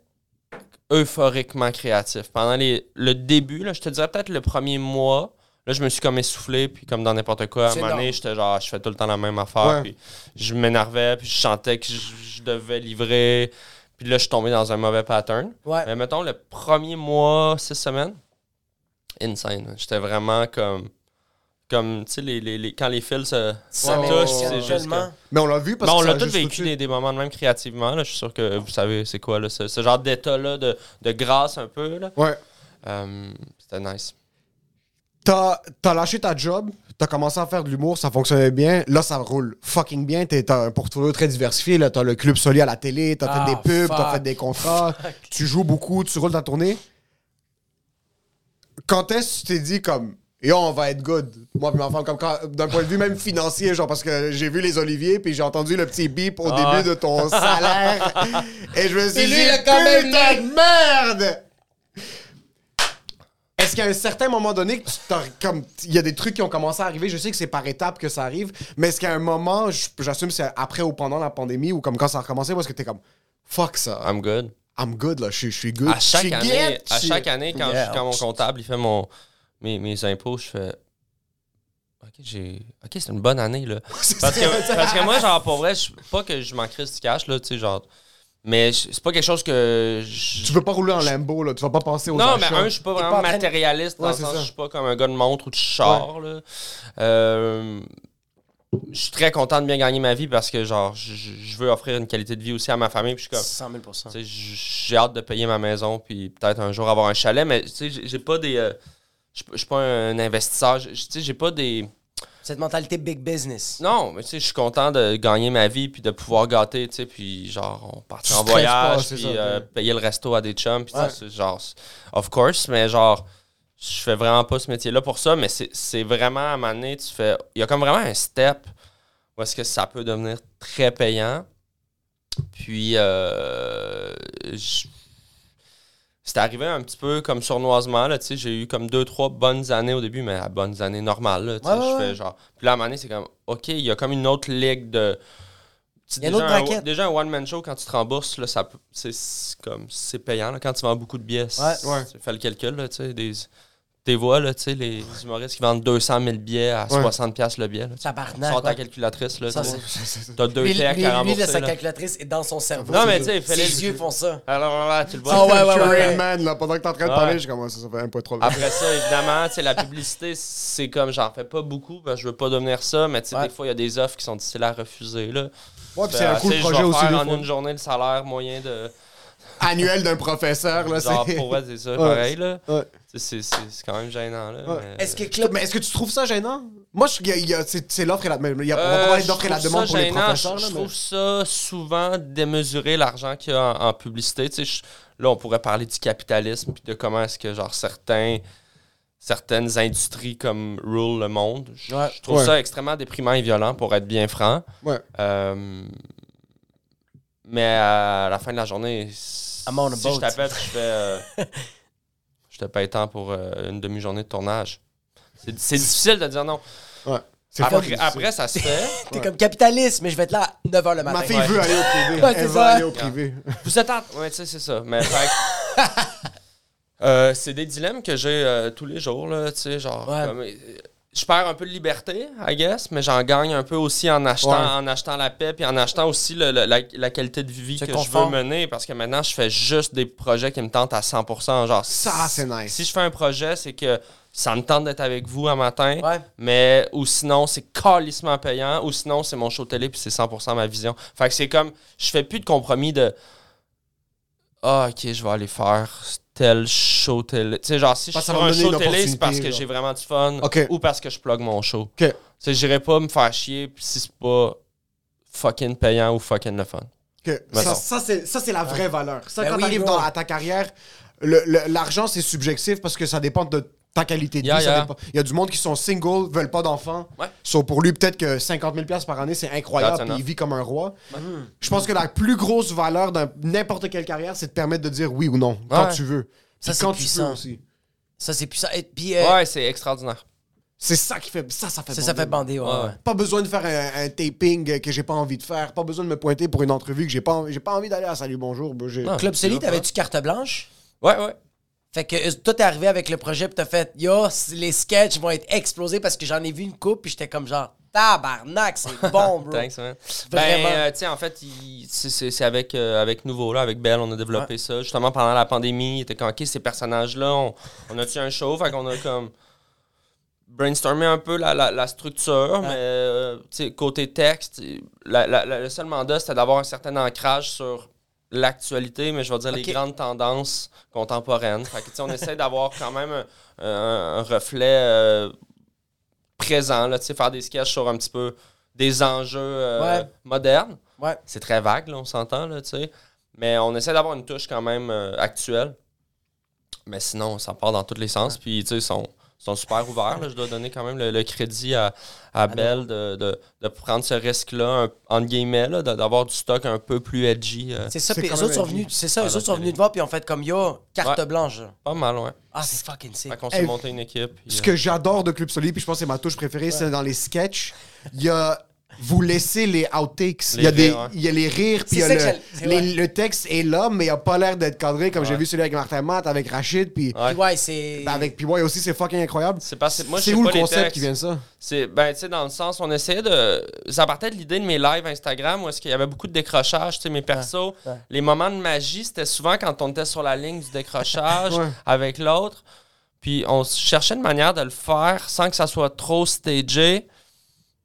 euphoriquement créatif. Pendant les, le début, là, je te dirais peut-être le premier mois, là, je me suis comme essoufflé, puis comme dans n'importe quoi, à un
C'est
moment donné,
énorme.
j'étais genre, je fais tout le temps la même affaire,
Ouais.
puis je m'énervais, puis je sentais que je, je devais livrer, puis là, je suis tombé dans un mauvais pattern.
Ouais.
Mais mettons, le premier mois, six semaines, insane. J'étais vraiment comme... Comme, tu sais, les, les- les- quand les fils se, se
Ça
ouais,
touchent,
ouais,
c'est
m'impressionne
ouais.
juste que-
tellement.
Mais on l'a vu parce
Bon,
que. ça
Ben, on l'a
a
tous
juste
vécu
tout de
des, des moments de même créativement. Là. Je suis sûr que vous savez c'est quoi là, ce, ce genre d'état-là de, de grâce un peu. Là.
suite- Ouais.
Euh, C'était nice.
T'as t'as lâché ta job, t'as commencé à faire de l'humour, ça fonctionnait bien. Là, ça roule fucking bien. T'es- T'as un portfolio très diversifié. là. T'as le club soli à la télé, t'as
Ah,
fait des pubs, t'as
fuck.
fait des contrats. Tu joues beaucoup, tu roules ta tournée. Quand est-ce que tu t'es dit comme Yo, on va être good, moi et ma femme, comme quand- d'un point de vue même financier, genre parce que j'ai vu les oliviers puis j'ai entendu le petit bip au
Ah.
début de ton salaire et je me suis
Puis
dit
lui, il a quand même
putain
mis-
de merde. Est-ce qu'à un certain moment donné, que tu t'en- comme il y a des trucs qui ont commencé à arriver, je sais que c'est par étapes que ça arrive, mais est-ce qu'à un moment, j- j'assume c'est après ou pendant la pandémie ou comme quand ça a recommencé, ou est-ce que t'es comme fuck ça,
I'm good.
I'm good là, je suis- je suis good.
À
Je
chaque
suis
année,
guette, je
à
suis-
chaque année quand,
Yeah.
je- quand mon comptable il fait mon, mes, mes impôts, je fais OK, j'ai. OK, c'est une bonne année. Là. Parce, que, parce que moi, genre, pour vrai, je, pas que je m'en crisse du cash, là, tu sais, genre. Mais je- c'est pas quelque chose que. je-
Tu veux pas rouler en lambo là, tu vas pas penser aux
Non, mais
achats.
un, je suis pas
T'es
vraiment
pas en train de-
matérialiste. Dans
Ouais,
le
c'est
sens,
ça.
je suis pas comme un gars de montre ou de char. là. Euh, je suis très content de bien gagner ma vie parce que genre, je- je je veux offrir une qualité de vie aussi à ma famille. Puis je suis comme,
100 000
tu sais, j'ai hâte de payer ma maison puis peut-être un jour avoir un chalet. Mais tu sais, j'ai j'ai pas des, euh, je suis- je suis pas un investisseur. Je- je- Tu sais, j'ai pas des.
Cette mentalité big business.
Non, mais tu sais, je suis content de gagner ma vie puis de pouvoir gâter, tu sais, puis genre, on
Tu
partit en
stresses pas,
voyage,
c'est
puis
ça,
euh,
t'es-
payer le resto à des chums, puis ça, c'est genre, c'est- of course, mais genre, je fais vraiment pas ce métier-là pour ça, mais c'est- c'est vraiment, à un moment donné, tu fais, il y a comme vraiment un step où est-ce que ça peut devenir très payant, puis euh, je- c'est arrivé un petit peu comme sournoisement, là, tu sais, j'ai eu comme deux, trois bonnes années au début, mais à bonnes années normales, là, tu sais,
Ouais, ouais,
je
ouais.
fais genre, puis là, à un moment donné, c'est comme, OK, il y a comme une autre ligue de. Tu-
Il y a une
déjà
autre
un-
braquette.
Déjà, un one-man show, quand tu te rembourses, là, ça peut- c'est- c'est comme c'est payant. là. Quand tu vends beaucoup de billets, c'est-
Ouais.
Ouais.
tu fais le calcul. Là, tu sais, des, tes voix, là, tu sais, les humoristes qui vendent 200 000 billets à 60 piastres le billet. Là, tu
Tabarnak,
sors ta
ouais.
calculatrice. Là,
Ça,
tu sais.
c'est-
T'as deux
Lui, lui,
chèques à
lui,
rembourser,
là, sa
là.
calculatrice est dans son cerveau.
Non, mais tu sais, fallait-
Ses yeux font ça.
Alors là, tu le vois.
Ah ouais, ouais,
Je suis
ouais,
Rain
ouais.
Man, là, pendant que t'es en train de parler,
Ouais. Ah,
je commence, ça fait un peu trop. long.
Après ça, évidemment, tu sais, la publicité, c'est comme j'en fais pas beaucoup parce que je veux pas devenir ça, mais tu sais,
Ouais.
des fois, il y a des offres qui sont difficiles à refuser. Là.
Ouais, puis
Fait,
c'est un
tu
cool
sais,
projet
je vais
aussi,
faire
des
en
fois.
une journée le salaire moyen de.
Annuel d'un professeur, là,
Genre,
c'est...
pour vrai, c'est ça, pareil, là.
Ouais.
Tu sais, C'est c'est- c'est quand même gênant, là. mais-
Est-ce que Club.
Mais est-ce que tu trouves ça gênant? Moi, je- il y a- il y a- c'est c'est l'offre et la demande. Il y a
Euh,
probablement
je
l'offre et la
trouve
demande
ça
pour les
gênant.
professeurs.
Je,
là,
je
mais-
trouve ça souvent démesuré l'argent qu'il y a en, en publicité. Tu sais, je- là, on pourrait parler du capitalisme puis de comment est-ce que genre certains certaines industries comme rule le monde. Je,
Ouais.
je trouve
Ouais.
ça extrêmement déprimant et violent pour être bien franc.
Ouais.
Euh, mais à la fin de la journée, si
I'm on a boat.
je t'appelle, puis je fais, euh, je te paye tant pour euh, une demi-journée de tournage. C'est c'est difficile de dire non.
Ouais. C'est fort,
Après,
c'est-
après, ça se fait.
T'es comme capitaliste, mais je vais être là à 9h le matin.
Ma fille
Ouais.
veut aller au privé.
Ouais, c'est
Elle veut
ça.
aller au privé.
Vous êtes en... Ouais, tu sais, c'est ça. Mais fait que- Euh, c'est des dilemmes que j'ai euh, tous les jours, là, tu sais, genre...
Ouais.
comme, euh, je perds un peu de liberté, I guess, mais j'en gagne un peu aussi en achetant,
Ouais.
en achetant la paix, puis en achetant aussi le- le- la, la qualité de vie
Ce
que
confort.
je veux mener, parce que maintenant, je fais juste des projets qui me tentent à 100%. Genre,
Ça,
si-
c'est nice.
Si je fais un projet, c'est que ça me tente d'être avec vous un matin,
Ouais.
mais ou sinon c'est calissement payant, ou sinon c'est mon show télé puis c'est 100% ma vision. Fait que c'est comme je fais plus de compromis de ah ok je vais aller faire tel show télé. Tu sais genre si je
Parce que
fais
ça va
un
me donner
show
une
télé c'est
opportunité,
parce que
genre.
j'ai vraiment du fun
Ok.
ou parce que je plug mon show.
Ok.
Tu sais j'irai pas me faire chier pis si c'est pas fucking payant ou fucking le fun.
Que
Ben
ça,
non.
ça, c'est, ça, c'est la vraie valeur. Ça,
Ben
quand
oui,
t'arrives
bro.
dans- à ta carrière, le- le- l'argent, c'est subjectif parce que ça dépend de ta qualité de
Yeah,
vie. ça
yeah.
dépend- Il y a du monde qui sont single, veulent pas d'enfants.
Ouais.
So, pour lui, peut-être que 50 000 piastres par année, c'est incroyable.
That's
puis Il
enough.
vit comme un roi. Je pense que la plus grosse valeur d'un n'importe quelle carrière, c'est de permettre de dire oui ou non quand
Ouais.
tu veux.
Ça,
Puis
c'est
quand tu
puissant.
peux aussi.
Ça, c'est puissant. Et puis, euh,
Ouais c'est extraordinaire.
C'est ça qui fait. Ça, ça fait
ça, ça
bander.
fait bander, ouais.
Ouais.
ouais.
Pas besoin de faire un, un taping que j'ai pas envie de faire. Pas besoin de me pointer pour une entrevue que j'ai pas, envie- j'ai pas envie d'aller à Salut Bonjour. bro. J'ai-
Non.
Club Solide,
hein?
t'avais-tu carte blanche?
Ouais ouais.
Fait que euh, toi, t'es arrivé avec le projet, pis t'as fait Yo, c- les sketchs vont être explosés parce que j'en ai vu une coupe, puis j'étais comme genre Tabarnak, c'est bon, bro.
Thanks, man. Ben,
Vraiment.
euh, tu sais, en fait, il- c'est- c'est c'est avec, euh, avec Nouveau, là, avec Belle, on a développé ça. Justement, pendant la pandémie, il était comme, OK, ces personnages-là, on, on a tué un show, fait qu'on a comme brainstormé un peu la, la- la structure, mais euh, tu sais, côté texte, la- la- la- le seul mandat, c'était d'avoir un certain ancrage sur l'actualité, mais je vais dire
Ok.
les grandes tendances contemporaines. Fait que, tu sais, on essaie d'avoir quand même un, un- un reflet euh, présent, là, tu sais, faire des sketchs sur un petit peu des enjeux euh,
Ouais.
modernes.
Ouais.
C'est très vague, là, on s'entend, là, tu sais. Mais on essaie d'avoir une touche quand même euh, actuelle. Mais sinon, ça part dans tous les sens. Puis, tu sais, ils sont, ils sont super ouverts. là. Je dois donner quand même le, le crédit à,
Ah
à Belle de, de- de prendre ce risque-là, un- entre guillemets, là, de- d'avoir du stock un peu plus edgy. euh,
C'est ça,
C'est
puis
quand
eux
même
autres sont
un
venus, c'est ça, eux
Ah,
autres
non,
sont venus
c'est-
te voir, puis ont fait comme Yo, carte
Ouais.
blanche.
pas mal, ouais.
Ah, c'est fucking sick.
Fait qu'on s'est
Eh,
monté une équipe. puis,
Ce
euh,
que j'adore de Club Solide, puis je pense que c'est ma touche préférée, c'est dans les sketchs, il y a. Vous laissez les outtakes.
Les
Il y, a des,
rires, ouais.
il y a les rires, puis il y
C'est
a
ça
le,
que j'allais- c'est
les-
vrai.
le texte est là, mais il a pas l'air d'être cadré, comme j'ai
Ouais.
vu celui avec Martin Matt, avec Rachid, puis
euh, Ouais.
Puis ouais, c'est.
Ben, avec PY aussi, c'est fucking incroyable.
C'est parce que moi, je
C'est
sais
où
pas
le
les
concept
textes.
qui vient de ça?
C'est, ben, tu sais, dans le sens, on essayait de. Ça partait de l'idée de mes lives Instagram où est-ce qu'il y avait beaucoup de décrochage, tu sais, mes persos.
ouais.
Les moments de magie, c'était souvent quand on était sur la ligne du décrochage
Ouais.
avec l'autre. Puis on s- cherchait une manière de le faire sans que ça soit trop stagé.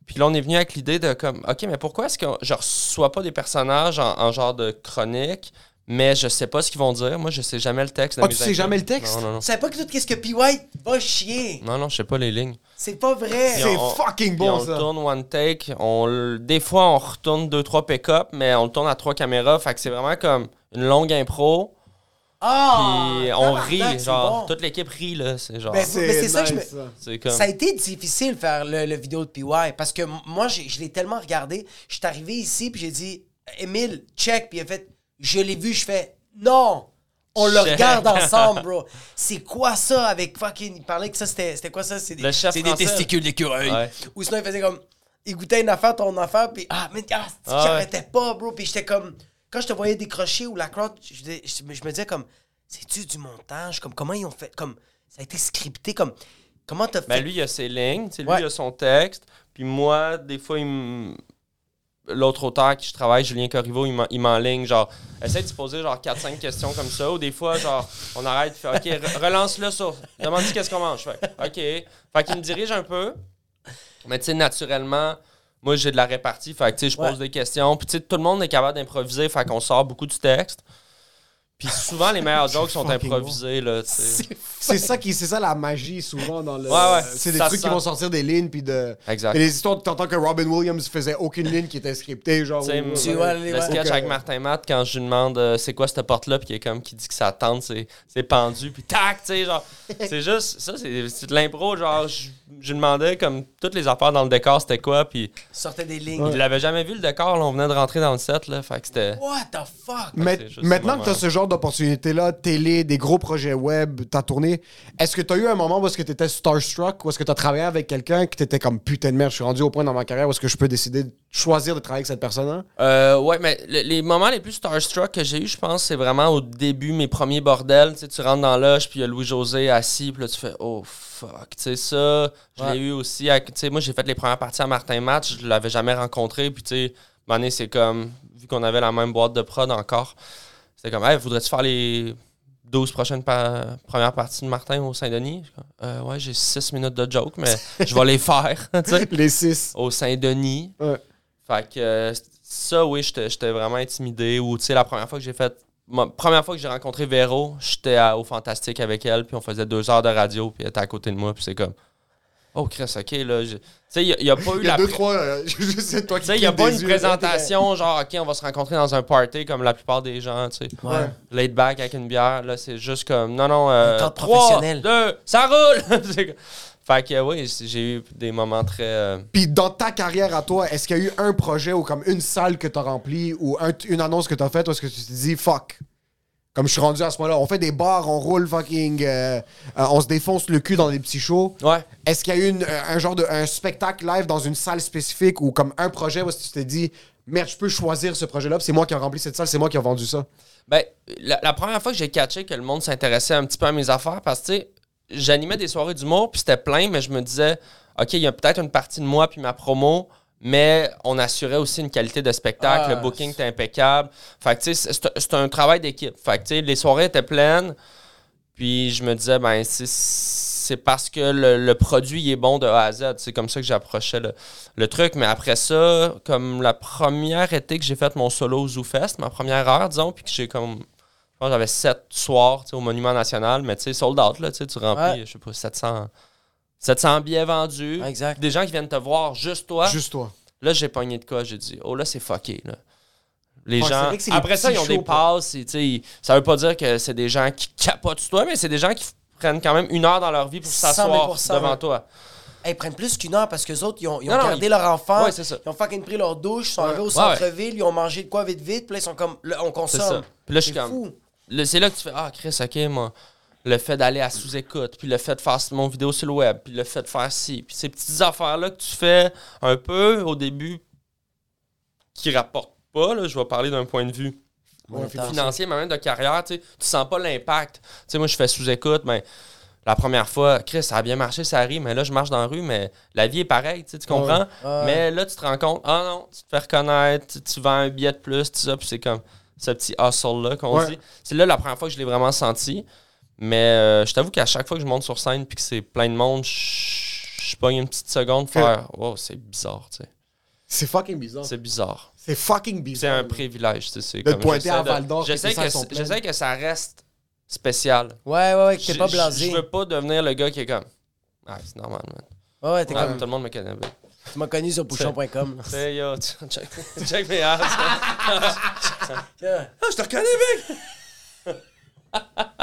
Puis là, on est venu avec l'idée de comme, OK, mais pourquoi est-ce que je reçois pas des personnages en, en genre de chronique, mais je sais pas ce qu'ils vont dire. Moi, je sais jamais le texte. de
Ah,
mes
tu sais
invités.
jamais le texte?
Non, non, non.
Tu savais pas que tout qu'est-ce que P. White va chier.
Non, non, je sais pas les lignes.
C'est pas vrai.
Puis
C'est
on-
fucking
Puis
bon,
on
ça.
le tourne one take. On le- des fois, on retourne deux, trois pick-up, mais on le tourne à trois caméras. Fait que c'est vraiment comme une longue impro.
Ah!
Puis on
tabarnak,
rit.
c'est
Genre,
bon.
toute l'équipe rit, là. C'est genre.
Ben, Mais c'est ça que je me-
c'est comme.
Ça a été difficile faire le, le vidéo de PY parce que m- moi, j'ai- je l'ai tellement regardé. Je suis arrivé ici puis j'ai dit, Émile, check. Puis il a fait, je l'ai vu. Je fais, non, on le
Check.
regarde ensemble, bro. C'est quoi ça avec fucking. Il parlait que ça, c'était c'était quoi ça? C'est des,
Le chef
c'est des
français.
testicules d'écureuil.
Ouais.
Ou sinon, il faisait comme. écoutais une affaire, ton affaire, puis ah, mais ah, c'est-tu que
Ah ouais.
j'arrêtais pas, bro. Puis j'étais comme, quand je te voyais décrocher ou la crowd, je, dis- je- je me disais comme, c'est-tu du montage? Comme, comment ils ont fait? Comme, ça a été scripté, comme, comment t'as fait?
Ben, lui, il a ses lignes, tu sais, lui,
Ouais.
il a son texte. Puis moi, des fois, il me- L'autre auteur avec qui je travaille, Julien Corriveau, il m'en- il m'enligne, genre, essaie de se poser genre 4-5 questions comme ça, ou des fois, genre, on arrête, fait, OK, re- relance-le sur, demande-lui qu'est-ce qu'on mange. Je fais, OK. Fait qu'il me dirige un peu, mais tu sais, naturellement, moi, j'ai de la répartie, fait que tu sais, je pose
Ouais.
des questions, puis tu sais, tout le monde est capable d'improviser, fait qu'on sort beaucoup du texte. Puis souvent, les meilleurs jokes sont
fucking bon.
improvisés, là, tu sais.
C'est ça qui c'est ça la magie souvent dans le
Ouais, ouais,
c'est des
ça
trucs
se
qui
sent.
vont sortir des lignes puis de
Exact.
Et les histoires t'entends que Robin Williams faisait aucune ligne qui était scriptée genre
Tu sais,
ou- euh,
Tu
le-
vois,
le
les- ouais.
sketch
Ok.
avec Martin Matt, quand je lui demande euh, c'est quoi cette porte-là, puis il est comme qui dit que sa tente, c'est c'est pendu, puis tac, tu sais, genre. C'est juste, ça, c'est c'est de l'impro, genre, je je lui demandais comme toutes les affaires dans le décor, c'était quoi, puis
Sortait des lignes.
il l'avait jamais vu le décor, là, on venait de rentrer dans le set, là, fait que c'était.
What the fuck?
Mais-
c'est juste
maintenant
le
que tu as
moment.
ce genre d'opportunité là, télé, des gros projets web, ta tournée, est-ce que tu as eu un moment où est-ce que tu étais starstruck ou est-ce que tu as travaillé avec quelqu'un que tu étais comme putain de merde, je suis rendu au point dans ma carrière où est-ce que je peux décider de choisir de travailler avec cette personne là
Euh, ouais, mais le- les moments les plus starstruck que j'ai eu, je pense, c'est vraiment au début, mes premiers bordels. Tu sais, tu rentres dans l'âge, puis il y a Louis-José assis, puis là, tu fais « Oh, fuck ». Tu sais, ça, je l'ai eu aussi. avec- Tu sais, moi, j'ai fait les premières parties à Martin Match, je l'avais jamais rencontré, puis tu sais, à un moment donné, c'est comme, vu qu'on avait la même boîte de prod encore, c'était comme « Hey, voudrais-tu faire les 12 prochaines pa- premières parties de Martin au Saint-Denis? » Je suis comme, Euh, Ouais, j'ai 6 minutes de joke, mais je vais les faire, tu sais
Les six.
au Saint-Denis.
Ouais.
Fait que euh, ça, oui, j'étais j'étais vraiment intimidé. Ou tu sais, la première fois que j'ai fait. ma première fois que j'ai rencontré Véro, j'étais à- au Fantastique avec elle, puis on faisait deux heures de radio, puis elle était à côté de moi, puis c'est comme. Oh, Chris, ok, là. je- Tu sais, il n'y a, pas eu
Il y a
la.
deux
pré-
trois euh, je je sais toi
Tu
qui
sais, il n'y a
cligne
pas
des
une
yeux, là, t'es là.
présentation genre, OK, on va se rencontrer dans un party comme la plupart des gens, tu sais.
Ouais.
Laid back avec une bière, là, c'est juste comme, non, non, euh,
Entente
trois,
professionnelle.
deux, ça roule! C'est comme- fait que oui, j'ai eu des moments très. euh,
Puis dans ta carrière à toi, est-ce qu'il y a eu un projet ou comme une salle que t'as remplie ou un- une annonce que t'as faite ou est-ce que tu te dis fuck? Comme je suis rendu à ce moment-là, on fait des bars, on roule fucking, euh, euh, on se défonce le cul dans des petits shows.
Ouais.
Est-ce qu'il y a eu une- euh, un genre de un spectacle live dans une salle spécifique ou comme un projet où est-ce que tu t'es dit merde, je peux choisir ce projet-là, puis c'est moi qui ai rempli cette salle, c'est moi qui ai vendu ça.
Ben, la, la première fois que j'ai catché que le monde s'intéressait un petit peu à mes affaires, parce que, tu sais, j'animais des soirées d'humour, puis c'était plein, mais je me disais, OK, il y a peut-être une partie de moi, puis ma promo, mais on assurait aussi une qualité de spectacle,
Ah,
le booking était impeccable. Fait que, tu sais, c'est- c'est un travail d'équipe. Fait que, tu sais, les soirées étaient pleines, puis je me disais, ben, c'est- c'est parce que le, le produit il est bon de A à Z. C'est comme ça que j'approchais le, le truc. Mais après ça, comme la première été que j'ai fait mon solo au ZooFest, ma première heure, disons, puis que j'ai comme. Je pense que j'avais sept soirs tu sais, au Monument National, mais tu sais, sold out, là, tu sais, tu remplis, je sais pas, 700, 700 billets vendus.
Ouais, exact.
Des gens qui viennent te voir, juste toi.
Juste toi.
Là, j'ai pogné de quoi? J'ai dit, oh là, c'est fucké. Là. Les
Ouais, c'est
gens.
vrai que c'est des
Après ça,
petits
ils ont des
shows, quoi.
passes. et, tu sais, ça veut pas dire que c'est des gens qui capotent sur toi, mais c'est des gens qui f- prennent quand même une heure dans leur vie pour
100
s'asseoir
000%,
devant
ouais.
toi.
Hey, ils prennent plus qu'une heure parce qu'eux autres, ils ont, ils ont
Non, non,
gardé
ils-
leur enfant.
Ouais, c'est ça.
Ils ont fucking pris leur douche, ils sont arrivés au
Ouais, ouais.
centre-ville, ils ont mangé de quoi vite vite, puis là, ils sont comme, là, on
C'est
consomme.
ça. Puis là, je suis
C'est
comme.
fou.
Là, c'est là que tu fais Ah, Chris, ok, moi, le fait d'aller à sous-écoute, puis le fait de faire mon vidéo sur le web, puis le fait de faire ci, puis ces petites affaires-là que tu fais un peu au début qui rapportent pas, là, je vais parler d'un point de vue
Ouais,
financier, mais même de carrière, tu sais, tu sens pas l'impact. Tu sais, moi, je fais sous-écoute, mais la première fois, Chris, ça a bien marché, ça arrive, mais là, je marche dans la rue, mais la vie est pareille, tu sais, tu comprends?
Ouais.
Mais là, tu te rends compte, ah non, tu te fais reconnaître, tu, tu vends un billet de plus, tout ça, puis c'est comme ce petit hustle-là qu'on
Ouais.
dit. C'est là la première fois que je l'ai vraiment senti, mais euh, je t'avoue qu'à chaque fois que je monte sur scène puis que c'est plein de monde, je je pogne une petite seconde, faire, wow, c'est bizarre, tu sais.
C'est fucking bizarre.
C'est bizarre.
C'est fucking
C'est
bizarre.
un
là.
privilège. tu sais, c'est
De
comme-
pointer
j'essaie
à
de-
Val d'Or,
J'essaie
que tes
que,
salles sont pleines.
j'essaie que ça reste spécial.
Ouais, ouais, ouais, que t'es
Je-
pas
je-
blasé.
Je veux pas devenir le gars qui est comme. Ah, c'est normal, man.
Ouais, ouais, t'es
Ah,
comme,
Tout le monde me connaît. ben.
tu m'as connu sur bouchon.com.
Tu sais, yo, tu- check, check mes abs.
Ah, je te reconnais, mec!